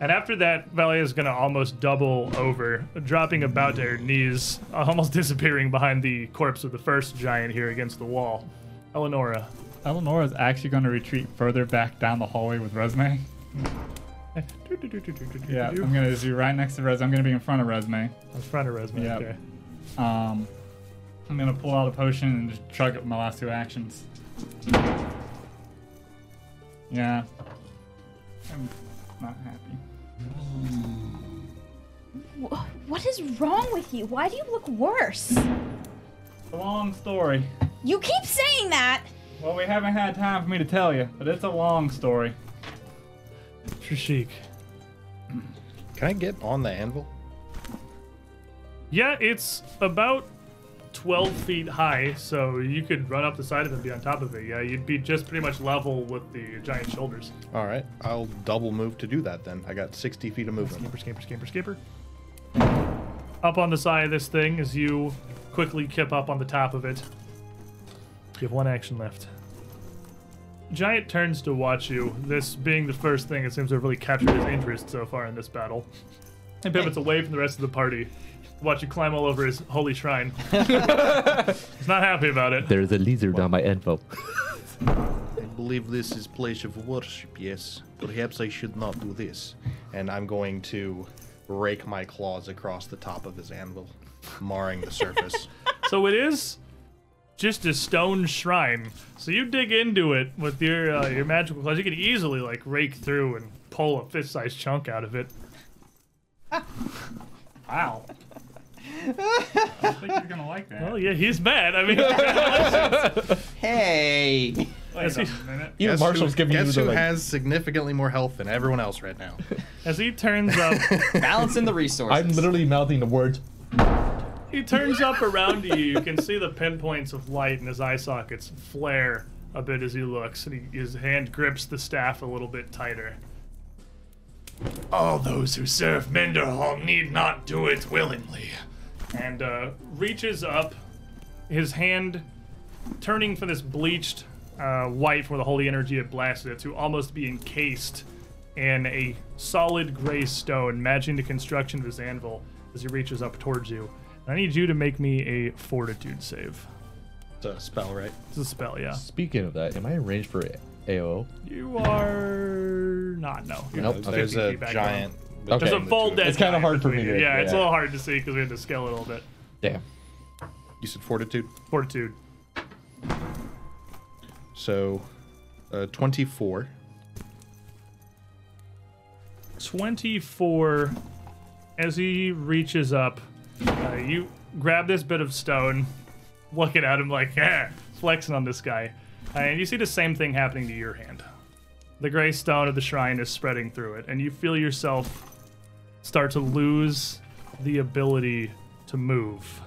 S1: And after that, Valia is going to almost double over, dropping about to her knees, almost disappearing behind the corpse of the first giant here against the wall. Eleonora.
S5: Eleanora's actually going to retreat further back down the hallway with Resme. Yeah, I'm going to just be right next to Resme. I'm going to be in front of Resme.
S1: In front of Resma.
S5: Yeah.
S1: Okay.
S5: Um, I'm going to pull out a potion and just chug it with my last two actions. Yeah. I'm not happy.
S3: Wh- What is wrong with you? Why do you look worse?
S5: It's a long story.
S3: You keep saying that.
S5: Well, we haven't had time for me to tell you, but it's a long story.
S1: Trishik.
S4: Can I get on the anvil?
S1: Yeah, it's about 12 feet high, so you could run up the side of it and be on top of it. Yeah, you'd be just pretty much level with the giant shoulders.
S4: All right, I'll double move to do that then. I got 60 feet of movement.
S1: Skimper, skimper, skimper, skimper. Up on the side of this thing as you quickly kip up on the top of it. You have one action left. Giant turns to watch you, this being the first thing that seems to have really captured his interest so far in this battle. And pivots away from the rest of the party. Watch you climb all over his holy shrine. He's not happy about it.
S6: There's a lizard on my info.
S4: I believe this is place of worship, yes. Perhaps I should not do this. And I'm going to rake my claws across the top of this anvil, marring the surface.
S1: So it is just a stone shrine. So you dig into it with your uh, your magical claws. You can easily like rake through and pull a fist-sized chunk out of it.
S5: Wow. I think he's gonna like that.
S1: Well, yeah, he's mad. I mean, congratulations.
S2: Hey.
S5: Wait a
S1: he-
S5: minute.
S6: Even
S4: Guess
S6: Marshall's
S4: who,
S6: giving you
S4: guess
S6: the
S4: who
S6: like,
S4: has significantly more health than everyone else right now?
S1: as he turns up,
S2: Balancing the resources.
S6: I'm literally mouthing the words.
S1: he turns up around you. You can see the pinpoints of light in his eye sockets flare a bit as he looks, and he, his hand grips the staff a little bit tighter.
S8: All those who serve Minderhall need not do it willingly.
S1: and uh, reaches up, his hand turning from this bleached uh, white from the holy energy that blasted it to almost be encased in a solid gray stone, matching the construction of his anvil as he reaches up towards you. I need you to make me a fortitude save.
S4: It's a spell, right?
S1: It's a spell, yeah.
S6: Speaking of that, am I arranged for AO?
S1: You are not, no. You're
S6: Nope.
S1: just
S4: There's
S1: 50
S4: a
S1: feet back
S4: giant.
S1: down.
S6: Okay.
S1: There's a full dead
S6: It's kinda
S1: giant
S6: hard for me
S1: between
S6: to-
S1: you. Yeah, it's a
S6: yeah.
S1: little hard to see because we had to scale it a little bit.
S6: Damn.
S4: You said fortitude.
S1: Fortitude.
S4: So, uh, 24.
S1: 24 as he reaches up uh, you grab this bit of stone looking at him like yeah flexing on this guy Uh, and you see the same thing happening to your hand the gray stone of the shrine is spreading through it and you feel yourself start to lose the ability to move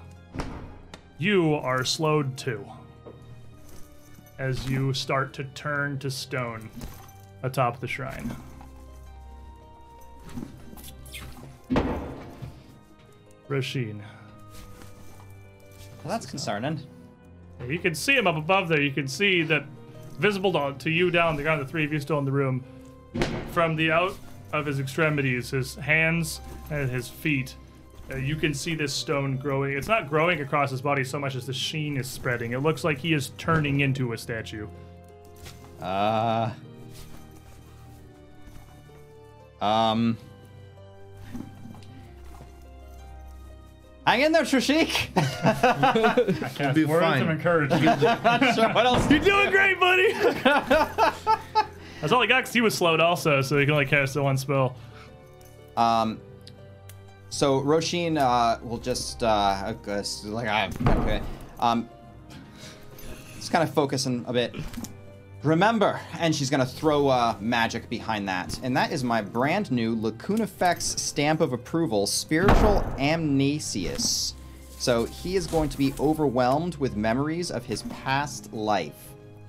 S1: you are slowed too as you start to turn to stone atop the shrine Roshin.
S2: Well, that's concerning.
S1: You can see him up above there. You can see that visible to, to you down on the ground, the three of you still in the room. From the out of his extremities, his hands and his feet, uh, you can see this stone growing. It's not growing across his body so much as the sheen is spreading. It looks like he is turning into a statue.
S2: Uh. Um. Hang in there, Trishik.
S5: I cast
S4: be
S5: words
S4: fine.
S5: of encouragement.
S2: Not sure what else.
S1: You're doing Oh, great, buddy! That's all he got because he was slowed also, so he can only cast the one spell.
S2: Um. So Roshin uh, will just uh, I guess, like I'm okay. Um. Just kind of focusing a bit. Remember, and she's gonna throw uh, magic behind that, and that is my brand new Lacoon Effects stamp of approval, Spiritual Amnesius. So he is going to be overwhelmed with memories of his past life,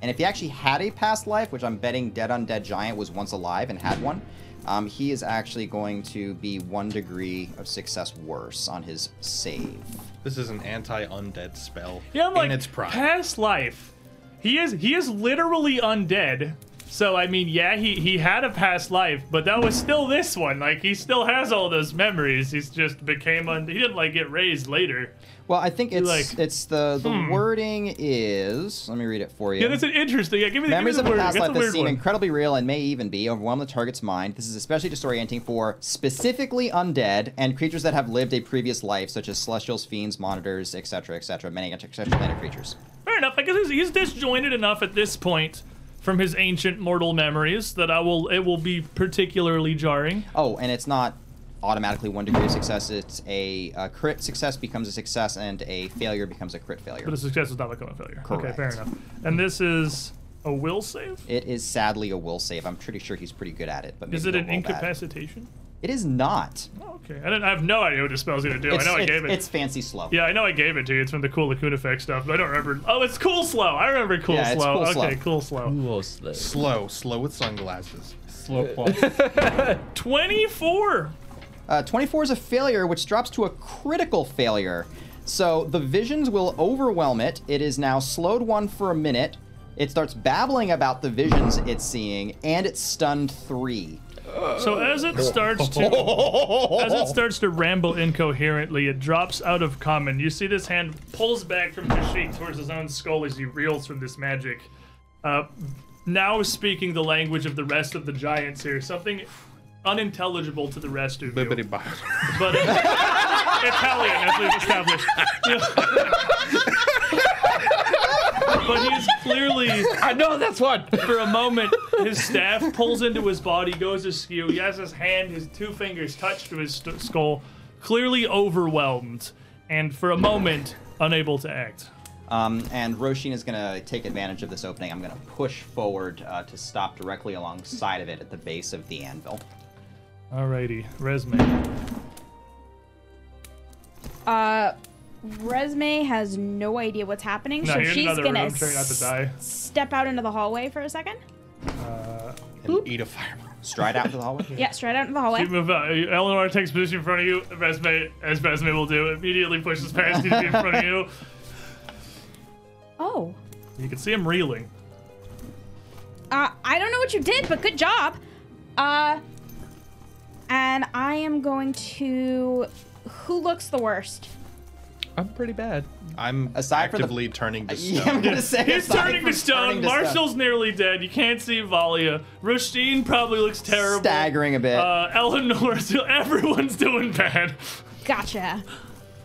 S2: and if he actually had a past life, which I'm betting Dead Undead Giant was once alive and had one, um, he is actually going to be one degree of success worse on his save.
S4: This is an anti-undead spell
S1: Yeah, I'm like
S4: in its prime.
S1: past life. He is he is literally undead. So I mean, yeah, he he had a past life, but that was still this one. Like he still has all those memories. He's just became un. He didn't like get raised later.
S2: Well, I think it's
S1: like, hmm.
S2: it's the the wording is. Let me read it for you.
S1: Yeah, that's an interesting. Yeah, give me the
S2: Memories
S1: give
S2: of
S1: me
S2: a
S1: the word.
S2: past
S1: that's
S2: life
S1: a
S2: that
S1: weird
S2: seem
S1: one.
S2: incredibly real and may even be overwhelm the target's mind. This is especially disorienting for specifically undead and creatures that have lived a previous life, such as celestials, fiends, monitors, etc., etc., many extraplanar creatures.
S1: Fair enough. I guess he's, he's disjointed enough at this point from his ancient mortal memories that I will it will be particularly jarring.
S2: Oh, and it's not automatically one degree of success. It's a, a crit success becomes a success, and a failure becomes a crit failure.
S1: But a success is not become a failure. Okay, fair
S2: Correct.
S1: enough. And this is a will save.
S2: It is sadly a will save. I'm pretty sure he's pretty good at it, but maybe
S1: Is it
S2: he'll
S1: an
S2: roll bad.
S1: incapacitation?
S2: It is not.
S1: Oh, okay. I, didn't, I have no idea what this spell's gonna do. I
S2: It's,
S1: know I
S2: it's,
S1: gave it.
S2: it's fancy slow.
S1: yeah, I know I gave it to you. It's from the cool Lacoon effect stuff, but I don't remember. Oh, it's cool slow. I remember cool
S2: Yeah, it's
S1: slow.
S2: Cool
S1: okay,
S2: Slow.
S1: cool slow.
S4: slow, slow with sunglasses.
S5: Slow plus.
S1: Twenty-four.
S2: Uh, 24 is a failure, which drops to a critical failure. So the visions will overwhelm it. It is now slowed one for a minute. It starts babbling about the visions it's seeing, and it's stunned three.
S1: So as it starts to as it starts to ramble incoherently, it drops out of common. You see this hand pulls back from Kashyyyk towards his own skull as he reels from this magic. Uh, now speaking the language of the rest of the giants here, something unintelligible to the rest of you.
S4: Bibbidi bobbidi.
S1: but Italian, as we've established. but he's clearly,
S7: I know that's one.
S1: for a moment, his staff pulls into his body, goes askew. He has his hand, his two fingers touch to his st- skull, clearly overwhelmed and for a moment unable to act.
S2: Um, and Roshin is going to take advantage of this opening. I'm going to push forward uh, to stop directly alongside of it at the base of the anvil.
S1: Alrighty, resume.
S3: Uh, Resme has no idea what's happening,
S1: No,
S3: so
S1: you're in
S3: she's
S1: another
S3: gonna
S1: room, trying not to die.
S3: s- step out into the hallway for a second.
S4: And eat a fireball.
S2: Stride out into the hallway.
S3: Yeah, straight out into the hallway.
S1: You move out. uh, Eleanor takes position in front of you. Resume, as resume will do, immediately pushes past you to be in front of you.
S3: Oh,
S1: You can see him reeling.
S3: uh, I don't know what you did, but good job. Uh, and I am going to. Who looks the worst?
S6: I'm pretty bad.
S4: I'm
S2: Aside from the-
S4: actively turning to
S2: Yeah,
S4: stone.
S2: I'm going to say
S1: He's
S2: aside
S1: turning
S2: from
S1: to stone.
S2: turning to
S1: Marshall's nearly dead. You can't see Valia. Roisin probably looks terrible.
S2: staggering a bit.
S1: Uh, Eleanor's. Everyone's doing bad.
S3: Gotcha.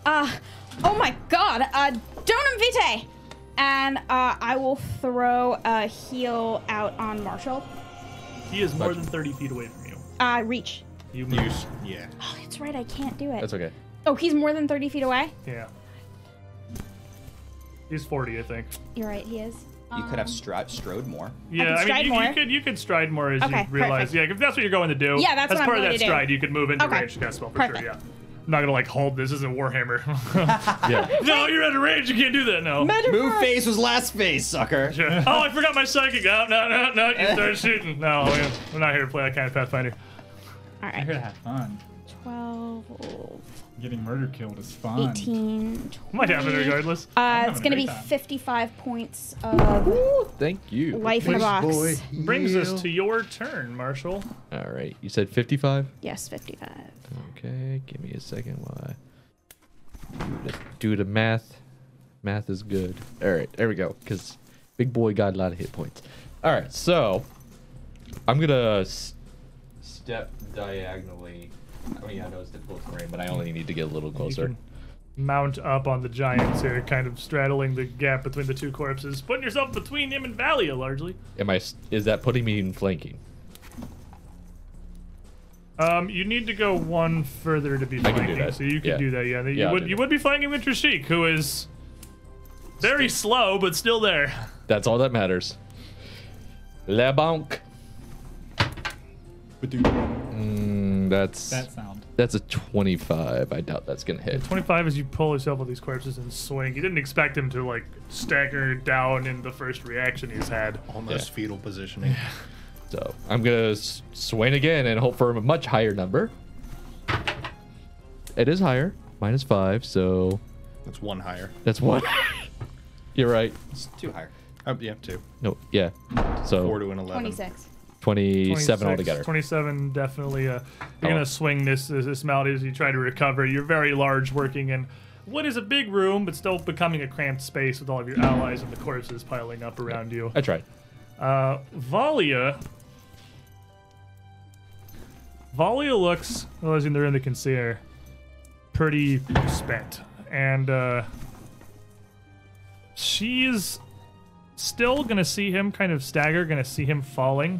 S3: Uh, oh my god, uh, donum vitae! And uh, I will throw a heal out on Marshall.
S1: He is more than 30 feet away from you.
S3: Uh, reach.
S1: You
S4: You
S1: move.
S4: s- yeah.
S3: Oh, that's right, I can't do it.
S6: That's okay.
S3: Oh, he's more than 30 feet away?
S1: Yeah. He's 40, I think.
S3: You're right, he is.
S2: you could have stri- strode more.
S1: Yeah, I,
S3: stride
S1: mean, you, you
S3: more.
S1: could you could stride more as
S3: Okay,
S1: you realize.
S3: perfect.
S1: Yeah, if that's what you're going to do.
S3: Yeah, that's what I'm
S1: part of
S3: going
S1: that
S3: to do.
S1: stride. You could move into
S3: Okay.
S1: range to cast spell for
S3: Perfect.
S1: sure. Yeah, I'm not gonna like hold this. Isn't Warhammer?
S6: Yeah.
S1: no, you're out of range. You can't do that. No.
S2: Move phase was last phase, sucker.
S1: Sure. Oh, I forgot my psychic. Oh, no, no, no. You start shooting. No, we- we're not here to play that kind of Pathfinder.
S5: I'm here
S3: Alright.
S5: to have fun.
S3: 12,
S5: Getting murder killed is fun.
S3: 18,
S1: Might
S3: 20.
S1: happen regardless.
S3: Uh,
S5: having
S3: it's
S5: a
S3: gonna
S5: great
S3: be
S5: time.
S3: 55 points of
S6: Thank you.
S3: life in a box.
S1: Brings us to your turn, Marshall.
S6: All right. You said 55?
S3: Yes, 55.
S6: Okay. Give me a second while I do the, do the math. Math is good. All right. There we go. Because big boy got a lot of hit points. All right. So I'm going to s- step diagonally. I mean, I know it's difficult terrain, but I only need to get a little closer.
S1: can- Mount up on the giants here, kind of straddling the gap between the two corpses, putting yourself between him and Valia largely.
S6: Am I? s- Is that putting me in flanking?
S1: Um, you need to go one further to be
S6: can do
S1: flanking,
S6: that.
S1: so you can
S6: Yeah.
S1: do that. Yeah, you
S6: Yeah, I'll
S1: would
S6: do
S1: you
S6: that.
S1: would be flanking with Trishik, who is very slow but still there.
S6: That's all that matters. Le banque. Mm, that's
S5: That sound.
S6: That's a 25. I doubt that's gonna hit.
S1: Twenty-five as you pull yourself on these corpses and swing. You didn't expect him to like stagger down in the first reaction he's had.
S4: Almost fetal positioning.
S6: So I'm gonna s- swing again and hope for a much higher number. It is higher, minus five, so
S4: That's one higher.
S6: that's one. You're right.
S2: It's too high.
S4: Uh, yeah, two.
S6: No, yeah.
S4: Four
S6: So
S4: to an eleven.
S3: 26.
S6: 27
S1: 26,
S6: altogether.
S1: 27 definitely. Uh, you're
S6: Oh.
S1: gonna swing this, this this malady as you try to recover. You're very large, working in what is a big room, but still becoming a cramped space with all of your allies and the corpses piling up around you.
S6: I tried.
S1: Uh, Valia. Valia looks, those in the room that can see her, pretty spent. And uh, she's still going to see him kind of stagger, going to see him falling.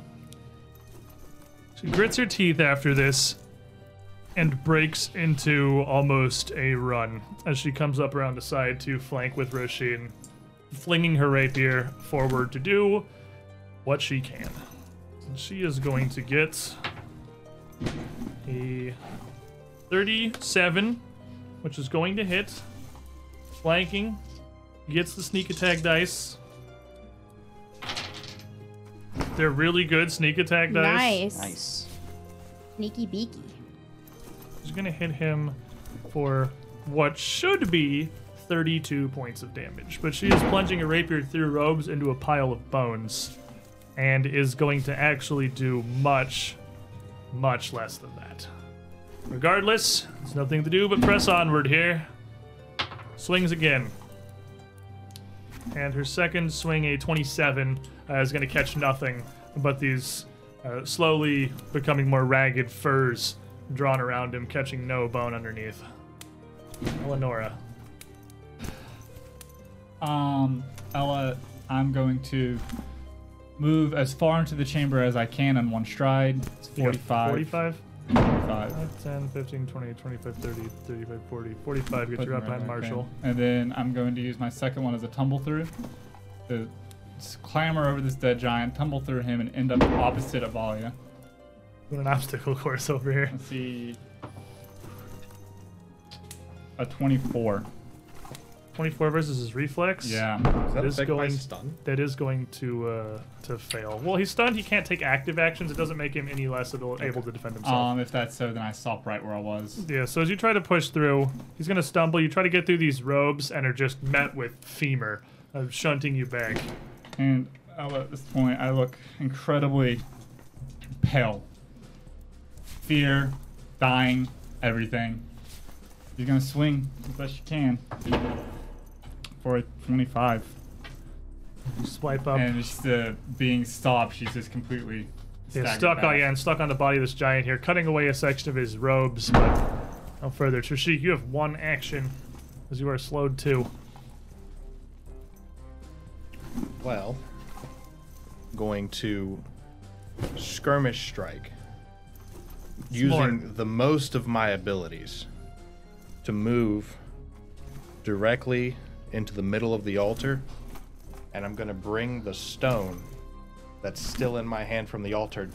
S1: She grits her teeth after this and breaks into almost a run as she comes up around the side to flank with Roshin, flinging her rapier forward to do what she can. And she is going to get a 37, which is going to hit. Flanking. Gets the sneak attack dice. They're really good sneak attack dice.
S3: Nice.
S2: Nice.
S3: Sneaky beaky.
S1: She's going to hit him for what should be 32 points of damage, but she is plunging a rapier through robes into a pile of bones and is going to actually do much, much less than that. Regardless, there's nothing to do but press onward here. Swings again. And her second swing, a 27, uh, is going to catch nothing but these uh, slowly becoming more ragged furs drawn around him, catching no bone underneath. Oh, Eleonora.
S5: Um, Ella, I'm going to move as far into the chamber as I can on one stride. It's
S1: you got
S5: 45.
S1: 45?
S5: 45.
S1: 10, 15, 20, 25, 30, 35, 40, 45. Get
S5: Put
S1: your
S5: them
S1: up behind
S5: right back in.
S1: Marshall.
S5: And then I'm going to use my second one as a tumble through. To s- clamber over this dead giant, tumble through him, and end up opposite of Valia.
S1: What an obstacle course over here.
S5: Let's see. A 24.
S1: 24 versus his reflex.
S5: Yeah.
S4: Is that
S1: It is
S4: affect my
S1: going-
S4: stun?
S1: That is going to uh, to fail. Well, he's stunned. He can't take active actions. It doesn't make him any less able, able to defend himself.
S5: Um, if that's so, then I stop right where I was.
S1: Yeah, so as you try to push through, he's going to stumble. You try to get through these robes and are just met with femur, uh, shunting you back.
S5: And oh, at this point, I look incredibly pale. Fear, dying, everything. You're gonna swing as best you can for a 25.
S1: You swipe up.
S5: And just uh, being stopped, she's just completely
S1: yeah,
S5: staggered
S1: stuck on,
S5: back.
S1: yeah, and stuck on the body of this giant here, cutting away a section of his robes, but no further. Trishik, you have one action as you are slowed too.
S4: Well, going to skirmish strike using
S1: Smart.
S4: the most of my abilities to move directly into the middle of the altar and I'm going to bring the stone that's still in my hand from the altar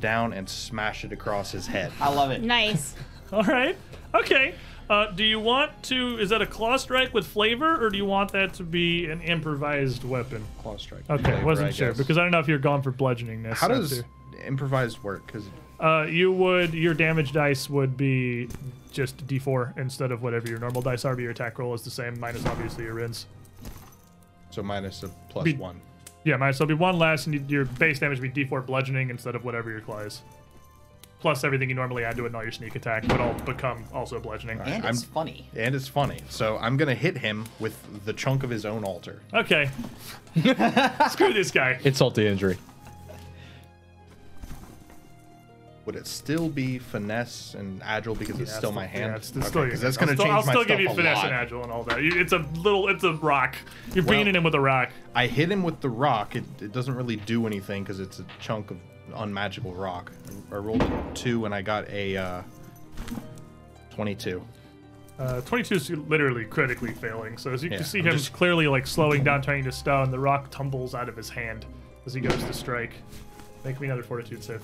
S4: down and smash it across his head.
S2: I love it.
S3: Nice.
S1: All right. Okay. Uh, do you want to? Is that a claw strike with flavor, or do you want that to be an improvised weapon?
S4: Claw strike.
S1: Okay,
S4: Flavor,
S1: wasn't
S4: I
S1: sure
S4: guess.
S1: because I don't know if you're going for bludgeoningness.
S4: how
S1: up
S4: does
S1: there.
S4: improvised work cuz
S1: Uh, you would your damage dice would be just d4 instead of whatever your normal dice are. But your attack roll is the same, minus obviously your ins.
S4: so minus a plus
S1: Be-
S4: 1.
S1: Yeah, minus will be one less, and your base damage would be d4 bludgeoning instead of whatever your claw is. Plus everything you normally add to it and all your sneak attack would all become also bludgeoning.
S2: And
S4: I'm-
S2: it's funny.
S4: And it's funny. So I'm going to hit him with the chunk of his own altar.
S1: Okay. Screw this guy.
S6: Insult to injury.
S4: Would it still be finesse and agile because it's still my hand?
S1: Yeah, it's, it's still your
S4: 'cause that's
S1: hand.
S4: going to
S1: I'll
S4: change
S1: still, I'll still
S4: my stuff
S1: give you
S4: a
S1: finesse
S4: lot.
S1: and agile and all that. You- It's a little, it's a rock. You're
S4: Well-
S1: beating him with a rock.
S4: I hit him with the rock. It, it doesn't really do anything because it's a chunk of unmagical rock. I rolled a two and I got a uh, 22.
S1: Uh, 22 is literally critically failing. So as you
S4: Yeah,
S1: can see
S4: I'm
S1: him
S4: just-
S1: clearly like slowing down, turning to stone, the rock tumbles out of his hand as he goes to strike. Make me another fortitude save.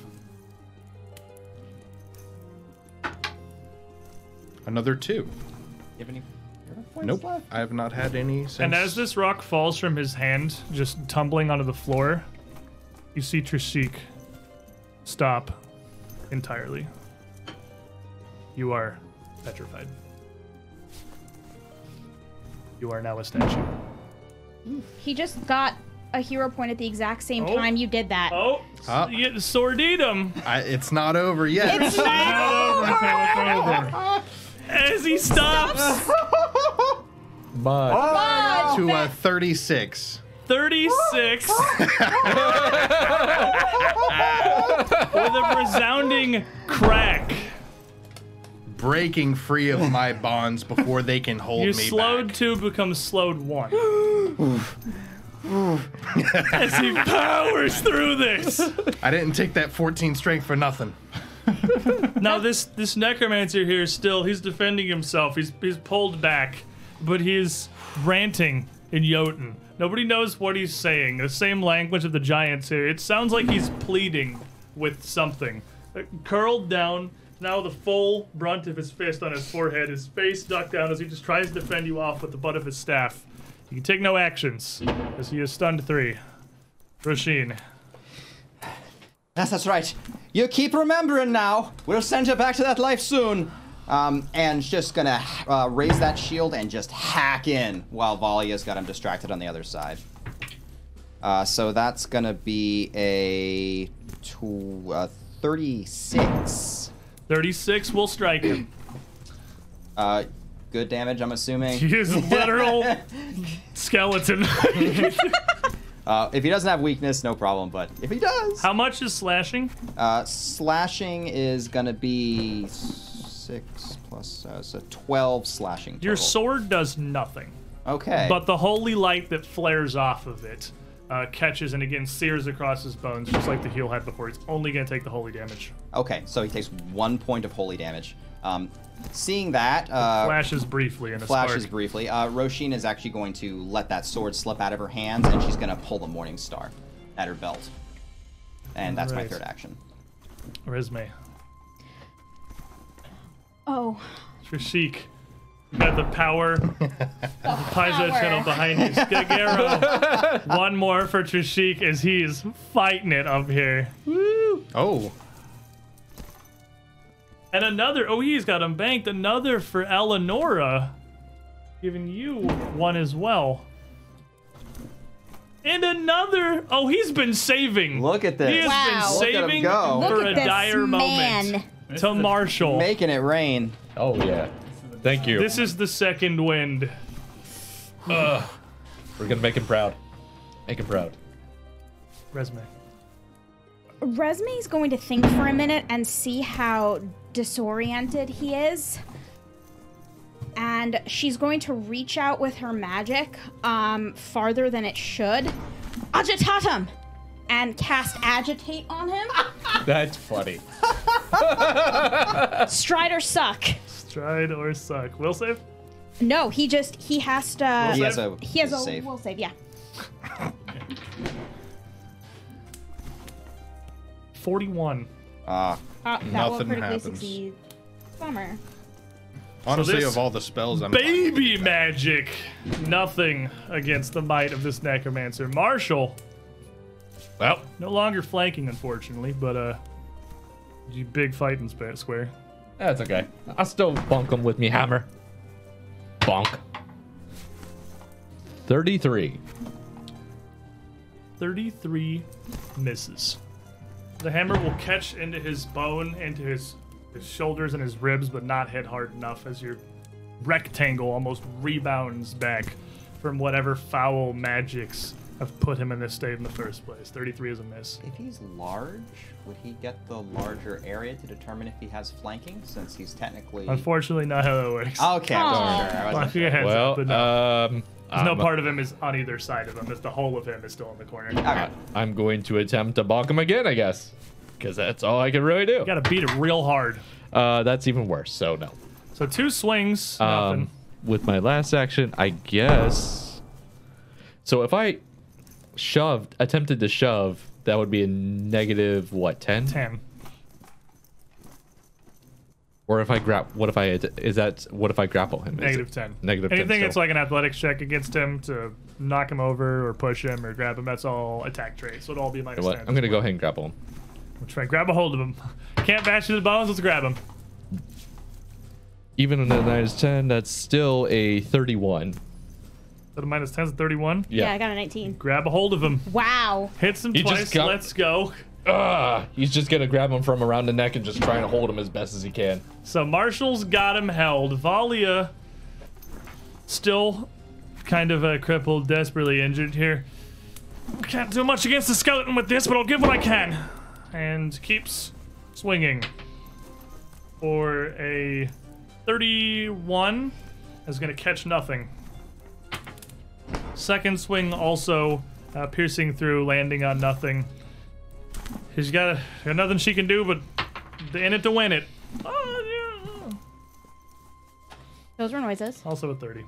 S4: Another two.
S2: You have any hero points
S4: Nope.
S2: left?
S4: I have not had any since.
S1: And as this rock falls from his hand, just tumbling onto the floor, you see Trishik stop entirely. You are petrified. You are now a statue.
S3: He just got a hero point at the exact same
S1: Oh.
S3: time you did that.
S1: Oh,
S4: Ah.
S1: you get sordidum
S4: I, it's not over yet.
S3: It's not
S1: over until it's over. as he stops.
S6: But
S3: bad.
S4: to uh, a 36.
S1: 36 with a resounding crack.
S4: Breaking free of my bonds before they can hold
S1: Your
S4: me
S1: slowed
S4: back.
S1: two becomes slowed one. As he powers through this.
S4: I didn't take that 14 strength for nothing.
S1: Now this this necromancer here is still he's defending himself. He's he's pulled back, but he's ranting in Jotun. Nobody knows what he's saying. The same language of the giants here. It sounds like he's pleading with something. Uh, Curled down, now the full brunt of his fist on his forehead, his face ducked down as he just tries to fend you off with the butt of his staff. He can take no actions, as he is stunned three. Rasheen.
S2: Yes, that's right. You keep remembering now. We'll send you back to that life soon. Um, and just gonna uh, raise that shield and just hack in while Valia's got him distracted on the other side. Uh, so that's gonna be a tw- uh, 36.
S1: 36 will strike him.
S2: Uh, good damage, I'm assuming.
S1: He is literal skeleton.
S2: Uh, if he doesn't have weakness, no problem. But if he does,
S1: How much is slashing?
S2: uh, slashing is gonna be six plus uh, so 12 slashing. Total.
S1: Your sword does nothing,
S2: Okay.
S1: but the holy light that flares off of it uh, catches and again sears across his bones, just like the heel had before. It's only going to take the holy damage.
S2: Okay, so he takes one point of holy damage. Um, seeing that, uh,
S1: Flashes briefly and a
S2: flashes
S1: spark.
S2: briefly. Uh, Roshin is actually going to let that sword slip out of her hands, and she's going to pull the Morning Star at her belt. And that's my
S1: Alright.
S2: third action.
S1: Resme,
S3: Oh,
S1: Trishik, you got the power. Paizo channel behind you. Skagero. One more for Trishik as he is fighting it up here.
S4: Oh,
S1: And another. Oh, he's got him banked. Another for Eleonora. Giving you one as well. And another. Oh, he's been saving.
S2: Look at
S1: He has
S2: this.
S3: Wow. Look
S1: been
S2: at him
S1: saving
S2: go.
S1: for
S3: Look
S1: a
S3: at this
S1: dire
S3: man.
S1: moment to Marshall.
S2: Making it rain.
S6: Oh yeah. Thank you.
S1: This is the second wind.
S6: We're gonna make him proud. Make him proud.
S1: Resume.
S3: Resme's going to think for a minute and see how disoriented he is. And she's going to reach out with her magic um, farther than it should. Agitatum! And cast Agitate on him.
S6: That's funny.
S3: Strider suck.
S1: Stride or suck. Will save.
S3: No, he just, he has to.
S2: He has a,
S3: He has a
S2: save.
S3: will save, yeah.
S1: 41.
S2: Ah,
S3: Uh, that will
S4: Nothing
S3: critically
S4: happens.
S3: succeed. Bummer.
S4: honestly,
S1: this-
S4: of all the spells, I'm
S1: Baby magic. Nothing against the might of this necromancer. Marshall,
S6: Well,
S1: no longer flanking, unfortunately, but uh, you big fighting spa- square.
S6: that's okay. I'll still bonk him with me hammer. Bonk. Thirty-three.
S1: 33 misses. The hammer will catch into his bone, into his, his shoulders and his ribs, but not hit hard enough as your rectangle almost rebounds back from whatever foul magics have put him in this state in the first place. 33 is a miss.
S2: if he's large, would he get the larger area to determine if he has flanking? Since he's technically. Okay,
S1: Unfortunately, not how that works.
S2: I'm sure. I wasn't
S1: Lock your heads up,
S6: Well,
S1: but
S6: um,
S1: no. There's no
S6: I'm-
S1: part of him is on either side of him. It's the whole of him is still in the corner. You
S2: Okay.
S6: I'm going to attempt to bonk him again, I guess, because that's all I can really do.
S1: gotta beat it real hard.
S6: Uh, that's even worse. So no.
S1: So two swings, nothing.
S6: Um, with my last action, I guess. So if I shoved, attempted to shove, that would be a negative what ten?
S1: Ten.
S6: Or if I grab, what if I is that? What if I grapple him? Is
S1: Negative
S6: it-
S1: ten.
S6: Negative
S1: Anything
S6: ten.
S1: that's like an athletics check against him to knock him over or push him or grab him, that's all attack traits. So it'll all be minus
S6: What?
S1: ten.
S6: I'm gonna go ahead and grapple him.
S1: We'll try and grab a hold of him. Can't bash his bones. Let's grab him.
S6: Even on a nine is ten, that's still a thirty-one.
S1: So the minus ten's thirty-one.
S6: Yeah.
S3: yeah, I got a 19.
S1: Grab a hold of him.
S3: Wow.
S1: Hits him
S6: You just
S1: twice.
S6: got-
S1: Let's go.
S6: Ah, he's just gonna grab him from around the neck and just try and hold him as best as he can.
S1: So Marshall's got him held. Valia, still kind of uh, crippled, desperately injured here. Can't do much against the skeleton with this, but I'll give what I can. And keeps swinging for a 31. Is going to catch nothing. Second swing also uh, piercing through, landing on nothing. She's got, got nothing she can do but in it to win it. Oh, yeah.
S3: Those were noises.
S1: Also a 30.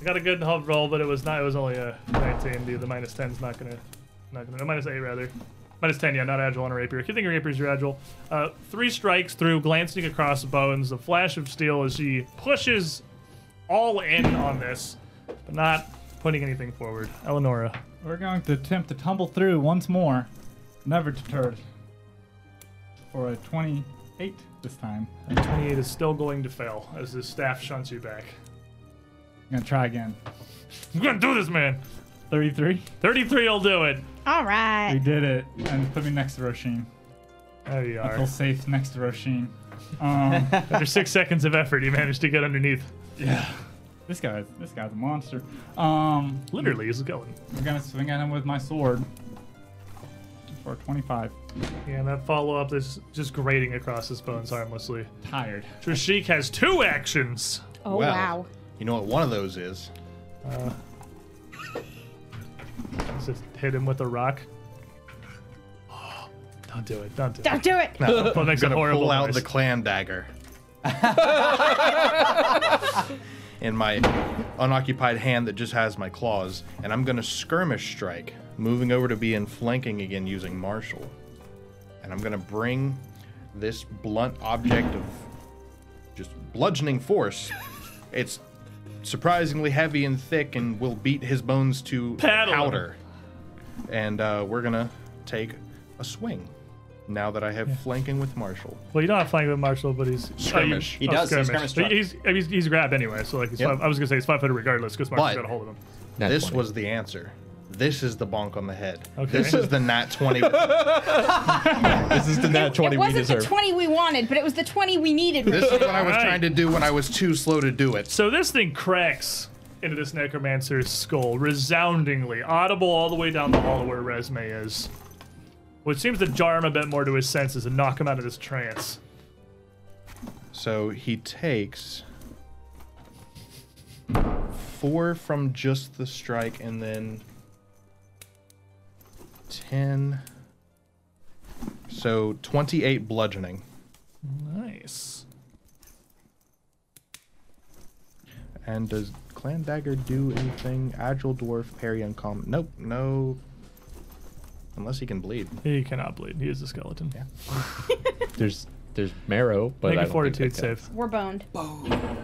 S1: I got a good hub roll, but it was not. It was only a 19. The, the minus 10 is not gonna, not gonna. No, minus eight rather. Minus 10. Yeah, not agile on a rapier. I keep thinking rapiers are agile. Uh, three strikes through, glancing across bones. The flash of steel as she pushes all in on this, but not putting anything forward. Eleonora,
S5: We're going to attempt to tumble through once more, never deterred. For a 28 this time. I'm
S1: 28 is still going to fail as this staff shunts you back.
S5: gonna try again.
S1: I'm gonna do this, man.
S5: 33.
S1: 33 will do it.
S3: All
S5: We
S3: right.
S5: did it, and put me next to Roshin.
S1: There you
S5: Feel
S1: are.
S5: safe next to Roshin. Um,
S1: After six seconds of effort, you managed to get underneath.
S5: this guy, this guy's a monster. Um,
S1: Literally, he's going.
S5: I'm gonna swing at him with my sword for 25.
S1: Yeah, that follow up is just grating across his bones harmlessly.
S5: Tired.
S1: Trishik has two actions.
S3: Oh,
S4: Well.
S3: wow.
S4: You know what one of those is?
S1: Just hit him with a rock. Don't do it. Don't do
S3: Don't
S1: it.
S3: do it.
S1: Don't. That makes a
S4: gonna
S1: horrible
S4: pull out
S1: noise.
S4: the clan dagger. in my unoccupied hand that just has my claws, and I'm gonna skirmish strike, moving over to be in flanking again using martial. And I'm gonna bring this blunt object of just bludgeoning force. It's surprisingly heavy and thick and will beat his bones to
S1: Paddle him.
S4: powder. And uh, we're gonna take a swing now that I have flanking with Marshall.
S1: Well, you don't have flank with Marshall, but he's
S4: Skirmish.
S1: Oh,
S2: He
S1: you- oh,
S2: does, he's skirmish
S1: But
S2: struck.
S1: he's, I mean, he's he's grabbed anyway, so like he's
S4: Yep.
S1: five, I was gonna say he's five footed regardless because Marshall
S4: But-
S1: got a hold of him.
S6: Nat
S4: this
S6: 20.
S4: was the answer. This is the bonk on the head.
S1: Okay.
S4: This is the nat 20.
S6: This is the nat 20
S3: It
S6: we
S3: wasn't the
S6: deserve.
S3: 20 we wanted, but it was the 20 we needed.
S4: this is what I was
S1: Alright.
S4: trying to do when I was too slow to do it.
S1: So this thing cracks into this necromancer's skull resoundingly, audible all the way down the hall where Resume is. Which seems to jar him a bit more to his senses and knock him out of this trance.
S4: So he takes four from just the strike and then 10. So 28 bludgeoning.
S1: Nice.
S4: And does Clan Dagger do anything? Agile Dwarf, parry, uncommon. Nope, no. Unless he can bleed.
S1: He cannot bleed. He is a skeleton.
S4: Yeah.
S6: There's there's marrow, but I
S1: Make a
S6: don't
S1: fortitude
S6: think that
S1: save.
S3: We're boned.
S2: I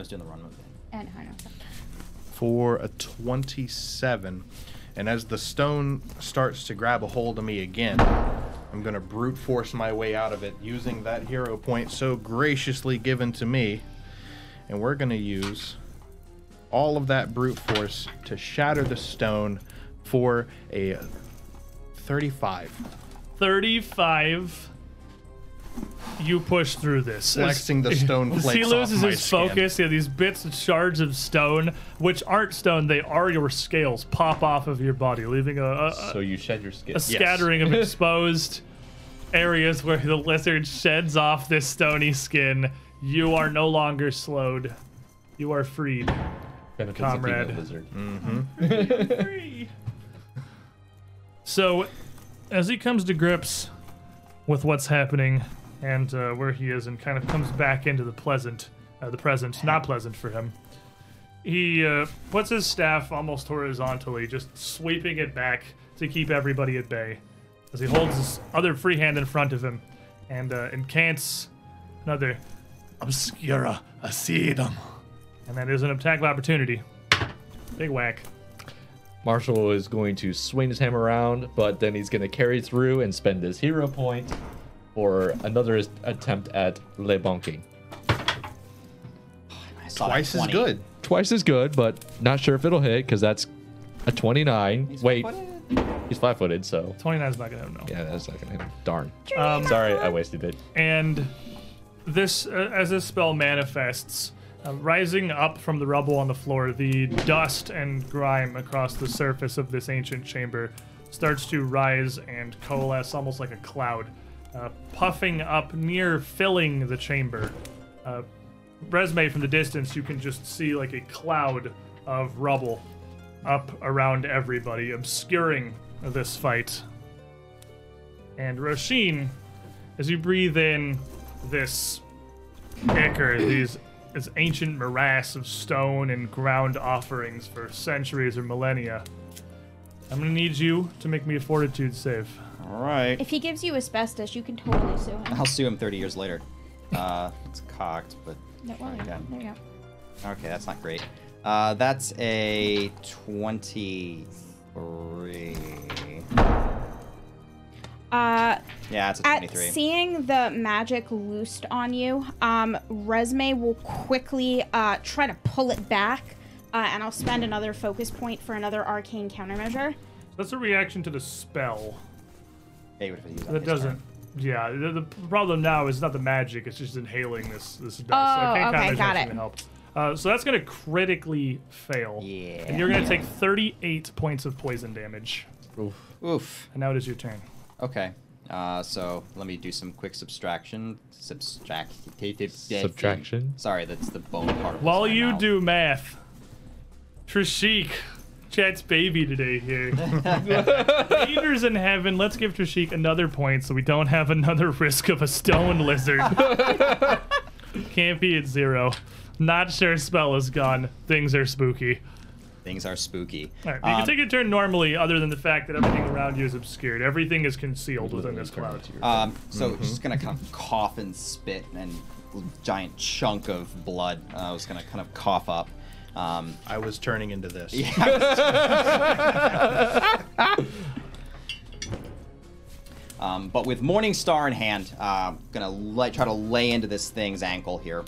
S2: was doing the wrong move. Then.
S3: And I know.
S4: for a 27. And as the stone starts to grab a hold of me again, I'm going to brute force my way out of it using that hero point so graciously given to me. And we're going to use all of that brute force to shatter the stone for a 35.
S1: 35. You push through this.
S4: Flexing the stone
S1: As he
S4: flakes off
S1: loses
S4: my
S1: his
S4: skin.
S1: focus. Yeah, these bits of shards of stone, which aren't stone, they are your scales, pop off of your body, leaving a, a,
S6: counts. So you shed your skin.
S1: a scattering of exposed areas where the lizard sheds off this stony skin. You are no longer slowed. You are freed.
S6: Benefits of being a
S1: comrade.
S6: lizard.
S1: So, as he comes to grips with what's happening and uh, where he is, and kind of comes back into the pleasant, uh, the present, not pleasant for him, he uh, puts his staff almost horizontally, just sweeping it back to keep everybody at bay. As he holds his other free hand in front of him and uh, incants another,
S8: Obscura acidum.
S1: and that is an attack of opportunity. Big whack.
S6: Marshall is going to swing his hammer around, but then he's going to carry through and spend his hero point for another is- attempt at le bonking.
S2: I saw that
S4: Twice as
S2: 20.
S4: good.
S6: Twice as good, but not sure if it'll hit because that's a 29. Wait,
S2: What?
S6: he's five footed, so
S1: 29 is not going to know.
S6: yeah, that's not going to hit him. Darn.
S1: Um,
S6: Sorry, I wasted it.
S1: and this uh, as this spell manifests uh, rising up from the rubble on the floor the dust and grime across the surface of this ancient chamber starts to rise and coalesce almost like a cloud uh, puffing up near filling the chamber uh, resume from the distance you can just see like a cloud of rubble up around everybody obscuring this fight and roshin as you breathe in this ichor, these this ancient morass of stone and ground offerings for centuries or millennia, I'm gonna need you to make me a fortitude save.
S2: All right.
S3: If he gives you asbestos, you can totally sue him.
S2: I'll sue him 30 years later. Uh, it's cocked, but
S3: Don't worry.
S2: Okay.
S3: There you go.
S2: okay, that's not great. Uh, that's a 23.
S3: Uh,
S2: Yeah, it's a
S3: at
S2: 23.
S3: seeing the magic loosed on you, um, Resume will quickly uh, try to pull it back, uh, and I'll spend another focus point for another arcane countermeasure.
S1: That's a reaction to the spell.
S2: Yeah, you would've used
S1: That
S2: his
S1: doesn't.
S2: turn.
S1: Yeah, the, the problem now is not the magic; it's just inhaling this this dust.
S3: Oh,
S1: I can't
S3: okay, got it.
S1: Help. Uh, so that's gonna critically fail.
S2: Yeah.
S1: And you're gonna take 38 points of poison damage.
S2: Oof.
S1: And now it is your turn.
S2: Okay. Uh, so let me do some quick subtraction. Subtractive.
S6: Subtraction?
S2: Sorry, that's the bone part. Of
S1: While
S2: this right
S1: you
S2: now.
S1: do math, Trishik, Chat's baby today here. Leaders in heaven, let's give Trishik another point so we don't have another risk of a stone lizard. Can't be at zero. Not sure spell is gone. Things are spooky.
S2: Things are spooky.
S1: All right, you
S2: Um,
S1: can take a turn normally, other than the fact that everything around you is obscured. Everything is concealed within this cloud.
S2: Um, so she's gonna kind of cough and spit, and giant chunk of blood. uh, I was gonna kind of cough up. Um,
S4: I was turning into this.
S2: um, but with Morning Star in hand, uh, gonna lay, try to lay into this thing's ankle here.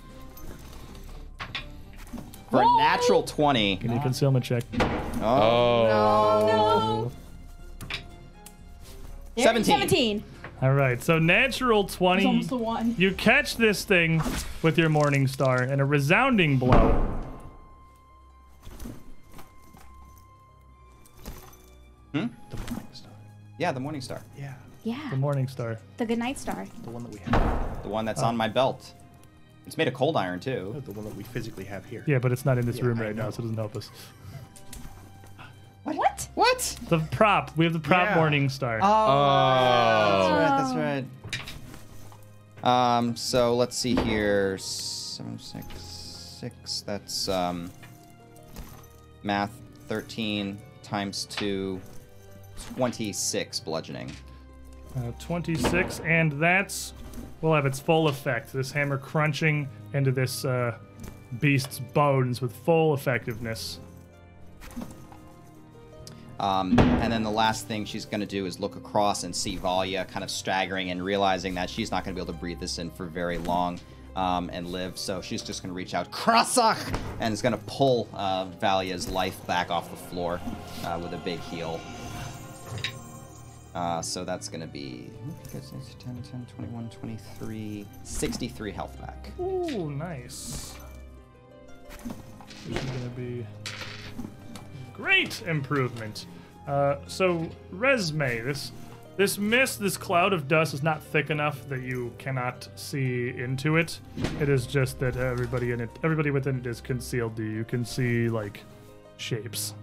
S2: For a natural 20.
S1: Need a concealment check.
S3: No.
S2: 17.
S3: 17.
S1: All right, so natural
S9: It's
S1: 20.
S9: almost a one.
S1: You catch this thing with your Morning Star, and a resounding blow.
S4: The blind star.
S2: Yeah, the Morning Star.
S4: Yeah,
S1: The
S3: Yeah.
S1: Morning Star.
S3: The good night star.
S4: the one that we have.
S2: The one that's on my belt. It's made of cold iron, too.
S4: The one that we physically have here.
S1: Yeah, but it's not in this
S4: Yeah,
S1: room
S4: I
S1: right now,
S4: know.
S1: so it doesn't help us.
S3: What?
S2: What?
S1: The prop. We have the prop
S4: Yeah.
S1: Morning Star.
S2: That's right, that's right. Um, so let's see here. Seven, six, six. That's um, math 13 times 2, 26 bludgeoning.
S1: Uh, 26, and that's will have its full effect. This hammer crunching into this uh, beast's bones with full effectiveness.
S2: Um, and then the last thing she's going to do is look across and see Valia kind of staggering and realizing that she's not going to be able to breathe this in for very long um, and live. So she's just going to reach out, Krasach! And is going to pull uh, Valia's life back off the floor uh, with a big heel. Uh, so that's going to be 10, 10, 21, 23, 63 health back.
S1: Ooh, nice. This is gonna be great improvement. Uh, so resume this this mist, this cloud of dust is not thick enough that you cannot see into it. It is just that everybody in it, everybody within it is concealed. to You You can see like shapes.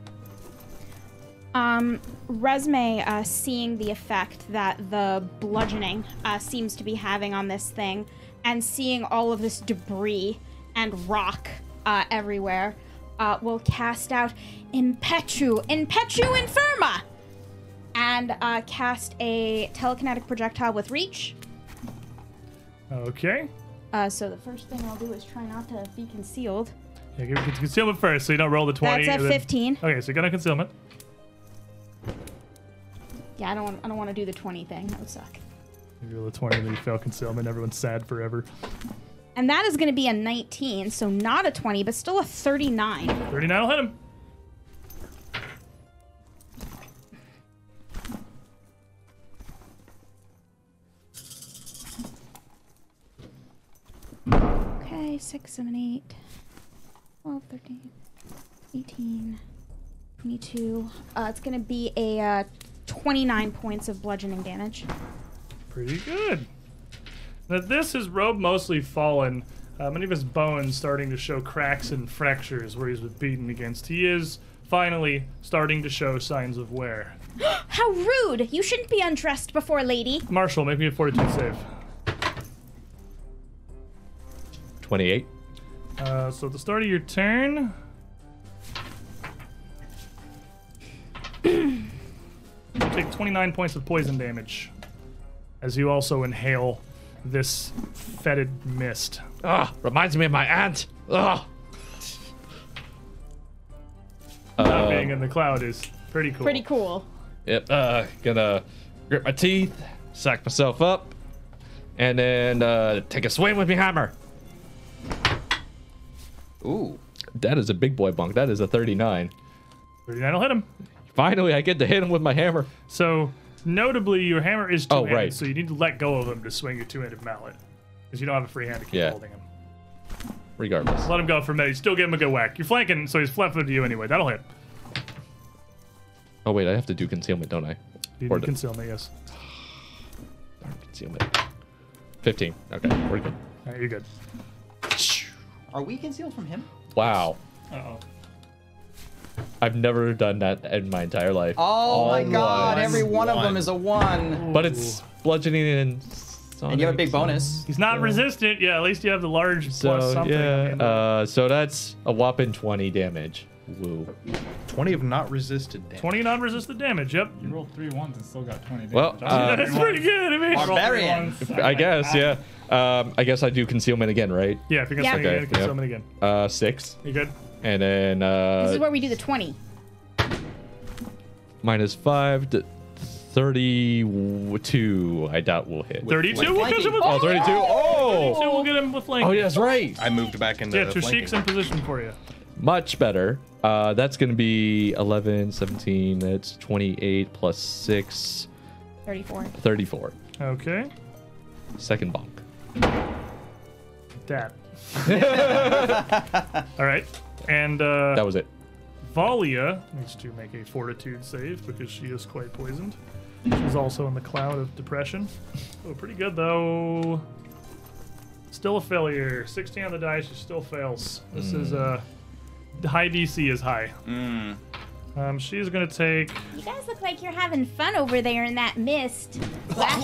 S3: Um, Resme, uh, seeing the effect that the bludgeoning uh, seems to be having on this thing, and seeing all of this debris and rock uh, everywhere, uh, will cast out Impetu, Impetu Infirma, and uh, cast a telekinetic projectile with reach.
S1: Okay.
S3: Uh, so the first thing I'll do is try not to be concealed.
S1: Yeah, give me concealment first, so you don't roll the twenty.
S3: That's a
S1: and then-
S3: 15.
S1: Okay, so you got a concealment.
S3: Yeah, I don't, want, I don't want to do the 20 thing. That would suck.
S1: You roll a twenty, and then you fail concealment. Everyone's sad forever.
S3: And that is going to be a 19, so not a 20, but still a 39.
S1: Thirty-nine will hit him.
S3: Okay, 6, 7, 8, 12, 13, 18, 22. Uh, it's going to be a uh, 29 points of bludgeoning damage.
S1: Pretty good. Now this is robe mostly fallen. Uh, many of his bones starting to show cracks and fractures where he's been beaten against. He is finally starting to show signs of wear.
S3: How rude! You shouldn't be undressed before, lady.
S1: Marshall, make me a fortitude save.
S6: 28.
S1: Uh, so at the start of your turn. you take 29 points of poison damage as you also inhale this fetid mist.
S7: Ah, reminds me of my aunt. Ah.
S1: Not being in the cloud is pretty cool.
S9: Pretty cool.
S6: Yep. Uh, gonna grip my teeth, suck myself up, and then uh, take a swing with me hammer.
S2: Ooh.
S6: That is a big boy bunk. That is a 39.
S1: 39 will hit him.
S6: Finally, I get to hit him with my hammer.
S1: So, notably, your hammer is
S6: Oh,
S1: two-handed,
S6: right.
S1: so you need to let go of him to swing your two-handed mallet, because you don't have a free hand to keep
S6: Yeah.
S1: holding him.
S6: Regardless.
S1: Let him go for a minute. You still give him a good whack. You're flanking, so he's flat-footed to you anyway. That'll hit.
S6: Oh wait, I have to do concealment, don't I?
S1: You
S6: Or
S1: need
S6: the-
S1: concealment, yes.
S6: Darn Concealment. 15. Okay, we're good.
S1: All right, you're good.
S2: Are we concealed from him?
S6: Wow.
S5: Uh oh.
S6: I've never done that in my entire life.
S2: Oh my god,
S4: one.
S2: every one of them
S4: One.
S2: is a one.
S6: But it's bludgeoning and.
S2: And you have a big
S6: sonic,
S2: bonus.
S1: He's not resistant. Yeah, at least you have the large plus
S6: So
S1: something.
S6: yeah,
S1: And
S6: uh, so that's a whopping twenty damage. Woo.
S4: 20 of not resisted damage.
S1: Twenty non-resistant damage. Yep,
S5: You rolled three ones and still got 20 damage.
S6: Well, uh,
S1: that's pretty good. I mean,
S5: I rolled three
S2: Barbarian.
S5: ones.
S6: I guess yeah. Um, I guess I do concealment again, right?
S1: yeah, if you're
S3: Yeah.
S1: gonna
S6: Okay,
S1: yeah. again,
S6: yeah.
S1: summon again.
S6: Uh, six,
S1: You good?
S6: and then
S3: This is
S6: uh,
S3: where we do the 20.
S6: minus five to thirty-two. I doubt will hit.
S1: Thirty-two
S2: flanking.
S1: because of a
S6: Oh, 32. Oh.
S1: So we'll get him with length.
S6: Oh, yeah, that's right.
S4: I moved back into
S1: Yeah,
S4: the
S1: Trishik's in
S4: flanking.
S1: position for you.
S6: Much better. Uh, that's going to be 11, 17, that's 28 plus 6,
S3: 34.
S6: 34.
S1: Okay.
S6: Second bonk.
S1: That. All right. And uh,
S6: That was it.
S1: Valia needs to make a fortitude save because she is quite poisoned. She's also in the cloud of depression. Oh, pretty good though. Still a failure. 16 on the die, she still fails. This is uh, high DC is high. Um, she's gonna take.
S3: You guys look like you're having fun over there in that mist. Glad,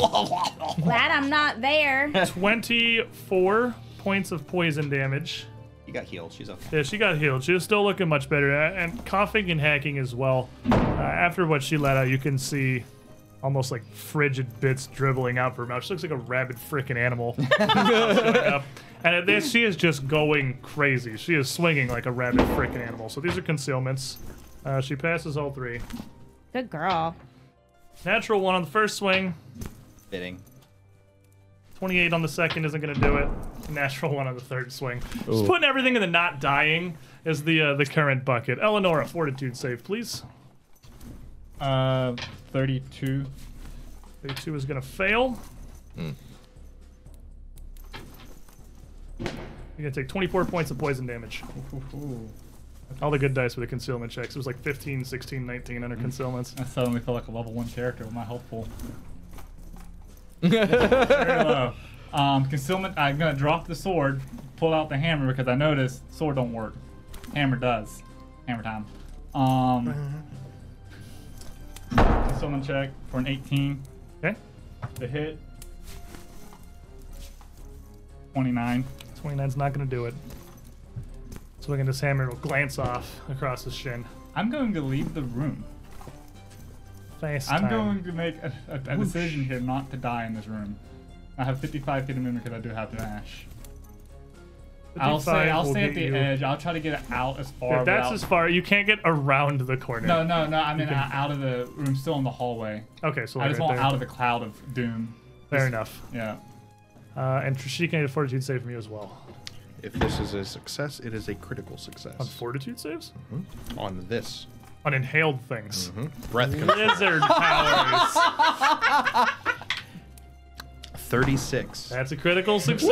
S3: glad I'm not there.
S1: 24 points of poison damage.
S2: You got healed. She's okay.
S1: Yeah, she got healed. She was still looking much better, a- and coughing and hacking as well. Uh, after what she let out, you can see almost like frigid bits dribbling out of her mouth. She looks like a rabid frickin' animal. Yep. and at this, she is just going crazy. She is swinging like a rabid frickin' animal. So these are concealments. Uh, she passes all three.
S3: Good girl.
S1: Natural one on the first swing.
S2: Fitting.
S1: 28 on the second isn't going to do it. Natural one on the third swing. Just putting everything in the not dying is the uh, the current bucket. Eleonora, fortitude save, please.
S5: Uh, 32.
S1: 32 is going to fail. You're going to take 24 points of poison damage.
S5: Ooh,
S1: All the good dice with the concealment checks. It was like 15, 16, 19
S5: Hmm.
S1: under concealments.
S5: I suddenly feel like a level one character with my health pool. Very low. Um, concealment. I'm gonna drop the sword, pull out the hammer because I noticed sword don't work. Hammer does. Hammer time. Um, concealment check for an 18
S1: Okay.
S5: to hit. 29.
S1: 29's not going to do it. Swinging this hammer will glance off across his shin.
S5: I'm going to leave the room.
S1: Fast
S5: I'm
S1: time.
S5: going to make a, a, a decision here not to die in this room. I have 55 feet of movement because I do have an ash. I'll stay.
S1: 55
S5: I'll
S1: will
S5: stay at
S1: get
S5: the
S1: you-
S5: edge. I'll try to get out as far.
S1: If that's
S5: without-
S1: as far, you can't get around the corner.
S5: No, no, no. I mean,
S1: can-
S5: uh, out of the room, still in the hallway.
S1: Okay, so
S5: I
S1: like
S5: just
S1: right
S5: want
S1: there.
S5: out of the cloud of doom.
S1: Fair enough.
S5: Yeah.
S1: Uh, and Trishik can get a fortitude save from you as well.
S4: If this is a success, it is a critical success.
S1: On fortitude saves?
S4: On this.
S1: On inhaled things.
S4: Breath control.
S1: Lizard powers.
S4: 36.
S1: That's a critical success.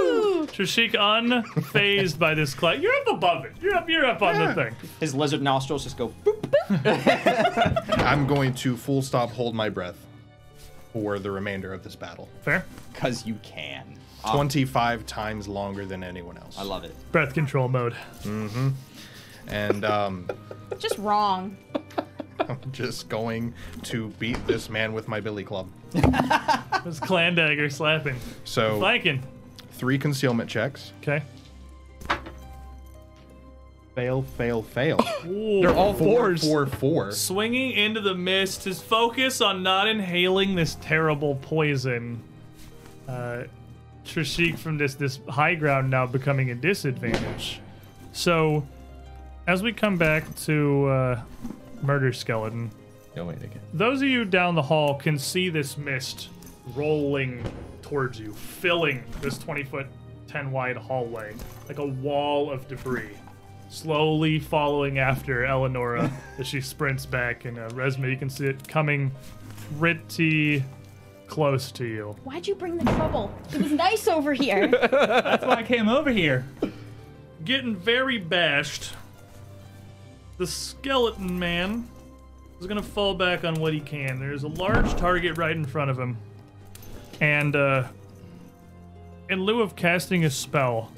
S1: Trishik unfazed by this cloud. You're up above it. You're up. You're up on the thing.
S2: His lizard nostrils just go boop.
S4: I'm going to full stop hold my breath for the remainder of this battle.
S1: Fair.
S2: Because you can.
S4: Ah. 25 times longer than anyone else.
S2: I love it.
S1: Breath control mode.
S4: And um,
S3: Just wrong.
S4: I'm just going to beat this man with my billy club.
S1: This clan dagger slapping.
S4: So
S1: Flanking.
S4: three concealment checks.
S1: Okay.
S4: Fail, fail, fail.
S1: They're all
S4: Four, four, four.
S1: Swinging into the mist, his focus on not inhaling this terrible poison. Uh, Trishik from this this high ground now becoming a disadvantage. So, as we come back to uh, Murder Skeleton,
S6: No, wait again.
S1: those of you down the hall can see this mist rolling towards you, filling this 20 foot, 10 wide hallway like a wall of debris. Slowly following after Eleonora as she sprints back, and uh, Resma, you can see it coming pretty close to you.
S3: Why'd you bring the trouble? It was nice over here.
S5: That's why I came over here.
S1: Getting very bashed, the skeleton man is going to fall back on what he can. There's a large target right in front of him. And uh, in lieu of casting a spell,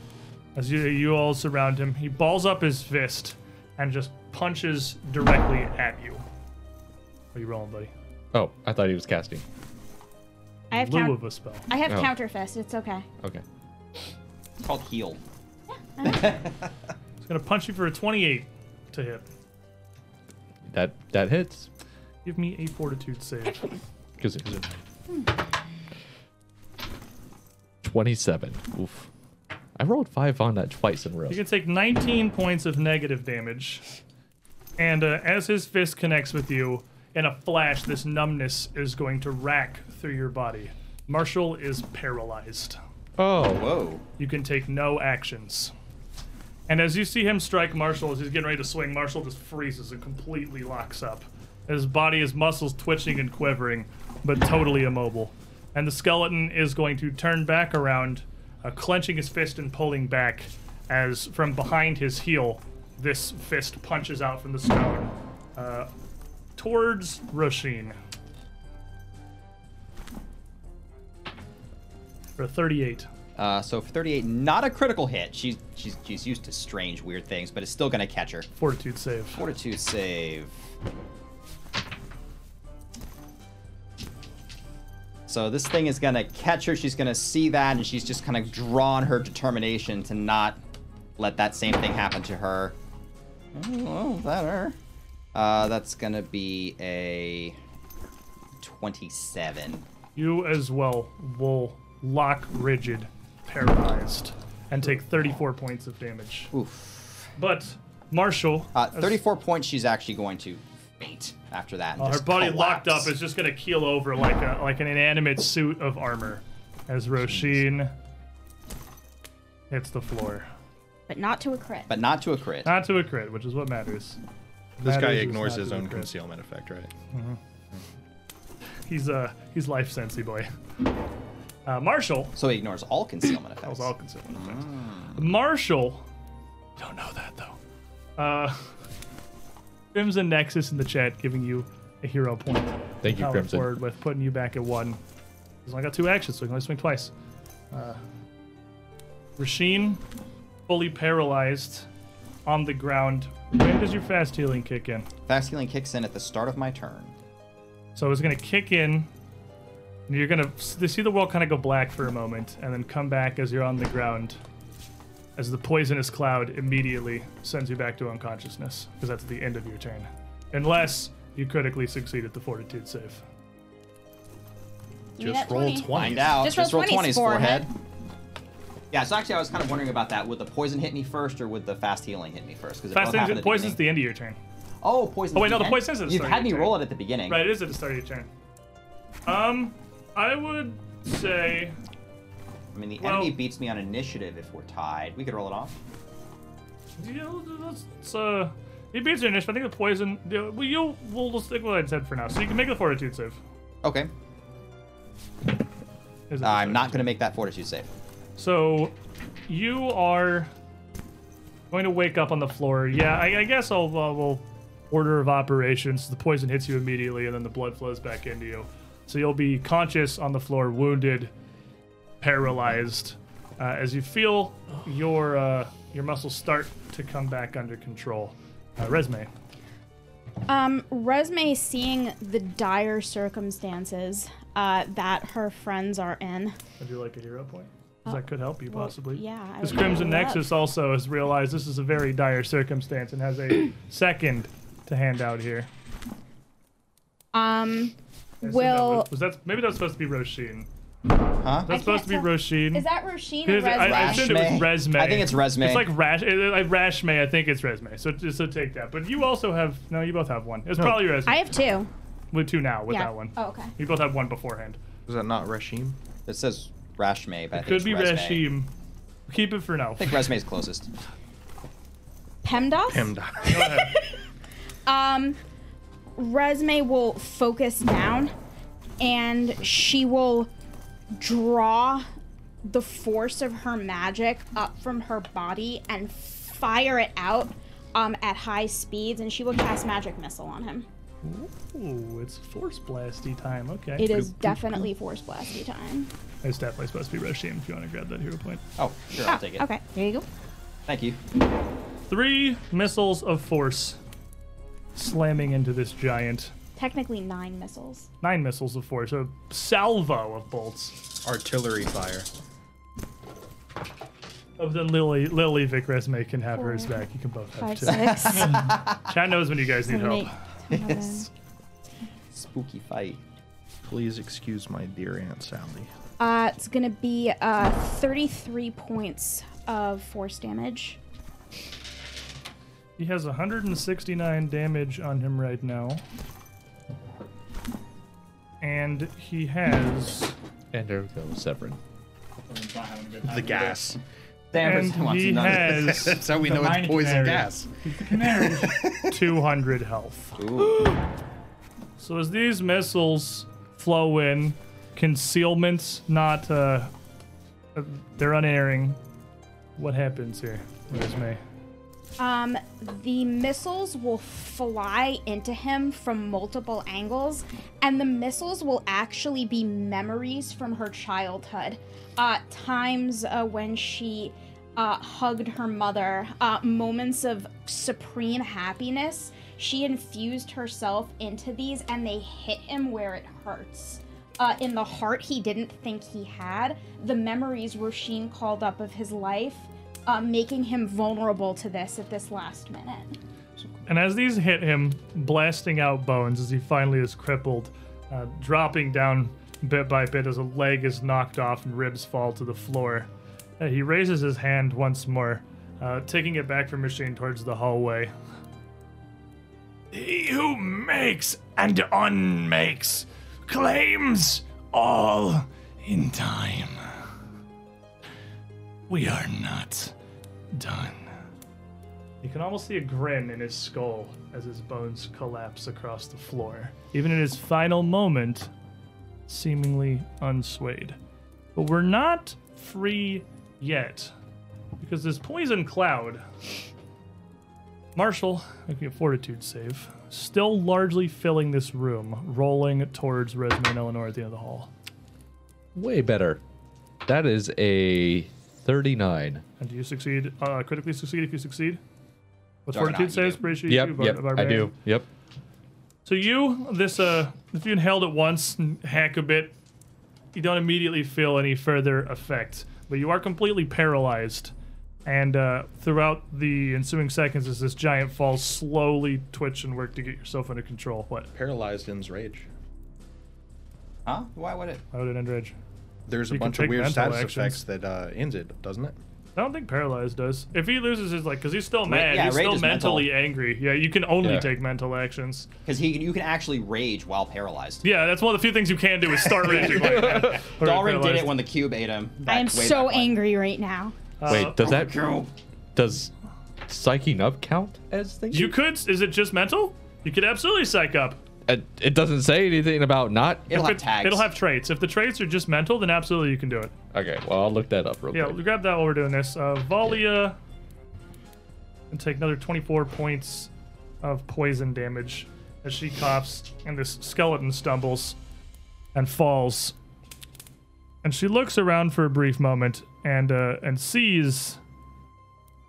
S1: as you, you all surround him, he balls up his fist and just punches directly at you. What are you rolling, buddy?
S6: Oh, I thought he was casting.
S3: I have
S1: Lieu
S3: count-
S1: of a spell.
S3: I have
S6: Oh.
S3: counterfest. It's okay.
S6: Okay.
S2: It's called heal.
S1: It's gonna punch you for a 28 to hit.
S6: That that hits.
S1: Give me a fortitude save.
S6: Because 27. Oof. I rolled five on that twice in a row.
S1: You can take 19 points of negative damage. And uh, as his fist connects with you, in a flash, this numbness is going to rack through your body. Marshall is paralyzed.
S6: Oh,
S2: Whoa.
S1: You can take no actions. And as you see him strike Marshall as he's getting ready to swing, Marshall just freezes and completely locks up. His body, his muscles twitching and quivering, but totally immobile. And the skeleton is going to turn back around, uh, clenching his fist and pulling back as from behind his heel, this fist punches out from the stone uh, towards Roshin. For a 38.
S2: Uh, so for 38, not a critical hit. She's she's she's used to strange, weird things, but it's still gonna catch her.
S1: Fortitude save.
S2: Fortitude save. So this thing is gonna catch her. She's gonna see that, and she's just kind of drawn her determination to not let that same thing happen to her. Oh, well, is that her? Uh, that's gonna be a twenty-seven.
S1: You as well will lock rigid, paralyzed, and take 34 points of damage.
S2: Oof.
S1: But Marshall,
S2: Uh,
S1: as-
S2: Thirty-four points. She's actually going to faint after that. and
S1: uh, her
S2: just
S1: body locked
S2: collapse.
S1: up is just gonna keel over like a like an inanimate suit of armor, as Roshin hits the floor.
S3: But not to a crit.
S2: but not to a crit.
S1: Not to a crit, which is what matters.
S4: This
S1: That
S4: guy
S1: is just
S4: ignores
S1: not
S4: his
S1: to the
S4: own
S1: crit. Mm-hmm.
S4: concealment effect, right?
S1: He's uh he's life sensey boy. Uh, Marshall
S2: So he ignores all concealment effects.
S1: was all concealment effects. Marshall, don't know that though. Uh, Crimson Nexus in the chat giving you a hero point.
S6: thank you,
S1: Power
S6: Crimson.
S1: forward with putting you back at one. He's only got two actions, so he can only swing twice. Uh, Rasheen, fully paralyzed, on the ground. When does your fast healing kick in?
S2: Fast healing kicks in at the start of my turn.
S1: So it's going to kick in. and You're going to see the world kind of go black for a moment and then come back as you're on the ground. As the poisonous cloud immediately sends you back to unconsciousness, because that's the end of your turn. Unless you critically succeed at the fortitude save.
S3: Give me that
S2: Find out.
S3: Just roll 20s, forehead.
S2: Yeah, so actually, I was kind of wondering about that. Would the poison hit me first, or would the fast healing hit me first? Because
S1: Fast engine poison's the end of your turn.
S2: Oh, poison.
S1: Oh, wait,
S2: at
S1: no, the
S2: end?
S1: poison is at the
S2: You've
S1: start of
S2: had me
S1: your
S2: roll it
S1: turn.
S2: at the beginning.
S1: Right, it is at the start of your turn. Um, I would say
S2: I mean, the
S1: Well-
S2: enemy beats me on initiative if we're tied. We could roll it off.
S1: Yeah, let's, let's, uh, it beats your initiative. I think the poison. yeah, Well, you we'll just stick with what I said for now. So you can make the fortitude save.
S2: Okay.
S1: Is it-
S2: I'm not going to make that fortitude save.
S1: So you are going to wake up on the floor. Yeah, I, I guess I'll uh, we'll order of operations. The poison hits you immediately, and then the blood flows back into you. So you'll be conscious on the floor, wounded, paralyzed. Uh, as you feel your uh, your muscles start to come back under control. Uh, resume.
S3: Um, Resme seeing the dire circumstances uh, that her friends are in.
S1: Would you like a hero point? 'Cause that could help you possibly.
S3: Oh, yeah, I
S1: This
S3: would
S1: Crimson
S3: love-
S1: Nexus also has realized this is a very dire circumstance and has a second to hand out here.
S3: Um,
S1: I assume that
S3: will
S1: was, was that maybe that's supposed to be Roshin?
S2: Huh?
S1: That's supposed to be
S3: tell-
S1: Roshin.
S3: is that Roshin or
S1: Here's- I, I
S3: Resme?
S1: assumed it was
S2: Rashme.
S1: Resme.
S2: I think it's Resme.
S1: It's like Rash, uh, uh, Rashme. I think it's Resme. So just so take that. But you also have no. You both have one. It's probably Resme.
S3: I have two.
S1: with two now with
S3: yeah.
S1: that one.
S3: Oh, okay.
S1: You both have one beforehand.
S4: Is that not Rashim?
S2: It says Rashme, but I think
S1: Could
S2: it's
S1: be
S2: Resme.
S1: Rashim. Keep it for now.
S2: I think Resme's closest.
S3: PEMDAS?
S4: Pemda.
S1: Go ahead.
S3: Um, Resume will focus down and she will draw the force of her magic up from her body and fire it out um, at high speeds. And she will cast Magic Missile on him.
S1: Ooh, it's force blasty time. Okay.
S3: It is definitely Force Blasty time.
S1: It's definitely
S3: Oh,
S1: supposed to be Rashim if you want to grab that hero point.
S2: Oh, sure, I'll take it.
S3: Okay, there you go.
S2: Thank you.
S1: Three missiles of force slamming into this giant.
S3: Technically nine missiles.
S1: Nine missiles of force, a salvo of bolts
S4: Artillery fire.
S1: of the Lily Lily Vic resume can have hers back. You can both have
S3: Five,
S1: two.
S3: six, seven,
S1: Chad knows when you guys need help.
S3: eight, ten, eleven.
S2: Spooky fight.
S4: Please excuse my dear Aunt Sally.
S3: Uh, it's gonna be uh, 33 points of force damage.
S1: He has 169 damage on him right now. And he has
S6: And there goes Severin.
S5: Everyone's not having a good time
S4: The
S5: today.
S4: gas.
S1: and he has
S4: That's how we know
S5: mining
S4: it's poison
S5: canary.
S4: gas.
S5: Canaries.
S1: 200 health.
S2: Ooh.
S1: So as these missiles flow in, concealment's not uh, uh, they're unerring. What happens here? Where's May?
S3: Um, the missiles will fly into him from multiple angles, and the missiles will actually be memories from her childhood. Uh, times uh, when she uh, hugged her mother, uh, moments of supreme happiness. She infused herself into these, and they hit him where it hurts. uh, in the heart he didn't think he had, the memories Roshin called up of his life, uh, making him vulnerable to this at this last minute.
S1: And as these hit him, blasting out bones as he finally is crippled, uh, dropping down bit by bit as a leg is knocked off and ribs fall to the floor. Uh, he raises his hand once more, uh, taking it back from Machine towards the hallway.
S7: He who makes and unmakes claims all in time. We are not done.
S1: You can almost see a grin in his skull as his bones collapse across the floor, even in his final moment, seemingly unswayed. But we're not free yet, because this poison cloud. Marshall, making a fortitude save, still largely filling this room, rolling towards Resme and Eleanor at the end of the hall.
S6: Way better. That is a 39.
S1: And do you succeed? Uh, critically succeed if you succeed? With
S2: Darn,
S1: fortitude
S2: you
S1: saves,
S2: do.
S1: appreciate
S6: Yep,
S1: you, Bar-
S6: yep, I
S1: Barbarian.
S6: do. Yep.
S1: So you, this, uh, if you inhaled it once and hack a bit, you don't immediately feel any further effect, but you are completely paralyzed. And uh, throughout the ensuing seconds, as this giant falls, slowly twitch and work to get yourself under control. What?
S4: Paralyzed ends rage.
S2: Huh? Why would it?
S1: How did it end rage?
S4: There's a
S1: You can
S4: bunch of
S1: take
S4: weird
S1: mental
S4: status
S1: actions.
S4: effects that uh, ends it, doesn't it?
S1: I don't think paralyzed does. If he loses his, like, because he's still mad,
S2: yeah,
S1: he's
S2: rage
S1: still
S2: is mental.
S1: mentally angry. Yeah, you can only
S6: Yeah.
S1: take mental actions.
S2: Because he, you can actually rage while paralyzed.
S1: Yeah, that's one of the few things you can do is start raging. Like, that.
S2: Dalrin did it when the cube ate him.
S3: I am
S2: back- way
S3: so
S2: back when.
S3: angry right now.
S1: Uh,
S6: Wait, does that does psyching up count as things?
S1: You could. Is it just mental? You could absolutely psych up.
S6: it, Uh, it doesn't say anything about not.
S2: It'll
S1: If
S2: have
S1: it-
S2: tags.
S1: It'll have traits. If the traits are just mental, then absolutely you can do it.
S6: Okay, well I'll look that up real
S1: Yeah,
S6: quick.
S1: we'll grab that while we're doing this. Uh, Valia and take another 24 points of poison damage as she coughs and this skeleton stumbles and falls. And she looks around for a brief moment and uh, and sees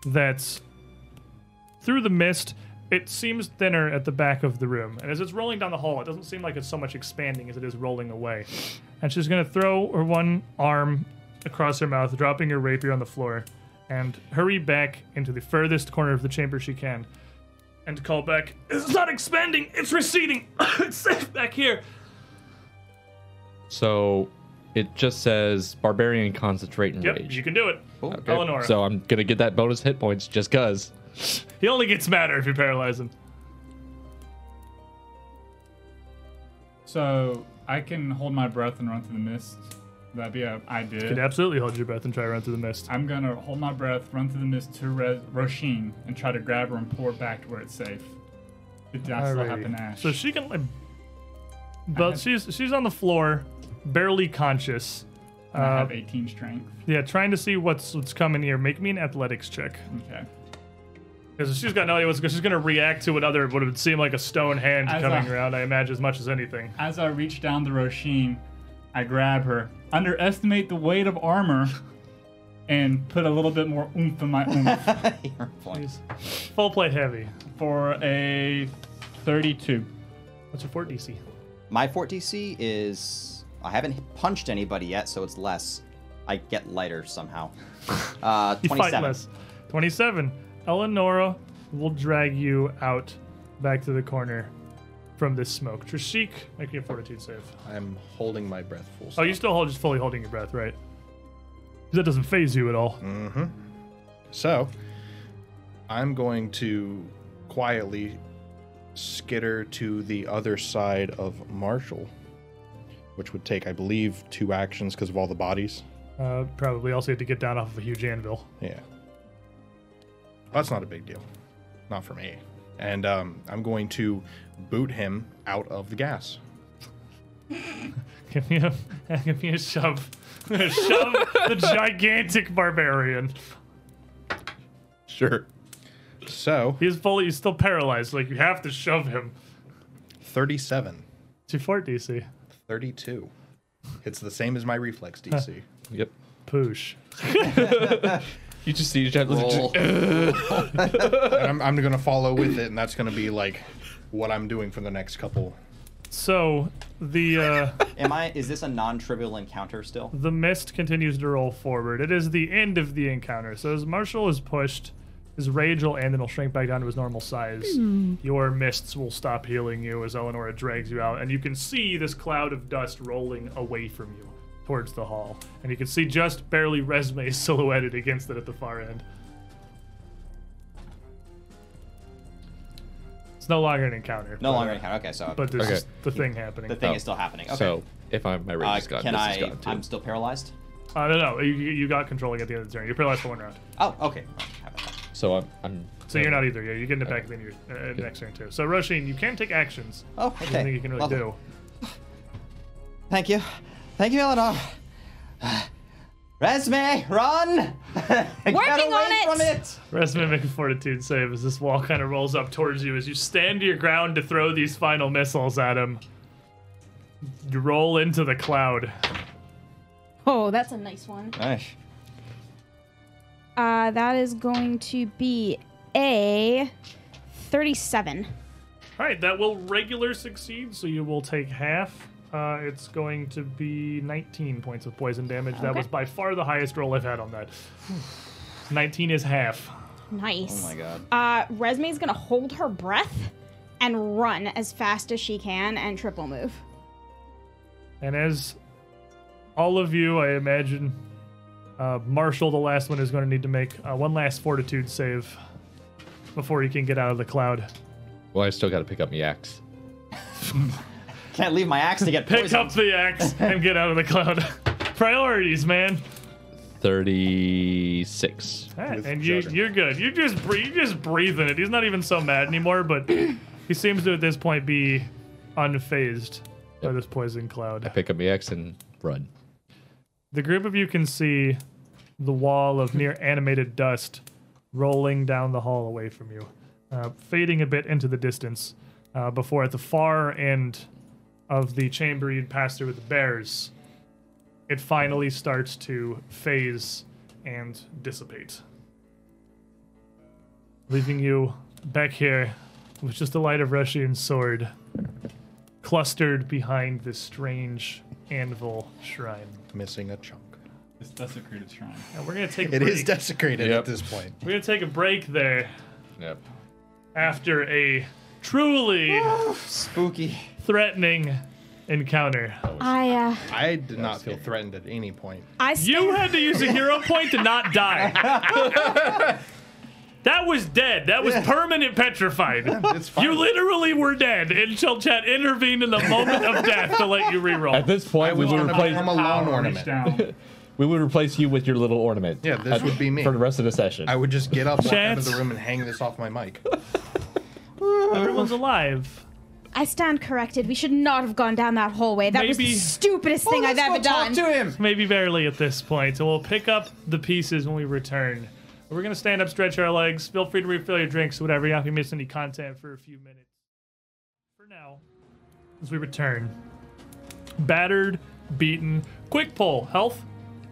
S1: that through the mist it seems thinner at the back of the room. And as it's rolling down the hall, it doesn't seem like it's so much expanding as it is rolling away and she's gonna throw her one arm across her mouth, dropping her rapier on the floor, and hurry back into the furthest corner of the chamber she can, and call back, "It's not expanding! It's receding! it's safe back here!"
S6: So it just says barbarian concentrate and
S1: Yep,
S6: rage.
S1: you can do it,
S6: Okay,
S1: Eleanor.
S6: So I'm gonna get that bonus hit points just cause.
S1: he only gets madder if you paralyze him.
S5: So I can hold my breath and run through the mist. That'd be a I
S1: You
S5: did.
S1: can absolutely hold your breath and try to run through the mist.
S5: I'm gonna hold my breath, run through the mist to Res- Roshin, and try to grab her and pull her back to where it's safe. Did I still happen to
S1: Alrighty.
S5: ash?
S1: So she can, like, but
S6: Uh-huh.
S5: have-
S1: she's she's on the floor, barely conscious.
S5: I have
S1: uh,
S5: 18 strength.
S1: Yeah, trying to see what's what's coming here. Make me an athletics check.
S5: Okay.
S1: Because she's got no idea what's going She's going to react to another, what would seem like a stone hand
S5: As
S1: coming
S5: a-
S1: around, I imagine, as much as anything.
S5: As I reach down to Roshin, I grab her, underestimate the weight of armor, and put a little bit more oomph in my oomph
S2: Your point.
S1: Full plate heavy.
S5: for a 32.
S1: What's your fort DC?
S2: My fort DC is I haven't punched anybody yet, so it's less. I get lighter somehow. Uh,
S1: You fight
S2: twenty-seven.
S1: less. 27. Eleonora will drag you out back to the corner from this smoke. Trishik, make me a fortitude save.
S4: I'm holding my breath full.
S1: Oh, you
S4: stop.
S1: still hold, just fully holding your breath, right? 'Cause That doesn't phase you at all.
S4: So, I'm going to quietly skitter to the other side of Marshall, which would take, I believe, two actions because of all the bodies.
S1: Uh, probably also have to get down off of a huge anvil.
S4: Yeah. That's not a big deal. Not for me. And um, I'm going to boot him out of the gas.
S1: Give me a, give me a shove. shove the gigantic barbarian.
S4: Sure. So,
S1: He's fully, he's still paralyzed. Like, you have to shove him.
S4: 37,
S1: To fort DC.
S4: 32. It's the same as my reflex DC.
S6: Yep.
S1: Push.
S6: You just see you
S2: Roll.
S4: and I'm, I'm going to follow with it, and that's going to be like what I'm doing for the next couple.
S1: So, the, uh,
S2: Am I? Is this a non-trivial encounter still?
S1: The mist continues to roll forward. It is the end of the encounter. So as Marshall is pushed, his rage will end and he'll shrink back down to his normal size. Your mists will stop healing you as Eleonora drags you out, and you can see this cloud of dust rolling away from you towards the hall. And you can see just barely Resme silhouetted against it at the far end. It's no longer an encounter. but-
S2: No longer encounter. Okay, so
S1: But this
S6: Okay.
S1: is the thing happening.
S2: the thing is still happening. Okay.
S6: So if I'm my rage
S2: uh,
S6: is gone,
S2: can
S6: this
S2: I?
S6: is gone too.
S2: I'm still paralyzed.
S1: I don't know. You, you got controlling at the end of the turn. You're paralyzed for one round.
S2: Oh, okay. How about that?
S6: so I'm. I'm
S1: So you're not either. Yeah, you're getting it back at the end of your uh, next turn too. So Roshin, you can take actions. I
S2: Oh,
S1: don't
S2: okay.
S1: think you can really
S2: Lovely.
S1: do.
S2: Thank you. Thank you, Eleanor. Resume, run! Working
S3: Working on it!
S2: From it!
S1: Resman make a fortitude save as this wall kind of rolls up towards you as you stand your ground to throw these final missiles at him. You roll into the cloud.
S3: Oh, that's a nice one.
S2: Nice.
S3: Uh, that is going to be a 37.
S1: All right, that will regular succeed, so you will take half. Uh, it's going to be 19 points of poison damage. That
S3: Okay.
S1: was by far the highest roll I've had on that. 19 is half.
S3: Nice.
S2: Oh my god.
S3: Uh, Resme's gonna hold her breath and run as fast as she can and triple move.
S1: And as all of you, I imagine, uh, Marshall, the last one, is going to need to make uh, one last fortitude save before he can get out of the cloud.
S6: Well, I still got to pick up my axe.
S2: Can't leave my axe to get
S1: Pick
S2: poisoned.
S1: up the axe and get out of the cloud. Priorities, man.
S6: Thirty-six.
S1: Ah,
S4: With
S1: and you,
S4: Juggernaut.
S1: you're good. You're just bre- you're just breathing it. He's not even so mad anymore, but he seems to at this point be unfazed by
S6: Yep.
S1: this poison cloud.
S6: Pick up my axe and run.
S1: The group of you can see the wall of near animated dust rolling down the hall away from you, uh, fading a bit into the distance uh, before at the far end of the chamber you'd passed through with the bears, it finally starts to phase and dissipate. Leaving you back here with just the light of Russian sword clustered behind this strange anvil shrine.
S4: Missing a chunk.
S5: It's desecrated shrine.
S1: And we're gonna take a
S4: It
S1: break.
S4: is desecrated
S6: Yep.
S4: at this point.
S1: we're gonna take a break there
S6: Yep.
S1: after a truly
S2: Spooky.
S1: threatening encounter.
S3: I, uh,
S4: I did not feel threatened at any point.
S3: I st-
S1: You had to use a hero point to not die. That was dead. That was permanent petrified.
S4: It's fine.
S1: You literally were dead until Chet intervened in the moment of death to let you
S6: At
S1: reroll.
S6: this point, we would
S4: I'm
S6: replace
S4: a lawn
S5: Reach
S4: ornament.
S5: down.
S6: we would replace you with your little ornament.
S4: Yeah, this
S6: At-
S4: would be me.
S6: for the rest of the session.
S4: I would just get up, walk out of the
S1: Chance.
S4: room, and hang this off my mic.
S1: Everyone's alive.
S3: I stand corrected. We should not have gone down that hallway. That was the
S1: Maybe-
S3: stupidest thing I've ever done.
S2: him!
S1: Maybe barely at this point, and we'll pick up the pieces when we return. We're gonna stand up, stretch our legs. Feel free to refill your drinks, whatever. You're not gonna miss any content for a few minutes. For now, as we return, battered, beaten. Quick poll: health,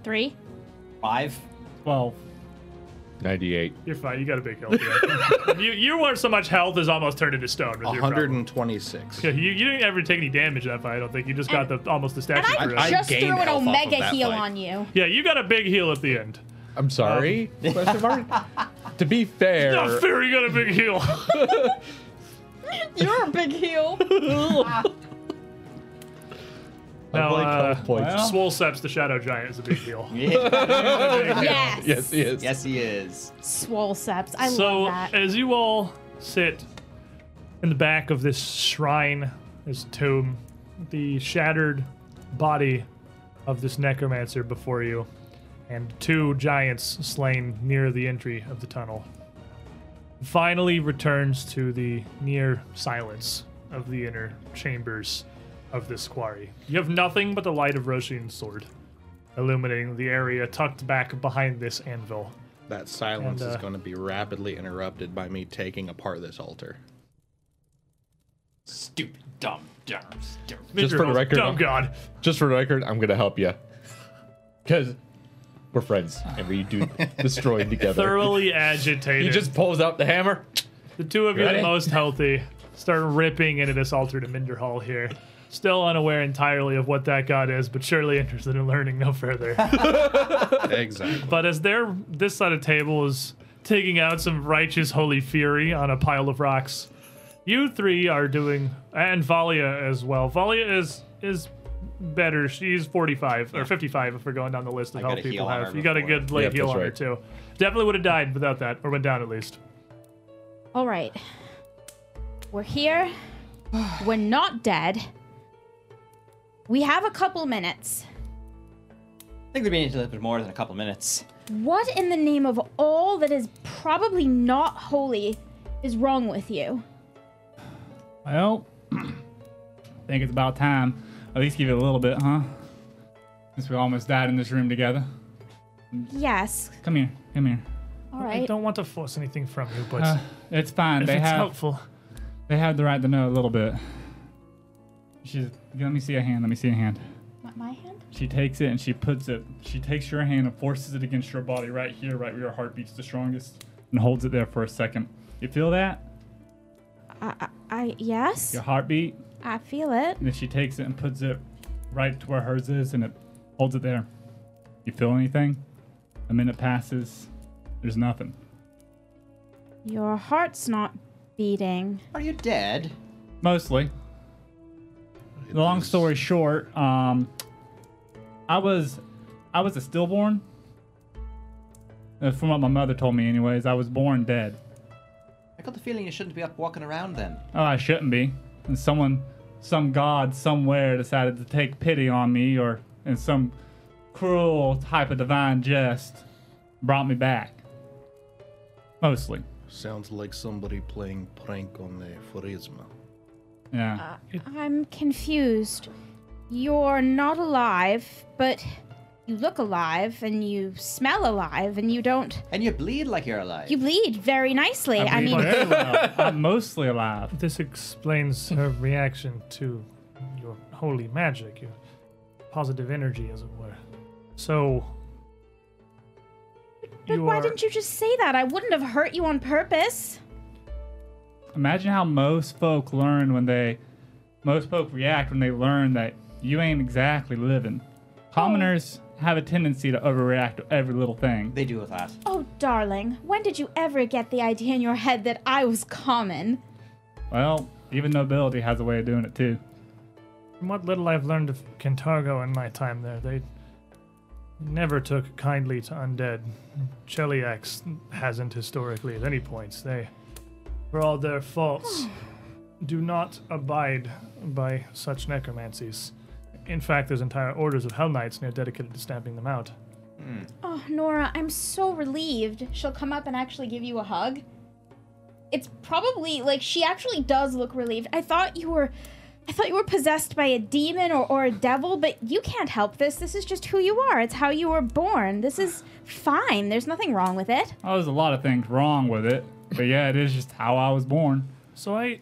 S3: Three.
S2: Five.
S5: Twelve.
S6: 98.
S1: You're fine. You got a big health. yeah. you you weren't so much health as almost turned into stone. Was your problem.
S4: 126.
S1: Yeah, you, you didn't ever take any damage that fight. I don't think you just got the almost the
S3: And
S1: statue.
S3: I,
S1: through.
S4: I
S3: just
S4: gained
S3: threw an
S4: health off of
S3: omega
S4: that
S3: heal
S4: fight.
S3: on you.
S1: yeah, you got a big heal at the end.
S6: I'm sorry? Question mark? to be fair,
S1: Not fair. You got a big heal.
S3: You're a big heal.
S1: now,
S6: like
S1: uh,
S6: health points.
S5: well-
S1: Swole Seps, the Shadow Giant, is a big heal.
S3: yes.
S6: yes, he is.
S2: yes, he is.
S3: Swole seps. I
S1: so
S3: love that.
S1: as you all sit in the back of this shrine this tomb the shattered body of this necromancer before you and two giants slain near the entry of the tunnel finally returns to the near silence of the inner chambers of this quarry you have nothing but the light of Roshin's sword illuminating the area tucked back behind this anvil
S4: That silence
S1: And,
S4: is
S1: uh,
S4: going to be rapidly interrupted by me taking apart this altar.
S7: Stupid, dumb, dumb, stupid.
S6: Just for the
S1: Midroll's
S6: record,
S1: dumb
S6: I'm-
S1: god
S6: Just for the record, I'm going to help you. Because we're friends and we do destroy together.
S1: thoroughly agitated.
S6: He just pulls out the hammer.
S1: the two of you, the
S6: Ready?
S1: most healthy, start ripping into this altar to Minderhall here. Still unaware entirely of what that god is, but surely interested in learning no further.
S4: exactly.
S1: but as they're this side of the table is taking out some righteous holy fury on a pile of rocks, you three are doing, and Valia as well. Valia is is better. She's 45 or 55 if we're going down the list of
S2: got
S1: health
S2: a
S1: people
S2: heal on her
S1: have. You got a
S2: before.
S1: good late
S6: Yep,
S1: heal
S6: that's
S1: on her
S6: right.
S1: too. Definitely would have died without that, or went down at least.
S3: All right. We're here. We're not dead. We have a couple minutes.
S2: I think we need a little bit more than a couple minutes.
S3: What in the name of all that is probably not holy is wrong with you?
S5: Well, I think it's about time. At least give it a little bit, huh? Since we almost died in this room together.
S3: Yes.
S5: Come here, come here.
S3: All
S1: I
S3: right.
S1: don't want to force anything from you, but
S5: Uh, it's fine.
S1: if
S5: they
S1: it's
S5: have
S1: helpful,
S5: they have the right to know a little bit. She's let me see a hand. Let me see a hand.
S3: My- My hand?
S5: She takes it and she puts it. She takes your hand and forces it against your body right here, right where your heart beats the strongest, and holds it there for a second. You feel that?
S3: I, I, I yes.
S5: Your heartbeat.
S3: I feel it.
S5: And then she takes it and puts it right to where hers is and it holds it there. You feel anything? A minute passes. There's nothing.
S3: Your heart's not beating.
S2: Are you dead?
S5: Mostly. Long story short, um, I was, I was a stillborn. Uh, From what my mother told me, anyways, I was born dead.
S2: I got the feeling you shouldn't be up walking around then.
S5: Oh, I shouldn't be. And someone, some god somewhere decided to take pity on me, or in some cruel type of divine jest, brought me back. Mostly.
S4: Sounds like somebody playing prank on the Pharisma.
S5: Yeah.
S3: I'm confused. You're not alive, but you look alive and you smell alive and you don't.
S2: And you bleed like you're alive.
S3: You bleed very nicely. I,
S5: bleed
S3: mean,
S5: very well. I'm Uh, mostly alive.
S1: this explains her reaction to your holy magic, your positive energy, as it were. So.
S3: but why didn't you just say that? I wouldn't have hurt you on purpose.
S5: Imagine how most folk learn when they, most folk react when they learn that you ain't exactly living. Commoners have a tendency to overreact to every little thing.
S2: They do with that.
S3: Oh, darling, when did you ever get the idea in your head that I was common?
S5: Well, even nobility has a way of doing it too.
S1: From what little I've learned of Cantargo in my time there, they never took kindly to undead. Cheliax hasn't historically at any point. They, for all their faults, do not abide by such necromancies. In fact, there's entire orders of Hell Knights and they're dedicated to stamping them out.
S3: Oh, Nora, I'm so relieved. She'll come up and actually give you a hug. It's probably like she actually does look relieved. I thought you were I thought you were possessed by a demon or, or a devil, but you can't help this. This is just who you are. It's how you were born. This is fine. There's nothing wrong with it.
S5: Oh, there's a lot of things wrong with it, but yeah, it is just how I was born.
S1: So I,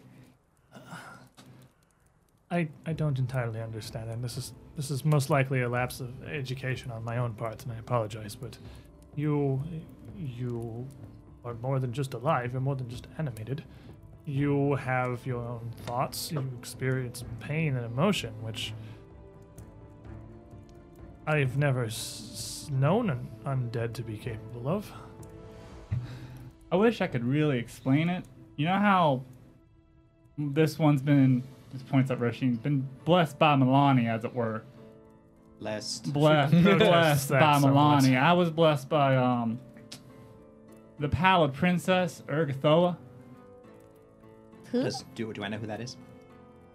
S1: I, I don't entirely understand, and this is this is most likely a lapse of education on my own part, and I apologize. But You, you are more than just alive. You're more than just animated. You have your own thoughts. You experience pain and emotion, which I've never s- s- known an undead to be capable of.
S5: I wish I could really explain it. You know how this one's been this points at Roshin been blessed by Milani, as it were.
S2: Lest.
S5: Blessed,
S1: protests
S5: blessed
S1: that
S5: by
S1: somewhat.
S5: Milani. I was blessed by um the pallid princess Ergothoa.
S3: Who?
S2: Does- do, do I know who that is?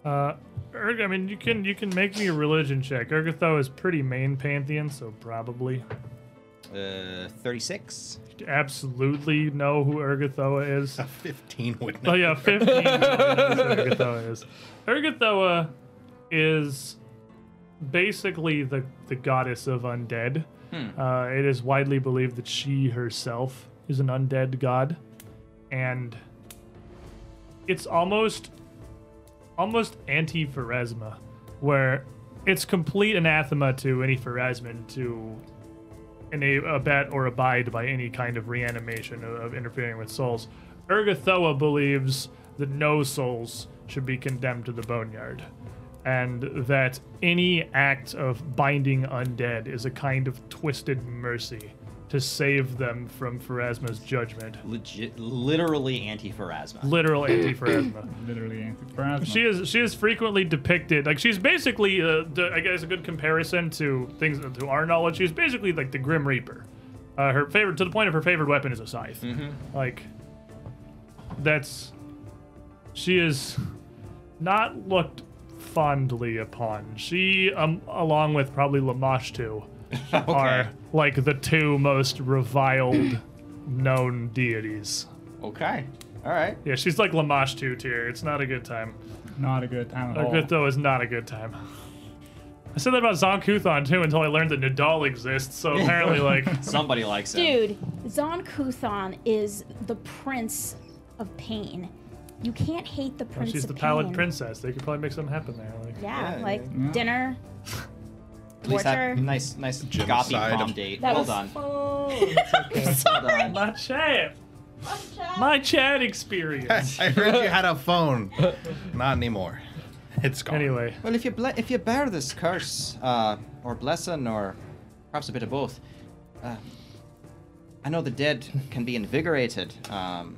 S1: Uh, Erg, I mean, you can you can make me a religion check. Ergotho is pretty main pantheon, so probably.
S2: Uh, 36.
S1: absolutely know who Ergothoa is.
S4: A 15 would know.
S1: Oh yeah, fifteen. knows who Ergothoa is. Ergothoa uh, is basically the the goddess of undead. Uh, it is widely believed that she herself is an undead god, and it's almost almost anti pharasma where it's complete anathema to any Pharasman to ena- abet or abide by any kind of reanimation of, of interfering with souls. Ergothoa believes that no souls should be condemned to the boneyard, and that any act of binding undead is a kind of twisted mercy to save them from Pharasma's judgment.
S2: Legit, literally anti-Pharasma.
S1: Literal anti Pharasma.
S5: Literally anti
S1: She is she is frequently depicted like she's basically uh, the, I guess a good comparison to things to our knowledge. She's basically like the Grim Reaper. Uh, her favorite to the point of her favorite weapon is a scythe. Like that's she is not looked fondly upon. She um, along with probably Lamash too are like the two most reviled known deities.
S2: Okay. All right.
S1: Yeah, she's like Lamash two tier. It's not a good time.
S5: not a good time at all.
S1: Agutho is not a good time. I said that about Zonkuthon too until I learned that Nadal exists, so apparently, like,
S2: Somebody likes him.
S3: Dude, Zon Kuthon is the prince of pain. You can't hate the prince
S1: Oh, she's
S3: of
S1: the
S3: pain.
S1: pallid princess. They could probably make something happen there. Like,
S3: Yeah,
S2: Yeah,
S3: like
S5: yeah.
S3: dinner,
S2: At least
S3: torture.
S2: that nice, nice gothy
S4: Genocide.
S2: prom date.
S3: That
S2: well
S3: was
S2: done.
S3: fun.
S2: Well done.
S1: my chat, my chat experience.
S4: I heard you had a phone. Not anymore. It's gone.
S1: anyway,
S2: Well, if you ble- if you bear this curse, uh, or blessing, or perhaps a bit of both, uh, I know the dead can be invigorated um,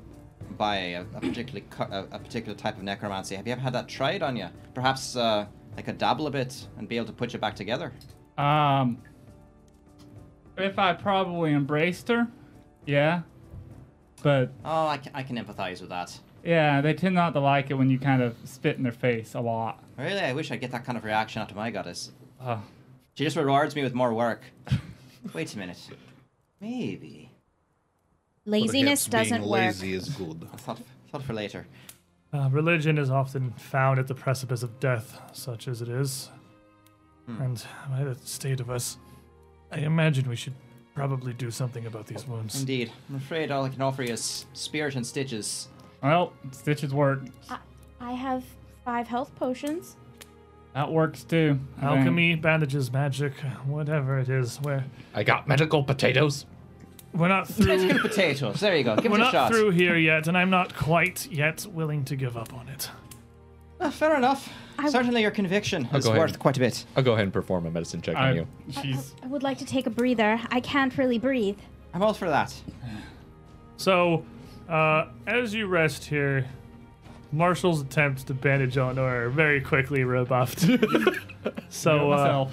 S2: by a, a particular cu- a, a particular type of necromancy. Have you ever had that tried on you? Perhaps uh, I could dabble a bit and be able to put you back together.
S5: Um, if I probably embraced her, yeah. But
S2: Oh, I, ca- I can empathize with that.
S5: yeah, they tend not to like it when you kind of spit in their face a lot.
S2: Really, I wish I'd get that kind of reaction out of my goddess.
S5: Uh,
S2: She just rewards me with more work. Wait a minute. Maybe.
S3: Laziness
S4: Perhaps
S3: doesn't
S4: being
S3: work.
S4: Lazy is good.
S2: I thought, thought for later.
S1: uh, religion is often found at the precipice of death, such as it is. And by the state of us, I imagine we should probably do something about these wounds.
S2: Indeed. I'm afraid all I can offer you is spirit and stitches.
S5: well, stitches work.
S3: I have five health potions.
S5: That works too. I think.
S1: Alchemy, bandages, magic, whatever it is, we're,
S7: I got medical potatoes.
S1: we're not through.
S2: Good potatoes. There you go. Give
S1: We're
S2: it a
S1: not
S2: shot.
S1: through here yet, and I'm not quite yet willing to give up on it.
S2: Ah, fair enough. Certainly, your conviction is
S6: Oh, go ahead.
S2: worth quite a bit.
S6: I'll go ahead and perform a medicine check on
S5: I,
S6: you.
S5: she's
S3: I would like to take a breather. I can't really breathe.
S2: I'm all for that.
S1: So, uh, as you rest here, Marshall's attempts to bandage Eleanor are very quickly rebuffed. so, uh,
S5: myself.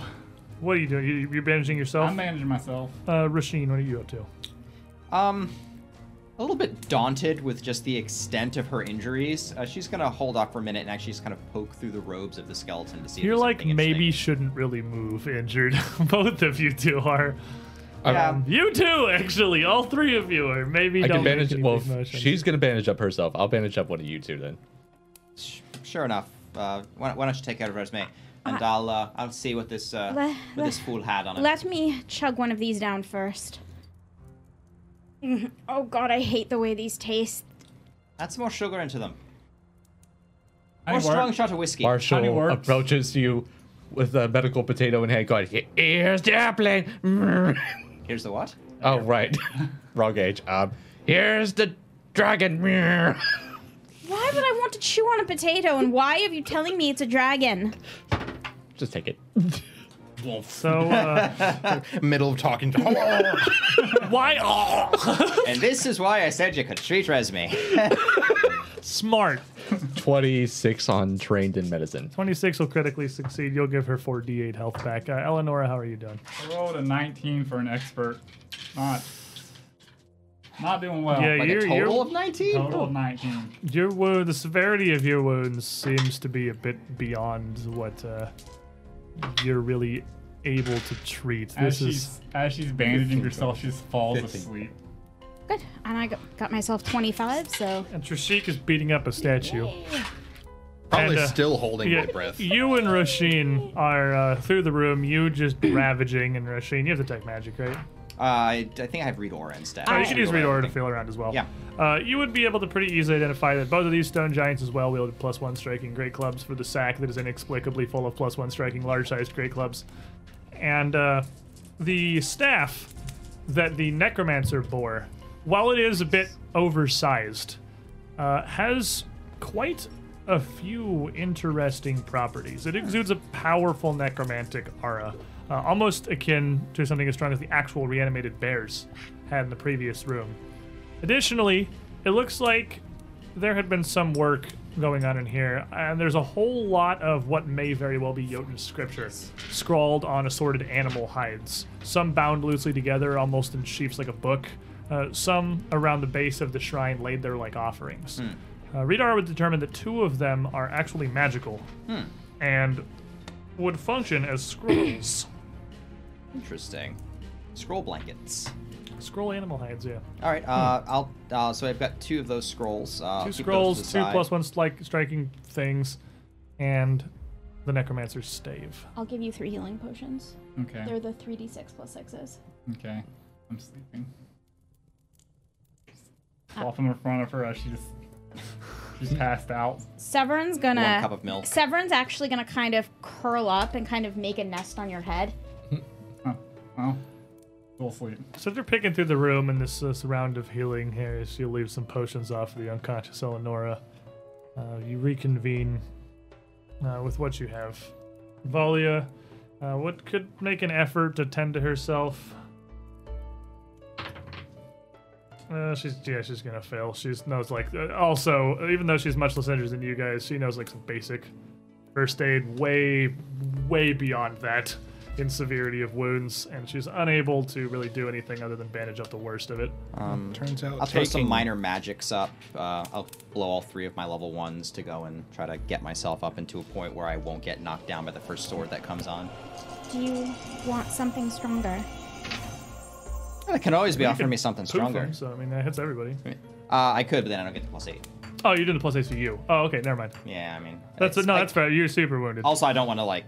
S1: what are you doing? You, you're bandaging
S2: Oh.
S1: yourself?
S5: I'm managing myself.
S1: uh, Rasheen, what are you up to?
S2: Um, a little bit daunted with just the extent of her injuries, uh, she's gonna hold off for a minute and actually just kind of poke through the robes of the skeleton to see. if
S1: You're
S2: there's
S1: like,
S2: anything
S1: maybe
S2: interesting.
S1: shouldn't really move injured. Both of you two are.
S2: Yeah.
S1: You two, actually. All three of you are. Maybe
S6: I
S1: don't
S6: can
S1: make
S6: bandage.
S1: any
S6: Well,
S1: big motions.
S6: she's gonna bandage up herself. I'll bandage up one of you two then.
S2: Sh- Sure enough. Uh, why, don't- why don't you take out of resume, and I'll uh, I'll see what this uh,
S3: Le-
S2: what this fool had on it.
S3: Let me chug one of these down first. Mm, Oh god, I hate the way these taste.
S2: Add some more sugar into them.
S5: I
S2: Or
S5: think
S2: strong
S5: work.
S2: shot of whiskey.
S5: Honey
S6: Marshall
S5: works.
S6: approaches you with a medical potato in hand, going, "Here's the airplane."
S2: Here's the what?
S6: Oh right, wrong age. Um, here's the dragon mirror.
S3: Why would I want to chew on a potato? And why are you telling me it's a dragon?
S6: Just take it.
S1: So uh,
S4: Middle of talking. To-
S1: why?
S2: And this is why I said you could treat resume.
S1: smart.
S6: Twenty six on trained in medicine.
S1: 26 will critically succeed. You'll give her 4d8 health back. Uh, Eleonora, how are you doing?
S5: I rolled a 19 for an expert. Not, not doing well.
S1: Yeah,
S2: Like
S1: you're, Oh.
S2: a total of 19?
S5: Total of 19.
S1: Your wound, the severity of your wounds seems to be a bit beyond what uh, you're really able to treat.
S5: As
S1: This is
S5: she's, as she's bandaging herself, she just falls asleep.
S3: Good. And I got, got myself 25, so.
S1: and Trishik is beating up a statue.
S4: Probably
S1: And, uh,
S4: still holding
S1: Yeah,
S4: my breath.
S1: You and Rasheen are uh, through the room. You just ravaging, and Rasheen, you have to take magic, right?
S2: Uh, I, I think I have read aura instead.
S1: Uh, you can use read order to feel around as well.
S2: Yeah.
S1: Uh, you would be able to pretty easily identify that both of these stone giants as well wielded plus one striking great clubs for the sack that is inexplicably full of plus one striking large sized great clubs. And uh, the staff that the necromancer bore, while it is a bit oversized, uh, has quite a few interesting properties. It exudes a powerful necromantic aura, uh, almost akin to something as strong as the actual reanimated bears had in the previous room. Additionally, it looks like there had been some work going on in here, and there's a whole lot of what may very well be Jotun scripture scrawled on assorted animal hides, some bound loosely together, almost in sheafs like a book, uh, some around the base of the shrine laid there like offerings. Uh, Radar would determine that two of them are actually magical and would function as scrolls.
S2: Interesting. Scroll blankets.
S1: Scroll animal hides, yeah.
S2: All right. Uh, I'll. Uh, so I've got two of those scrolls. Uh,
S1: Hmm. two scrolls, two plus one stri- striking things, and the necromancer's stave.
S3: I'll give you three healing potions. They're
S5: Okay.
S3: the 3d6 plus 6s.
S5: Okay. I'm sleeping. Off in front of her as she just, she's passed out.
S3: Severin's gonna.
S2: One cup of milk.
S3: Severin's actually gonna kind of curl up and kind of make a nest on your head.
S5: Oh, well, still asleep.
S1: So they're picking through the room in this, this round of healing here. She leaves some potions off for the unconscious Eleonora. Uh, you reconvene uh, with what you have. Valia, uh, what could make an effort to tend to herself? Uh, she's yeah, she's gonna fail. She's knows like uh, also even though she's much less injured than you guys, she knows like some basic first aid way way beyond that in severity of wounds, and she's unable to really do anything other than bandage up the worst of it.
S4: Turns out
S2: I'll throw
S4: taking
S2: some minor magics up. Uh, I'll blow all three of my level ones to go and try to get myself up into a point where I won't get knocked down by the first sword that comes on.
S3: Do you want something stronger?
S2: And it can always be offering
S1: can
S2: me something
S1: Poop them,
S2: stronger.
S1: so I mean that hits everybody.
S2: Uh, I could, but then I don't get the plus eight.
S1: Oh, you're doing the plus eight to you. Oh, okay, never mind.
S2: Yeah, I mean.
S1: That's
S2: it's
S1: no,
S2: like-
S1: that's fair. You're super wounded.
S2: Also, I don't want to like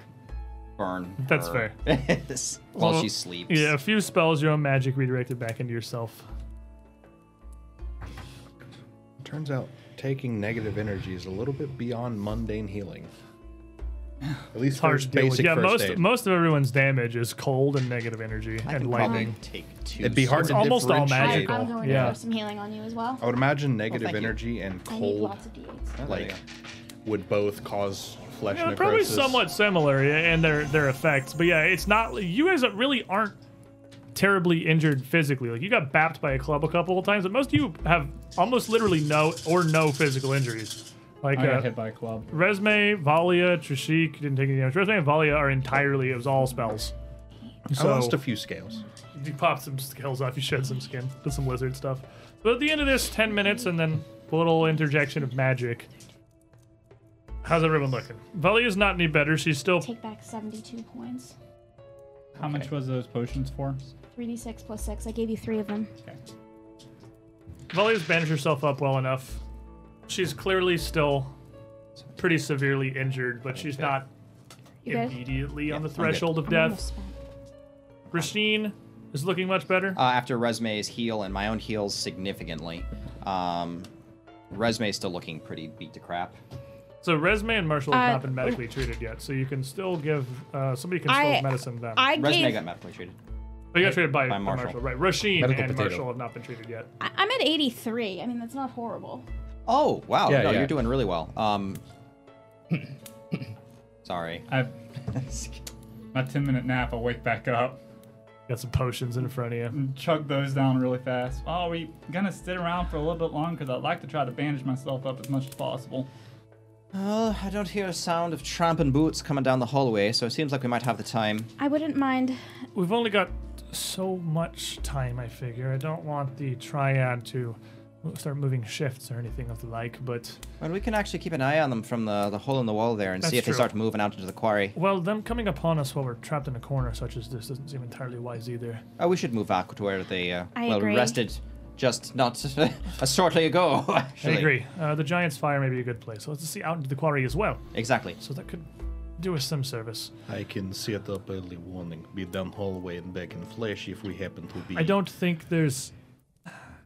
S2: burn.
S1: That's
S2: her while
S1: Well,
S2: she sleeps.
S1: Yeah, a few spells, your own magic redirected back into yourself.
S4: Turns out taking negative energy is a little bit beyond mundane healing. At least
S1: It's hard
S4: for
S1: to deal with.
S4: basic
S1: Yeah,
S4: first
S1: most
S4: aid.
S1: most of everyone's damage is cold and negative energy
S2: I
S1: and
S2: could
S1: lightning.
S2: probably take two.
S4: It'd be hard
S1: It's
S4: to
S1: almost all
S4: differentiate.
S1: magical.
S3: I'm going
S1: Yeah.
S3: to throw some healing on you as well.
S4: I would imagine negative
S2: thank you.
S4: energy and
S3: I need
S4: cold
S3: lots of d8s.
S2: there you
S4: like
S2: go.
S4: would both cause flesh
S1: Yeah,
S4: necrosis.
S1: probably somewhat similar yeah, in their their effects, but yeah, it's not. You guys really aren't terribly injured physically. Like you got bapped by a club a couple of times, but most of you have almost literally no or no physical injuries. Like
S5: I
S1: uh,
S5: got Oh, hit by a club.
S1: Resme, Valia, Trishik didn't take any damage. Resme and Valia are entirely it was all spells.
S4: I
S1: So
S4: lost a few scales.
S1: you popped some scales off, you shed some skin, did some lizard stuff. But at the end of this, ten minutes, and then a little interjection of magic. How's everyone looking? Valia's not any better. She's still
S3: Take back 72 points.
S5: How much was those potions for?
S3: 3d6 plus 6. I gave you three of them.
S5: Okay.
S1: Valia's bandaged herself up well enough. She's clearly still pretty severely injured, but she's not
S3: You good?
S1: immediately on the
S2: I'm good.
S1: threshold of
S3: I'm
S1: death.
S3: almost spent.
S1: Rasheen is looking much better.
S2: uh, after Resume's heal and my own heals significantly. Um, Resume's still looking pretty beat to crap.
S1: So Resme and Marshall
S3: Uh,
S1: have not been medically treated yet, so you can still give uh, somebody can still
S3: I-
S1: medicine them.
S3: I
S2: Resume
S3: gave,
S2: got medically treated.
S1: So you got treated by,
S2: By
S1: by Marshall.
S2: Marshall.
S1: right? Rasheen
S6: Medical
S1: and
S6: potato.
S1: Marshall have not been treated yet.
S3: I- I'm at 83. I mean, that's not horrible.
S2: Oh wow!
S6: Yeah,
S2: no,
S6: yeah.
S2: you're doing really well. Um, sorry.
S5: I have my 10 minute nap. I'll wake back up
S1: Got some potions in front of you.
S3: Mm.
S5: and chug those down really fast. Oh, we going to sit around for a little bit longer because I'd like to try to bandage myself up as much as possible.
S2: Well, I don't hear a sound of tramping boots coming down the hallway, so it seems like we might have the time.
S3: I wouldn't mind.
S1: We've only got so much time, I figure. I don't want the triad to start moving shifts or anything of the like, but
S2: Well, we can actually keep an eye on them from the, the hole in the wall there and
S1: That's
S2: see if
S1: true.
S2: they start moving out into the quarry.
S1: well, them coming upon us while we're trapped in a corner such as this doesn't seem entirely wise either.
S2: Oh, we should move back to where they uh,
S3: I
S2: well
S3: agree.
S2: we rested just not a shortly ago.
S1: I
S2: actually.
S1: agree. Uh, the giant's fire may be a good place. So let's see out into the quarry as well.
S2: Exactly.
S1: So that could do us some service.
S4: I can set up early warning, be down hallway and back in flesh if we happen to be.
S1: I don't think there's.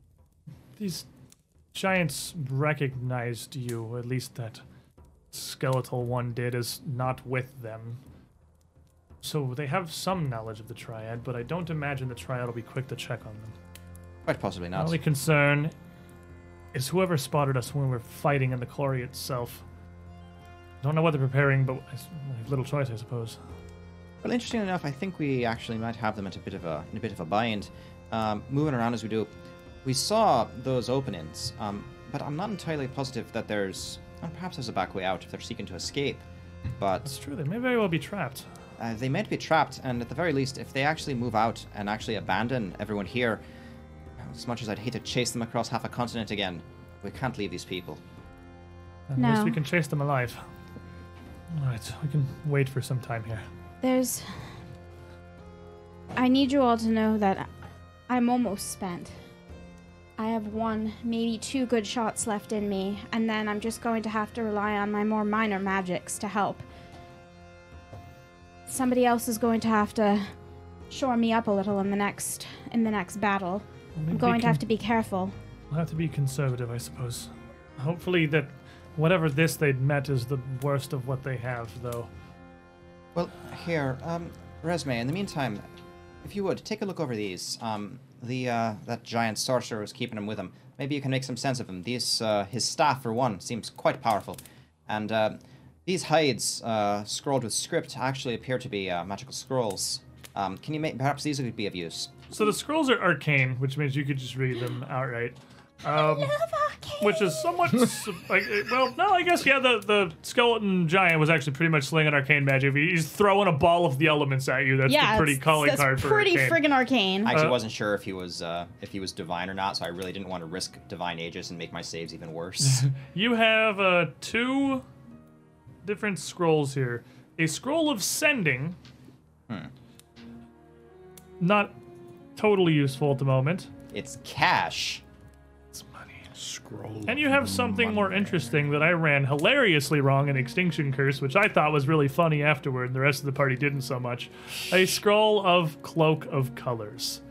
S1: These giants recognized you, at least that skeletal one did, as not with them. So they have some knowledge of the triad, but I don't imagine the triad will be quick to check on them.
S2: Quite possibly
S1: My
S2: not.
S1: only concern is whoever spotted us when we were fighting in the quarry itself. Don't know what they're preparing, but I s- I have little choice, I suppose.
S2: Well, interesting enough, I think we actually might have them at a bit of a in a bit of a bind. Um, moving around as we do, we saw those openings, um, but I'm not entirely positive that there's. And perhaps there's a back way out if they're seeking to escape. But
S1: It's true, they may very well be trapped.
S2: uh, they might be trapped, and at the very least, if they actually move out and actually abandon everyone here, as much as I'd hate to chase them across half a continent again, we can't leave these people.
S1: At least we
S3: No.
S1: can chase them alive. Alright, we can wait for some time here.
S3: There's. I need you all to know that I'm almost spent. I have one, maybe two good shots left in me, and then I'm just going to have to rely on my more minor magics to help. Somebody else is going to have to shore me up a little in the next in the next battle. I'm going to have to be careful.
S1: We'll have to be conservative, I suppose. Hopefully that whatever this they'd met is the worst of what they have, though.
S2: Well, here, um, resume. In the meantime, if you would take a look over these. Um, the uh, that giant sorcerer was keeping him with him. Maybe you can make some sense of him. These, uh, his staff for one, seems quite powerful, and uh, these hides uh, scrolled with script actually appear to be uh, magical scrolls. Um, can you make perhaps these would be of use?
S1: So the scrolls are arcane, which means you could just read them outright. Um, which is somewhat su- like, uh, well no i guess yeah the, the skeleton giant was actually pretty much slinging arcane magic He- he's throwing a ball of the elements at you that's
S3: yeah,
S1: a pretty
S3: it's-
S1: calling
S3: that's
S1: card for
S3: pretty
S1: arcane.
S3: friggin' arcane.
S2: I actually
S1: Uh,
S2: wasn't sure if he was uh, if he was divine or not, so I really didn't want to risk divine ages and make my saves even worse.
S1: you have uh, two different scrolls here a scroll of sending not totally useful at the moment
S2: it's cash.
S4: scroll.
S1: And you have something more interesting that I ran hilariously wrong in Extinction Curse, which I thought was really funny afterward, and the rest of the party didn't so much. A scroll of Cloak of Colors,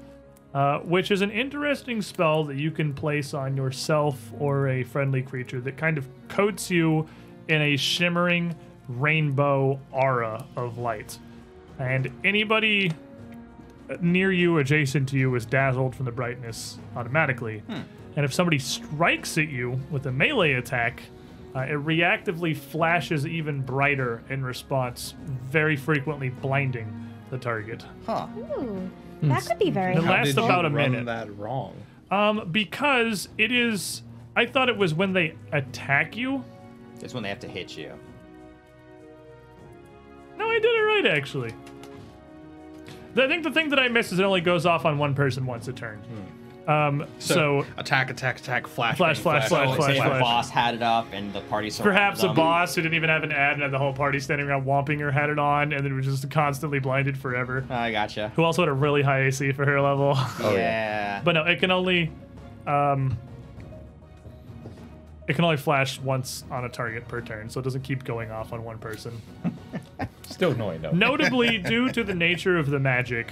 S1: uh, which is an interesting spell that you can place on yourself or a friendly creature that kind of coats you in a shimmering rainbow aura of light. And anybody near you, adjacent to you, is dazzled from the brightness automatically. And if somebody strikes at you with a melee attack, uh, it reactively flashes even brighter in response, very frequently blinding the target.
S2: Huh.
S3: Ooh, that could be very
S1: Hmm. The
S4: How
S1: last
S4: did you
S1: about a
S4: run
S1: minute.
S4: that wrong.
S1: Um, because it is, I thought it was when they attack you.
S2: It's when they have to hit you.
S1: No, I did it right actually. I think the thing that I missed is it only goes off on one person once a turn. Um, so
S4: attack, attack, attack, flash,
S1: Flash,
S4: bang,
S1: flash, flash,
S2: Say
S1: flash.
S2: the boss had it up and the party surrounded
S1: Perhaps a
S2: them.
S1: boss who didn't even have an ad and had the whole party standing around whomping her had it on and then was just constantly blinded forever.
S2: I gotcha.
S1: Who also had a really high AC for her level.
S2: yeah.
S1: Oh, but no, it can only um it can only flash once on a target per turn, so it doesn't keep going off on one person.
S7: Still annoying though.
S1: Notably, due to the nature of the magic,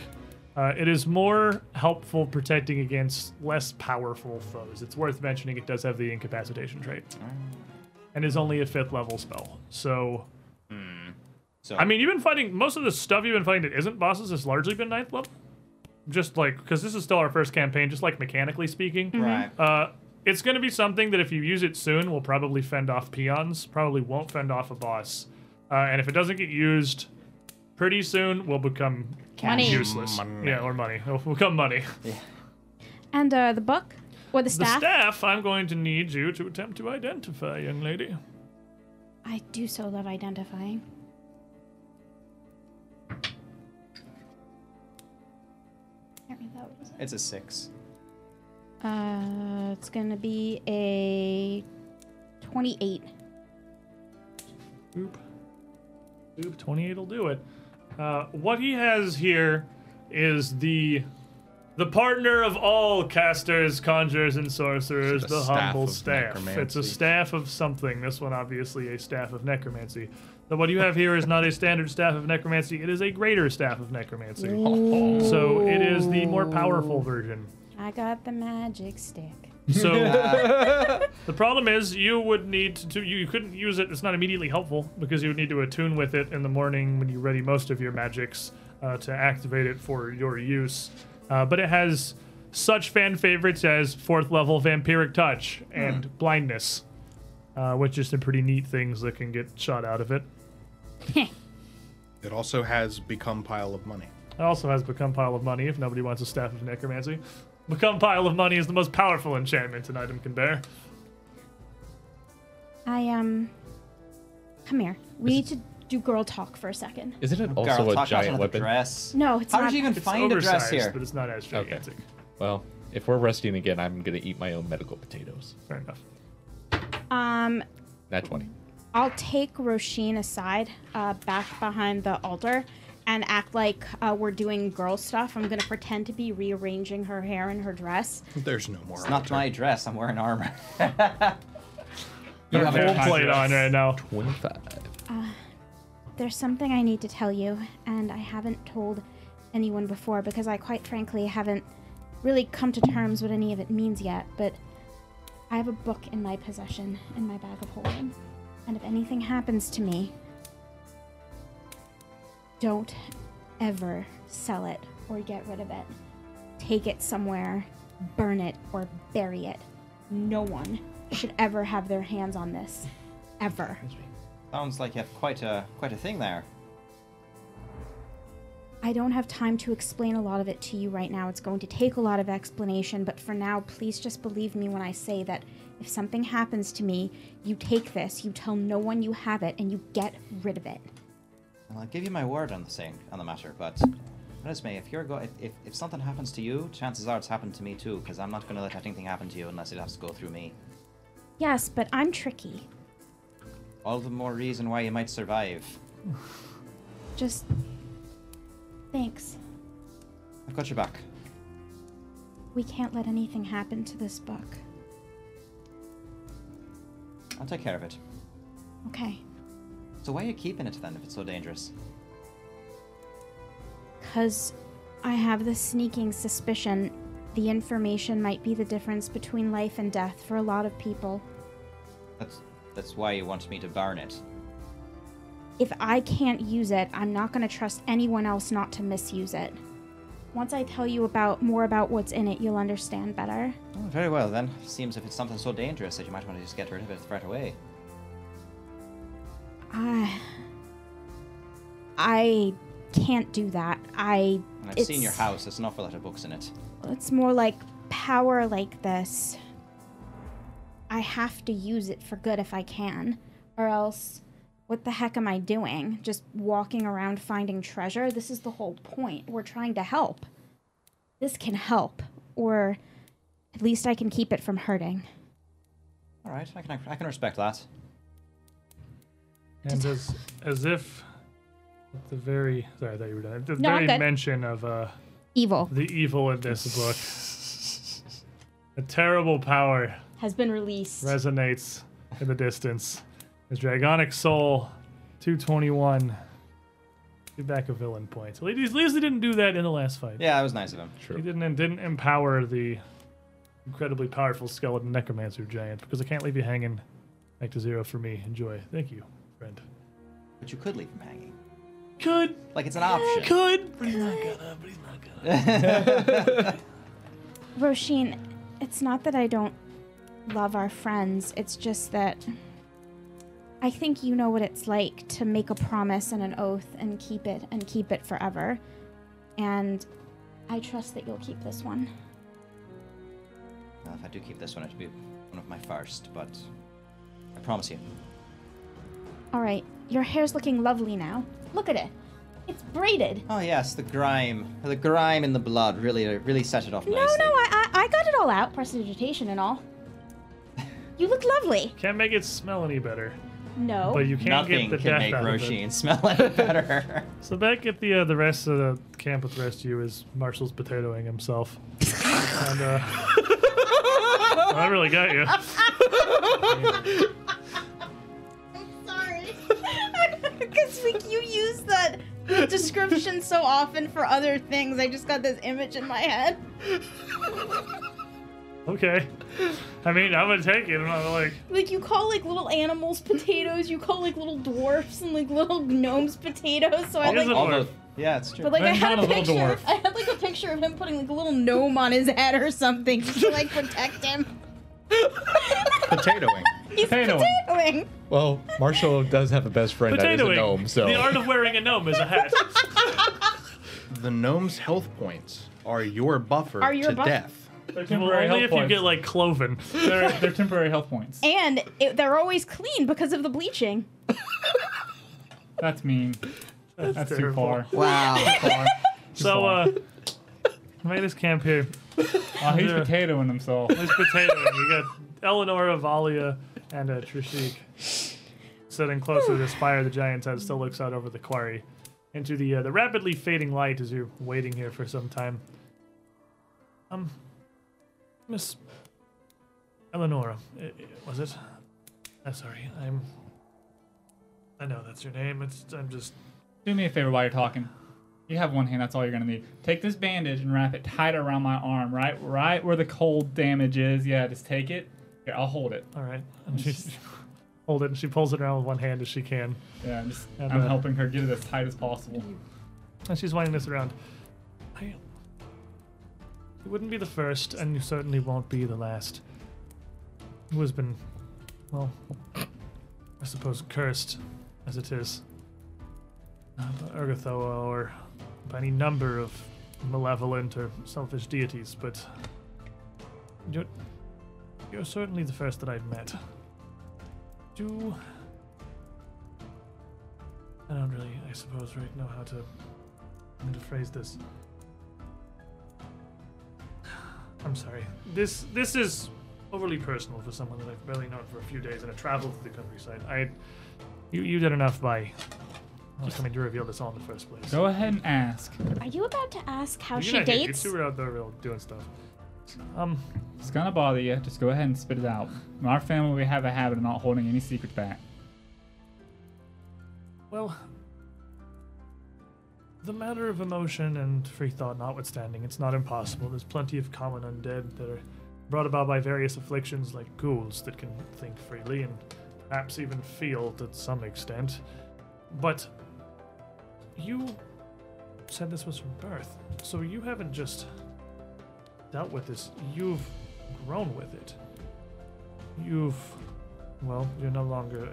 S1: uh, it is more helpful protecting against less powerful foes. It's worth mentioning it does have the incapacitation trait, and is only a fifth level spell. So,
S2: So-
S1: I mean, you've been fighting most of the stuff you've been fighting that isn't bosses has largely been ninth level. just like because this is still our first campaign, just like mechanically speaking,
S2: Right.
S1: uh, it's going to be something that if you use it soon, will probably fend off peons. Probably won't fend off a boss, uh, and if it doesn't get used pretty soon, will become
S3: Money.
S1: useless. Yeah, or money. It'll become money.
S3: And uh, the book or the staff.
S1: The staff, I'm going to need you to attempt to identify, young lady.
S3: I do so love identifying. Can't read that. What is it?
S2: It's a six.
S3: Uh, it's gonna be a twenty-eight.
S1: Oop. Oop, 28 will do it. Uh, what he has here is the the partner of all casters, conjurers, and sorcerers,
S4: It's a
S1: the
S4: staff
S1: humble
S4: of
S1: staff. It's a
S4: necromancy.
S1: staff of something. This one, obviously, a staff of necromancy. So what you have here is not a standard staff of necromancy. It is a greater staff of necromancy.
S4: Oh.
S1: So it is the more powerful version.
S3: I got the magic stick.
S1: So the problem is you would need to you, you couldn't use it. It's not immediately helpful because you would need to attune with it in the morning when you ready most of your magics uh, to activate it for your use. Uh, but it has such fan favorites as fourth level vampiric touch and
S2: Hmm.
S1: blindness, uh, which is some pretty neat things that can get shot out of it.
S4: It also has become pile of money.
S1: It also has Become Pile of Money if nobody wants a Staff of Necromancy. Become Pile of Money is the most powerful enchantment an item can bear.
S3: I um, come here. We need to do girl talk for a second.
S6: Isn't it
S2: Girl,
S6: also
S2: talk
S6: a
S2: about
S6: giant
S2: another
S6: weapon?
S2: Dress.
S3: No, it's
S2: How
S3: not.
S2: did you even
S1: It's
S2: find a dress
S1: oversized,
S2: here?
S1: but it's not as gigantic.
S6: Well, if we're resting again, I'm gonna eat my own medical potatoes.
S1: Fair enough.
S3: um,
S6: Nat 20.
S3: I'll take Roisin aside, uh, back behind the altar, and act like uh, we're doing girl stuff. I'm gonna pretend to be rearranging her hair and her dress.
S4: There's no more.
S2: It's not my dress. I'm wearing armor.
S1: You
S5: have a
S1: full plate
S5: dress.
S1: on right now.
S6: 25.
S3: There's something I need to tell you, and I haven't told anyone before because I quite frankly haven't really come to terms with any of it means yet, but I have a book in my possession in my bag of holding. And if anything happens to me, don't ever sell it or get rid of it. Take it somewhere, burn it, or bury it. No one should ever have their hands on this. Ever.
S2: Sounds like you have quite a quite a thing there.
S3: I don't have time to explain a lot of it to you right now. It's going to take a lot of explanation, but for now, please just believe me when I say that if something happens to me, you take this, you tell no one you have it, and you get rid of it.
S2: Well, I'll give you my word on the thing on the matter, but Resume, if you're go if, if, if something happens to you, chances are it's happened to me too, because I'm not gonna let anything happen to you unless it has to go through me.
S3: Yes, but I'm tricky.
S2: All the more reason why you might survive.
S3: Just. Thanks.
S2: I've got your back.
S3: We can't let anything happen to this book.
S2: I'll take care of it.
S3: Okay.
S2: So why are you keeping it then if it's so dangerous?
S3: Because I have this sneaking suspicion the information might be the difference between life and death for a lot of people.
S2: That's that's why you want me to burn it.
S3: if I can't use it, I'm not going to trust anyone else not to misuse it. Once I tell you about more about what's in it, you'll understand better.
S2: Oh, very well then. Seems if it's something so dangerous that you might want to just get rid of it right away.
S3: I I can't do that. I
S2: And I've seen your
S3: It's-
S2: house, there's an awful lot of books in it.
S3: it's more like power like this. I have to use it for good if I can, or else what the heck am I doing? Just walking around finding treasure? This is the whole point. We're trying to help. This can help, or at least I can keep it from hurting.
S2: Alright, I can I can respect that.
S1: And as, as if at the very sorry, I thought you were done. At The
S3: No, I'm
S1: very
S3: good.
S1: mention of uh,
S3: Evil
S1: the evil in this book, a terrible power
S3: has been released.
S1: resonates in the distance. His dragonic soul, 221. Give back a villain point. At least, at least he didn't do that in the last fight.
S2: Yeah, that was nice of him.
S1: He didn't and didn't empower the incredibly powerful skeleton necromancer giant because I can't leave you hanging. Back to zero for me. Enjoy. Thank you, friend.
S2: But you could leave him hanging.
S1: Could,
S2: Like it's an option.
S1: could.
S8: But he's not gonna. But he's not gonna.
S3: Roisin, it's not that I don't love our friends. It's just that I think you know what it's like to make a promise and an oath and keep it and keep it forever. And I trust that you'll keep this one.
S2: Well, if I do keep this one, it'll be one of my first. But I promise you.
S3: All right, your hair's looking lovely now. Look at it. It's braided.
S2: Oh yes, the grime, the grime in the blood really, really set it off
S3: No,
S2: nicely.
S3: no, I, I, I got it all out, prestidigitation and all. You look lovely.
S1: Can't make it smell any better,
S3: No.
S1: but you can
S2: Nothing
S1: get the
S2: can
S1: death
S2: make
S1: out of it.
S2: Roshin smell any better.
S1: So back at the uh, the rest of the camp with the rest of you is Marshall's potatoing himself. and, uh, I really got you.
S3: Sorry. Because you use that description so often for other things. I just got this image in my head.
S1: Okay. I mean, I'm gonna take it. I'm not like
S3: Like, you call, like, little animals potatoes. You call, like, little dwarfs and, like, little gnomes potatoes. So I,
S1: It is a
S3: like...
S2: All
S1: dwarf.
S2: the- yeah, it's true.
S3: But like I
S5: Then
S3: had
S5: not
S3: a
S5: a little
S3: picture,
S5: dwarf.
S3: I had like a picture of him putting like a little gnome on his head or something just to like protect him.
S4: Potatoing.
S3: He's
S5: Potatoing.
S3: potatoing.
S6: Well, Marshall does have a best friend that is a
S1: potatoing.
S6: gnome, so
S1: The art of wearing a gnome is a hat.
S4: The gnome's health points are your buffer
S3: Are your
S4: to
S3: buff-
S4: death.
S5: They're
S1: well,
S5: temporary
S1: only
S5: health
S1: if you
S5: points.
S1: get like cloven.
S5: they're, they're temporary health points.
S3: And it, they're always clean because of the bleaching.
S5: That's mean. That's, too
S1: terrible.
S5: far.
S2: wow.
S1: So uh, made this camp here.
S5: Oh, he's
S1: Yeah.
S5: potatoing himself.
S1: There's potatoing. We got Eleonora, Valia, and uh, Trishik sitting close to this fire. The giant's head still looks out over the quarry into the uh, the rapidly fading light as you're waiting here for some time. Um, Miss Eleonora, i- i- was it? I'm sorry. I'm. I know that's your name. It's. I'm just.
S5: Do me a favor while you're talking. You have one hand, that's all you're gonna need. Take this bandage and wrap it tight around my arm, right? Right where the cold damage is. Yeah, just take it. Yeah, I'll hold it.
S1: All right. And she's. Hold it, and she pulls it around with one hand as she can.
S5: Yeah, I'm just
S1: And,
S5: I'm
S1: uh,
S5: helping her get it as tight as possible.
S1: And she's winding this around. I, you wouldn't be the first, and you certainly won't be the last. Who has been, well, I suppose cursed, as it is, uh, by Urgathoa or by any number of malevolent or selfish deities, but you're, you're certainly the first that I've met. Do. I don't really, I suppose, right, know how to I'm going to phrase this. I'm sorry. This this is overly personal for someone that I've barely known for a few days and I traveled to the countryside. I you you did enough by well, coming to reveal this all in the first place.
S5: Go ahead and ask.
S3: Are you about to ask how
S1: You're
S3: she
S1: not here.
S3: dates?
S1: You two were out there real doing stuff. Um,
S5: It's gonna bother you. Just go ahead and spit it out. In our family, we have a habit of not holding any secrets back.
S1: well, the matter of emotion and free thought notwithstanding, it's not impossible. There's plenty of common undead that are brought about by various afflictions like ghouls that can think freely and perhaps even feel to some extent. But you said this was from birth, so you haven't just dealt with this, you've grown with it. You've, well, you're no longer a,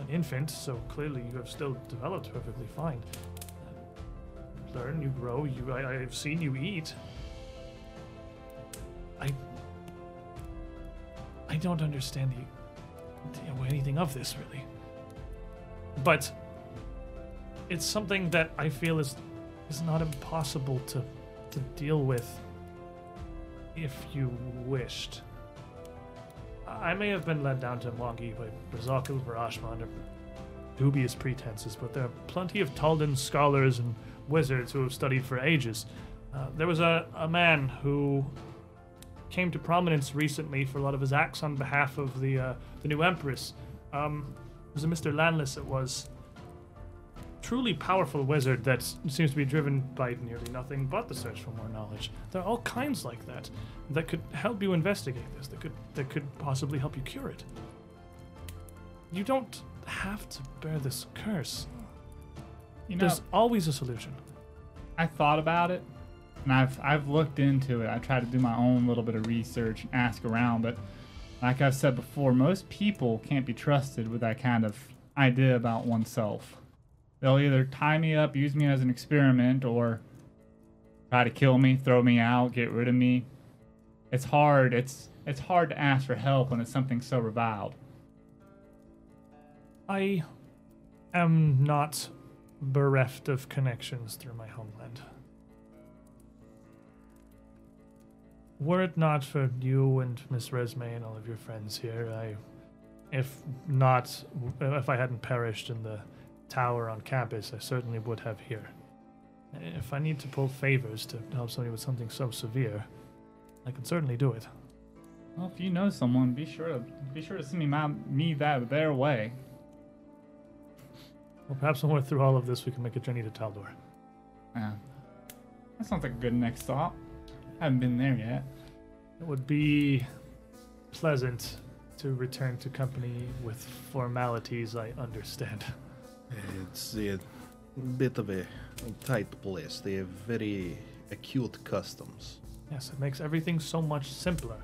S1: an infant, so clearly you have still developed perfectly fine. Learn, you grow, you, I, I've seen you eat. I, I don't understand the, the- anything of this really. But it's something that I feel is is not impossible to to deal with if you wished. I I may have been led down to Mwangi by Brazakil Barashman under dubious pretenses, but there are plenty of Taldan scholars and wizards who have studied for ages. Uh, there was a, a man who came to prominence recently for a lot of his acts on behalf of the uh, the new Empress. Um, it was a Mr. Landless, it was truly powerful wizard that seems to be driven by nearly nothing but the search for more knowledge. There are all kinds like that that could help you investigate this. That could that could possibly help you cure it. You don't have to bear this curse.
S5: You know,
S1: There's always a solution.
S5: I thought about it, and I've I've looked into it. I tried to do my own little bit of research and ask around, but like I've said before, most people can't be trusted with that kind of idea about oneself. They'll either tie me up, use me as an experiment, or try to kill me, throw me out, get rid of me. It's hard. It's it's hard to ask for help when it's something so reviled.
S1: I am not bereft of connections through my homeland. Were it not for you and Miss Resme and all of your friends here, I, if not, if I hadn't perished in the tower on campus, I certainly would have here. If I need to pull favors to help somebody with something so severe, I can certainly do it.
S5: Well, if you know someone, be sure to be sure to send me my me that their way.
S1: Well, perhaps when we're through all of this, we can make a journey to Taldor.
S5: Yeah. That sounds like a good next stop. Haven't been there yet.
S1: It would be pleasant to return to company with formalities I understand.
S4: It's a bit of a tight place. They have very acute customs.
S1: Yes, it makes everything so much simpler.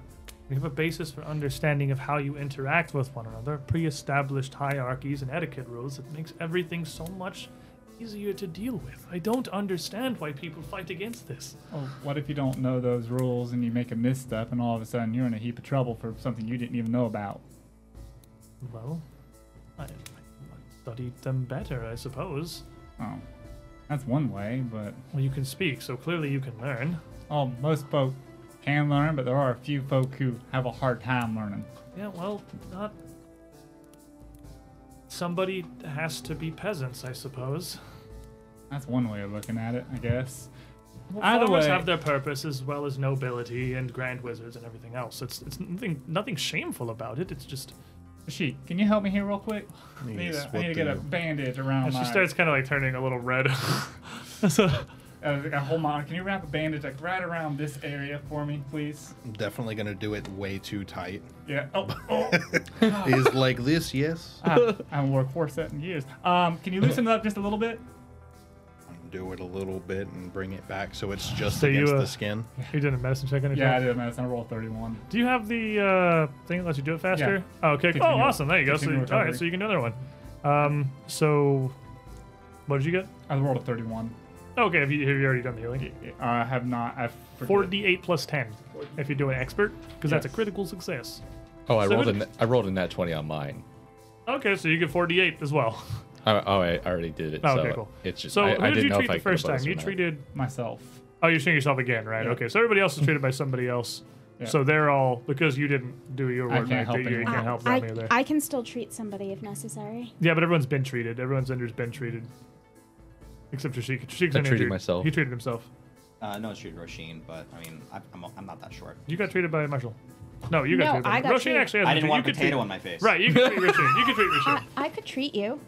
S1: We have a basis for understanding of how you interact with one another, pre established hierarchies and etiquette rules. It makes everything so much easier to deal with. I don't understand why people fight against this.
S5: Well, what if you don't know those rules and you make a misstep and all of a sudden you're in a heap of trouble for something you didn't even know about?
S1: Well, I, I studied them better, I suppose.
S5: Oh. That's one way, but
S1: Well, you can speak, so clearly you can learn.
S5: oh, most folk can learn, but there are a few folk who have a hard time learning.
S1: Yeah, well, not. Somebody has to be peasants, I suppose.
S5: That's one way of looking at it, I guess.
S1: Well,
S5: Either
S1: farmers
S5: way-
S1: have their purpose as well as nobility and grand wizards and everything else. It's it's nothing nothing shameful about it. It's just
S5: She, can you help me here real quick? I need,
S4: Yes,
S5: a, I
S4: what
S5: need to
S4: do
S5: get a
S4: you-
S5: bandage around my.
S1: she starts kind of like turning a little red. so,
S5: uh, like a whole mon- Can you wrap a bandage like right around this area for me, please?
S4: I'm definitely gonna do it way too tight.
S5: Yeah. Oh. oh.
S4: Is like this, yes.
S5: I haven't wore a corset in years. Um, can you loosen it up just a little bit?
S4: Do it a little bit and bring it back so it's just
S1: So you,
S4: against
S1: uh,
S4: the skin.
S1: you did a medicine check on yourself.
S5: Yeah, I did, man. It's on roll 31.
S1: Do you have the uh, thing that lets you do it faster?
S5: Yeah.
S1: Oh, okay.
S5: Continue-
S1: oh, awesome. There you go. So,
S5: continue
S1: you- all right,
S5: recovery.
S1: so you can do another one. Um, so what did you get?
S5: I rolled a 31.
S1: Okay, have you, have you already done the healing?
S5: I have not. I've forget-
S1: 4d8 plus 10 if you do an expert, because that's a
S5: Yes.
S1: critical success.
S6: Oh, I
S1: So
S6: rolled
S1: who-
S6: a n- I rolled a nat twenty on mine.
S1: Okay, so you get 4d8 as well.
S6: I, oh, I already did it.
S1: Oh,
S6: so
S1: okay, cool.
S6: It's just,
S1: so
S6: I,
S1: who
S6: I
S1: did
S6: didn't
S1: you
S6: know
S1: treat
S6: if I
S1: the
S6: could
S1: first
S6: bonus
S1: time?
S6: or
S1: You
S6: not.
S1: treated.
S5: myself.
S1: Oh, you're treating yourself again, right? Okay, so everybody else is treated by somebody else.
S5: Yeah.
S1: So they're all because you didn't do your
S5: I
S1: work. right,
S5: can't help
S1: that you
S5: anyone.
S1: can't help them
S3: Uh, I,
S1: either.
S3: I can still treat somebody if necessary.
S1: yeah, but everyone's been treated. Everyone's under's been treated, except for Sheik. Sheik's
S6: I
S1: been
S6: treated
S1: injured.
S6: myself.
S1: He treated himself.
S2: Uh, no, it's treated Roshin, but I mean, I, I'm, I'm not that short.
S1: You got treated by Marshall. No, you got
S3: No,
S1: treated. by
S3: I got
S1: Roshin
S3: treated.
S1: actually. Has
S2: I didn't want a
S1: you could treat-
S2: potato on my face.
S1: Right, you can treat Roshin. You can treat Roshin.
S3: I, Uh, I could treat you.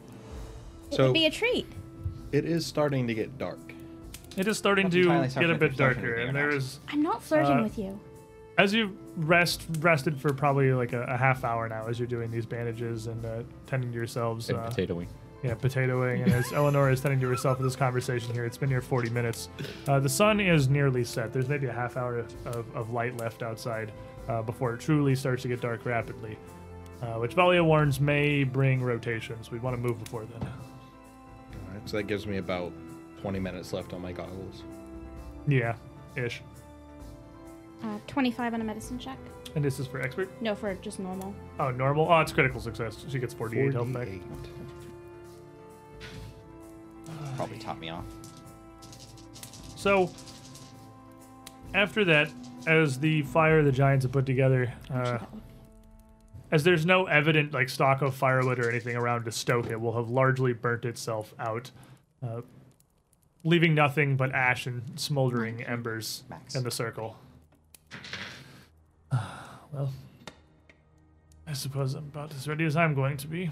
S3: It
S4: So-
S3: would be a treat.
S4: It is starting to get dark.
S1: It is starting
S2: That's
S1: to
S2: entirely
S1: get a
S2: separate
S1: bit
S2: discussion
S1: darker,
S2: if
S1: and
S2: you're
S1: there
S2: not.
S1: is
S3: I'm not flirting
S1: Uh,
S3: with you.
S1: as you rest rested for probably like a, a half hour now as you're doing these bandages and uh, tending to yourselves.
S6: And
S1: uh,
S6: potatoing.
S1: Yeah, potatoing. And as Eleanor is tending to herself with this conversation here, it's been here 40 minutes. Uh, the sun is nearly set. There's maybe a half hour of, of, of light left outside uh, before it truly starts to get dark rapidly, uh, which Valia warns may bring rotations. We'd want to move before then.
S4: Alright, so that gives me about 20 minutes left on my goggles.
S1: Yeah, ish.
S3: Uh, 25 on a medicine check.
S1: And this is for expert?
S3: No, for just normal.
S1: Oh, normal. Oh, it's critical success. She gets 48, health back.
S4: 48.
S2: Probably top me off.
S1: So, after that, as the fire the giants have put together, uh,
S3: that one.
S1: as there's no evident like stock of firewood or anything around to stoke it, will have largely burnt itself out, uh, leaving nothing but ash and smoldering embers
S2: Max.
S1: in the circle. well, I suppose I'm about as ready as I'm going to be.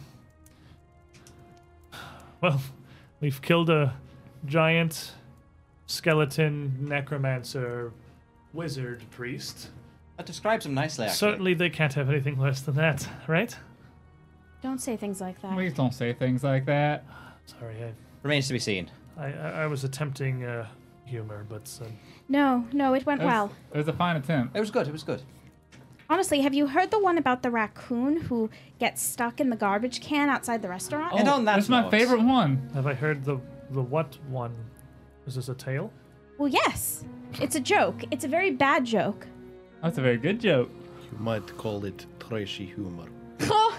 S1: Well, we've killed a giant skeleton necromancer wizard priest.
S2: That describes him nicely, actually.
S1: Certainly they can't have anything worse than that, right?
S3: Don't say things like that.
S5: Please don't say things like that.
S1: Sorry, I
S2: Remains to be seen.
S1: I, I, I was attempting uh, humor, but uh,
S3: No, no, it went
S5: It was-
S3: well.
S5: it was a fine attempt.
S2: It was good. It was good.
S3: Honestly, have you heard the one about the raccoon who gets stuck in the garbage can outside the
S1: Oh,
S3: restaurant?
S2: and on that
S5: That's my
S2: note-
S5: favorite one.
S1: have I heard the the what one? Is this a tale?
S3: Well, yes. It's a joke. It's a very bad joke.
S5: That's a very good joke.
S4: You might call it trashy humor.
S3: Oh,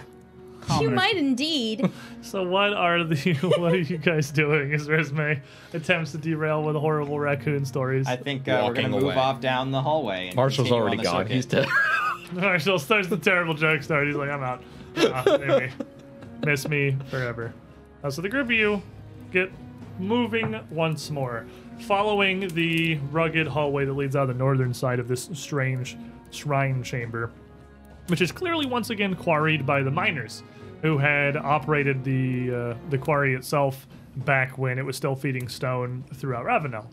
S3: you
S5: Commoner.
S3: might indeed.
S1: So what are the what are you guys doing? As Resme attempts to derail with horrible raccoon stories,
S2: I think uh, we're
S6: Walking
S2: gonna move
S6: away.
S2: off down the hallway. And
S6: Marshall's
S2: continue on
S6: already
S2: the
S6: gone.
S2: circuit.
S6: He's dead.
S1: Marshall starts the terrible joke start. He's like, I'm out. Ah, anyway, miss me forever. Uh, so the group of you get moving once more, following the rugged hallway that leads out of the northern side of this strange shrine chamber, which is clearly once again quarried by the miners who had operated the uh, the quarry itself back when it was still feeding stone throughout Ravenel.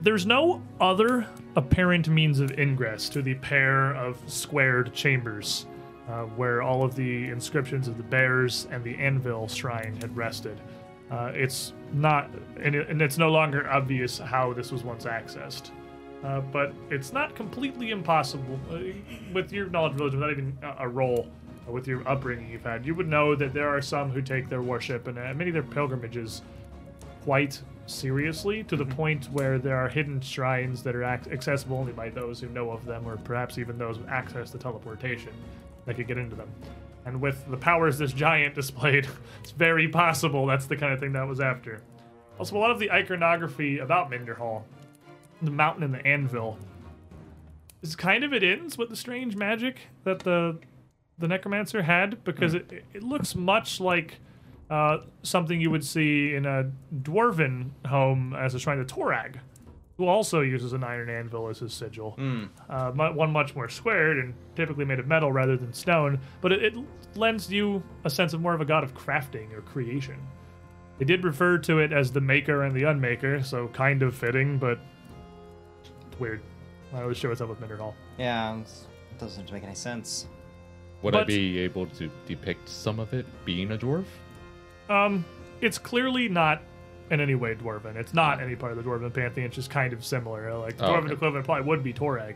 S1: There's no other apparent means of ingress to the pair of squared chambers uh, where all of the inscriptions of the bears and the anvil shrine had rested. Uh, it's not, and, it, and it's no longer obvious how this was once accessed. Uh, but it's not completely impossible. Uh, with your knowledge of religion, without even a- a role, uh, with your upbringing you've had, you would know that there are some who take their worship and uh, many of their pilgrimages quite seriously to the point where there are hidden shrines that are ac- accessible only by those who know of them or perhaps even those with access to teleportation that could get into them and with the powers this giant displayed it's very possible that's the kind of thing that was after also a lot of the iconography about minderhall the mountain and the anvil is kind of it ends with the strange magic that the the necromancer had because it, it looks much like uh, something you would see in a dwarven home as a shrine to Torag, who also uses an iron anvil as his sigil. Uh, mu- one much more squared and typically made of metal rather than stone, but it, it lends you a sense of more of a god of crafting or creation. They did refer to it as the maker and the unmaker, so kind of fitting, but it's weird. I always sure what's up with Minderhall.
S2: Yeah, it's- it doesn't make any sense.
S6: Would I
S1: But-
S6: be able to depict some of it being a dwarf?
S1: Um, it's clearly not in any way dwarven. It's not any part of the dwarven pantheon. It's just kind of similar. Like the
S6: Oh,
S1: dwarven
S6: okay.
S1: equivalent probably would be Torag.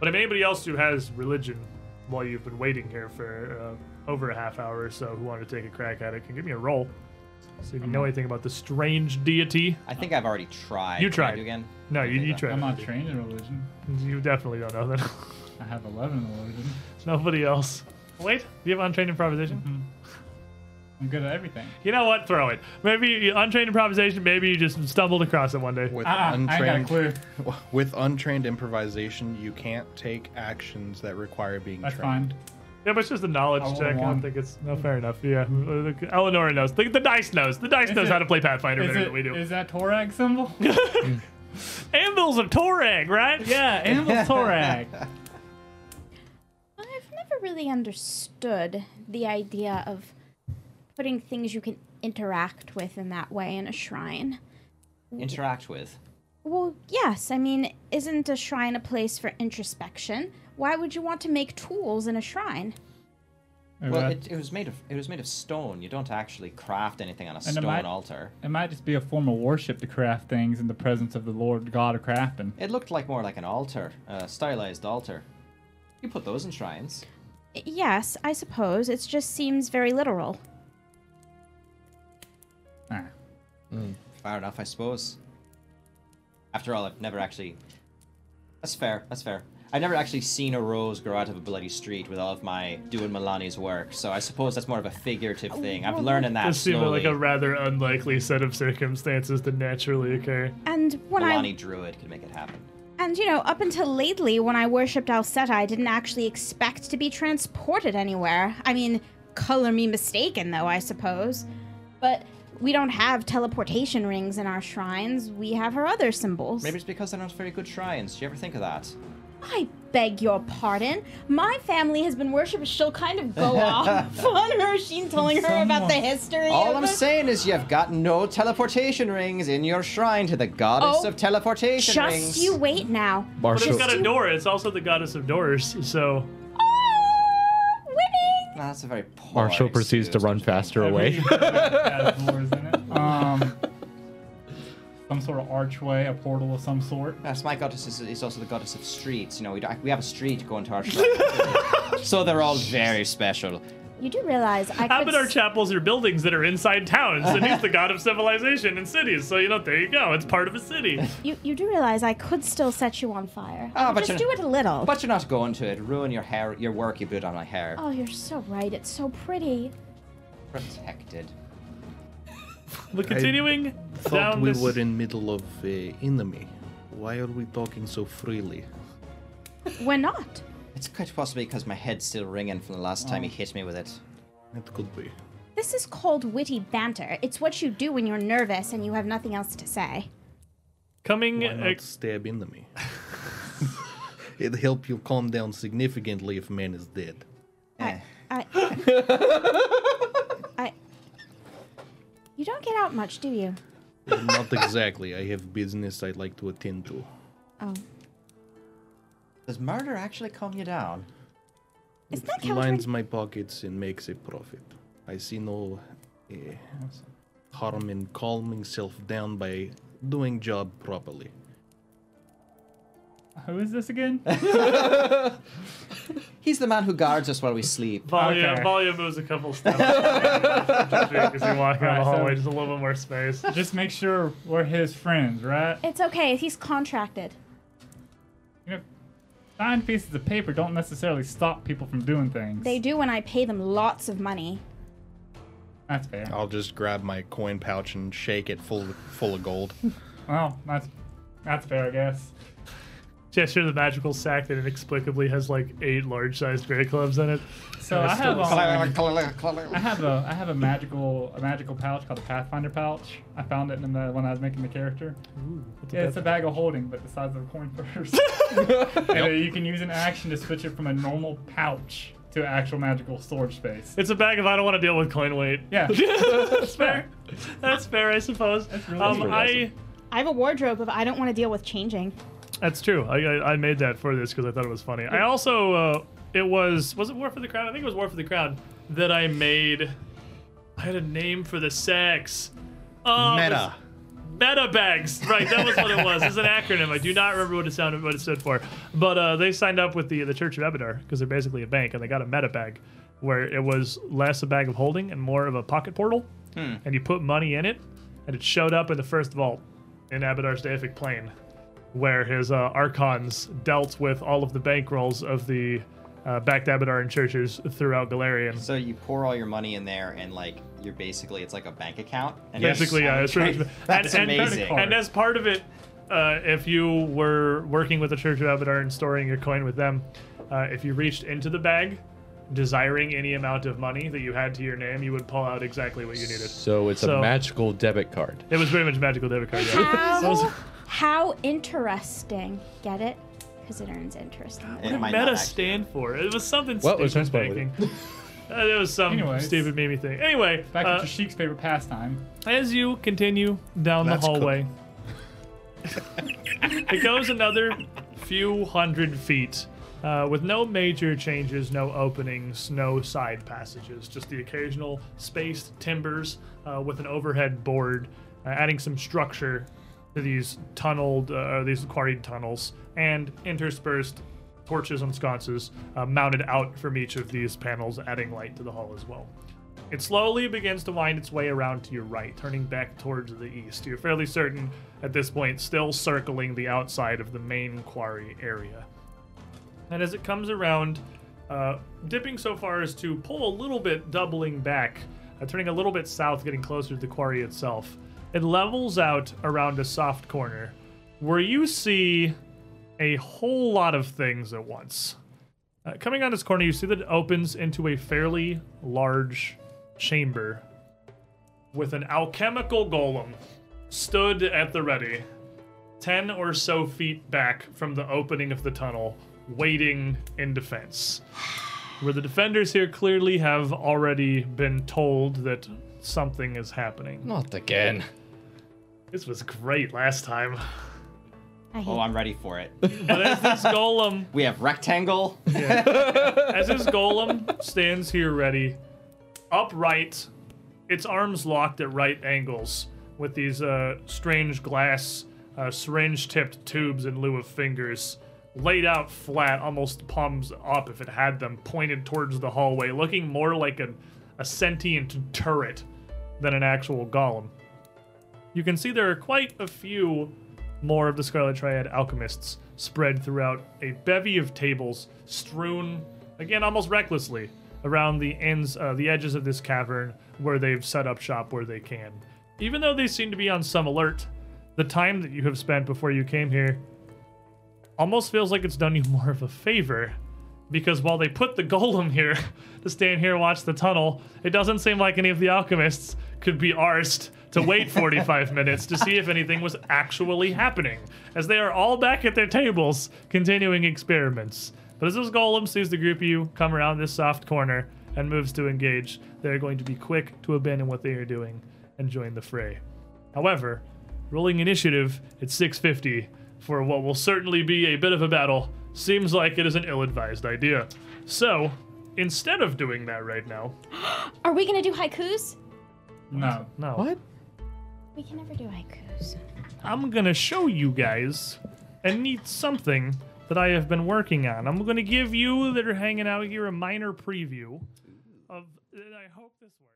S1: But if anybody else who has religion, while you've been waiting here for uh, over a half hour or so, who wanted to take a crack at it, can give me a roll. See if you know anything about the strange deity.
S2: I think I've already tried.
S1: You
S2: Can I
S1: tried.
S2: do again.
S1: No, you, you
S5: I'm
S1: try.
S5: not trained in religion.
S1: You definitely don't know that.
S5: I have 11 in religion.
S1: Nobody else. Wait, do you have untrained improvisation?
S5: I'm good at everything.
S1: You know what? Throw it. Maybe you, untrained improvisation. Maybe you just stumbled across it one day.
S4: With
S5: Ah, I ain't got a
S4: untrained,
S5: clue.
S4: with untrained improvisation, you can't take actions that require being
S5: That's
S4: trained.
S5: fine.
S1: Yeah, but it's just a knowledge
S5: I rolled a
S1: check. I don't
S5: one.
S1: think it's no fair enough. Yeah, Uh, Eleanor knows. The, the dice knows. The dice
S5: Is
S1: knows
S5: it-
S1: how to play Pathfinder
S5: Is,
S1: better than
S5: it,
S1: we do.
S5: is that Torag symbol?
S1: Anvil's a Torag, right?
S5: yeah, Animal Torag.
S3: I've never really understood the idea of putting things you can interact with in that way in a shrine.
S2: Interact with.
S3: Well, yes. I mean, isn't a shrine a place for introspection? Why would you want to make tools in a shrine?
S2: Well,
S5: Okay.
S2: it, it was made of it was made of stone. You don't actually craft anything on a
S5: it
S2: stone
S5: might-
S2: altar.
S5: It might just be a form of worship to craft things in the presence of the Lord God of crafting.
S2: It looked like more like an altar, a stylized altar. You put those in shrines.
S3: I- Yes, I suppose. It just seems very literal.
S5: Ah.
S2: Fair enough, I suppose. After all, I've never actually. That's fair. That's fair. I've never actually seen a rose grow out of a bloody street with all of my doing Milani's work. So I suppose that's more of a figurative thing. I've learned in that
S1: This seemed
S2: slowly.
S1: like a rather unlikely set of circumstances to naturally occur.
S3: And when
S2: Milani
S3: I
S2: druid could make it happen.
S3: and you know, up until lately when I worshipped Alseta, I didn't actually expect to be transported anywhere. I mean, color me mistaken though, I suppose. But we don't have teleportation rings in our shrines. We have her other symbols.
S2: Maybe it's because they're not very good shrines. Do you ever think of that?
S3: I beg your pardon. My family has been worshipped. She'll kind of go off on Hersheen telling her about the history.
S2: All
S3: of
S2: I'm
S3: it.
S2: saying is you've got no teleportation rings in your shrine to the goddess
S3: Oh,
S2: of teleportation
S3: Just
S2: rings.
S3: you wait now.
S1: But
S6: Marshall,
S1: it's got a door. It's also the goddess of doors. So
S3: Oh, winning!
S2: Nah, that's a very poor
S1: Oh,
S6: Marshall proceeds to
S2: excuse.
S6: run faster away.
S5: Got a doors in it. Um, sort of archway, a portal of some sort.
S2: Yes, my goddess is, is also the goddess of streets. You know, we, don't, we have a street going to our shrine. so they're all very special.
S3: You do realize I could.
S1: Habitar
S3: s-
S1: chapels are buildings that are inside towns, and he's the god of civilization and cities. So you know, there you go. It's part of a city.
S3: you, you do realize I could still set you on fire.
S2: Ah, but
S3: just
S2: you-
S3: do it a little.
S2: But you're not going to it. Ruin your hair, your work you put on my hair.
S3: oh, you're so right. It's so pretty.
S2: Protected.
S1: But continuing
S4: Thought
S1: down
S4: we
S1: this,
S4: were in middle of uh, enemy. Why are we talking so freely?
S3: We're not.
S2: It's quite possibly because my head's still ringing from the last time he hit me with it.
S4: It could be.
S3: This is called witty banter. It's what you do when you're nervous and you have nothing else to say.
S1: coming
S4: Why not
S1: ex-
S4: stab into me? It'd help you calm down significantly if man is dead.
S2: Eh.
S3: I. I. You don't get out much, do you?
S4: not exactly. I have business I'd like to attend to.
S3: Oh.
S2: Does murder actually calm you down?
S3: Is that
S4: It lines my pockets and makes a profit. I see no uh, harm in calming self down by doing job properly.
S5: Who is this again?
S2: He's the man who guards us while we sleep.
S1: volume,
S5: Okay.
S1: volume moves a couple steps as you walk down the
S5: Alright, so-
S1: hallway, just a little bit more space.
S5: Just make sure we're his friends, right?
S3: It's okay. He's contracted.
S5: You know, signed pieces of paper don't necessarily stop people from doing things.
S3: They do when I pay them lots of money.
S5: That's fair.
S4: I'll just grab my coin pouch and shake it full full of gold.
S5: Well, that's that's fair, I guess.
S1: Gesture the magical sack that inexplicably has like eight large-sized gray clubs in it.
S5: So I have, um, I
S2: That's
S5: have a I have a magical a magical pouch called the Pathfinder pouch. I found it in the when I was making the character.
S1: What's
S5: Yeah, it's a
S1: that?
S5: bag of holding, but the size of a coin purse. and uh, you can use an action to switch it from a normal pouch to actual magical storage space.
S1: It's a bag of I don't want to deal with coin weight.
S5: Yeah.
S1: that's fair. That's fair, I suppose.
S5: really
S1: um,
S5: pretty
S1: I.
S3: I have a wardrobe of I don't want to deal with changing.
S1: That's true. I, I, I made that for this because I thought it was funny. I also uh, it was was it War for the Crown? I think it was War for the Crown that I made. I had a name for the sex. Oh, it was-
S4: Meta.
S1: Meta bags, right? That was what it was. It's an acronym. I do not remember what it sounded, what it stood for. But uh, they signed up with the the Church of Ebadar because they're basically a bank, and they got a meta bag, where it was less a bag of holding and more of a pocket portal, and you put money in it, and it showed up in the first vault in Abadar's deific plane, where his uh, archons dealt with all of the bankrolls of the uh, backed Abadarian churches throughout Galarian.
S2: So you pour all your money in there, and like you're basically it's like a bank account. And you
S1: Basically,
S2: just-
S1: yeah, it's pretty much-
S2: That's
S1: and, and-
S2: amazing.
S1: And, as part of it, uh, if you were working with the Church of Abadar and storing your coin with them, uh, if you reached into the bag, desiring any amount of money that you had to your name, you would pull out exactly what you needed.
S6: So it's
S1: So-
S6: a magical debit card.
S1: It was very much magical debit card. Yeah.
S3: How, how interesting. Get it? Because it earns interest.
S2: It
S1: What did
S2: might not
S1: meta
S2: actually-
S1: stand for? It was something
S6: What was
S1: stupid
S6: I supposed
S1: banking. Uh, it was some
S5: Anyways.
S1: stupid meme thing. Anyway,
S5: Back
S1: uh,
S5: to Sheik's favorite pastime.
S1: As you continue down the
S4: That's cool.
S1: hallway, it goes another few hundred feet uh, with no major changes, no openings, no side passages, just the occasional spaced timbers uh, with an overhead board, uh, adding some structure to these tunneled, uh, or these quarried tunnels, and interspersed torches and sconces uh, mounted out from each of these panels, adding light to the hall as well. It slowly begins to wind its way around to your right, turning back towards the east. You're fairly certain at this point, still circling the outside of the main quarry area. And as it comes around, uh, dipping so far as to pull a little bit, doubling back, uh, turning a little bit south, getting closer to the quarry itself, it levels out around a soft corner where you see a whole lot of things at once. Uh, coming on this corner, you see that it opens into a fairly large chamber with an alchemical golem stood at the ready, 10 or so feet back from the opening of the tunnel, waiting in defense. Where the defenders here clearly have already been told that something is happening.
S7: Not again.
S1: This was great last time.
S3: I hate
S2: Oh, I'm ready for it.
S1: But as this golem
S2: We have rectangle.
S1: As his golem stands here ready, upright, its arms locked at right angles, with these uh, strange glass uh, syringe-tipped tubes in lieu of fingers, laid out flat, almost palms up if it had them, pointed towards the hallway, looking more like an, a sentient turret than an actual golem. You can see there are quite a few more of the Scarlet Triad alchemists spread throughout a bevy of tables strewn, again almost recklessly, around the ends, uh, the edges of this cavern where they've set up shop where they can. Even though they seem to be on some alert, the time that you have spent before you came here almost feels like it's done you more of a favor because while they put the golem here to stand here and watch the tunnel, it doesn't seem like any of the alchemists could be arsed to wait 45 minutes to see if anything was actually happening, as they are all back at their tables continuing experiments. But as this golem sees the group of you come around this soft corner and moves to engage, they're going to be quick to abandon what they are doing and join the fray. However, rolling initiative at 650 for what will certainly be a bit of a battle seems like it is an ill-advised idea. So, instead of doing that right now,
S3: Are we gonna do haikus?
S5: No.
S1: no,
S3: We can never do haikus.
S1: I'm gonna show you guys and need something that I have been working on. I'm gonna give you that are hanging out here a minor preview of, and I hope this works.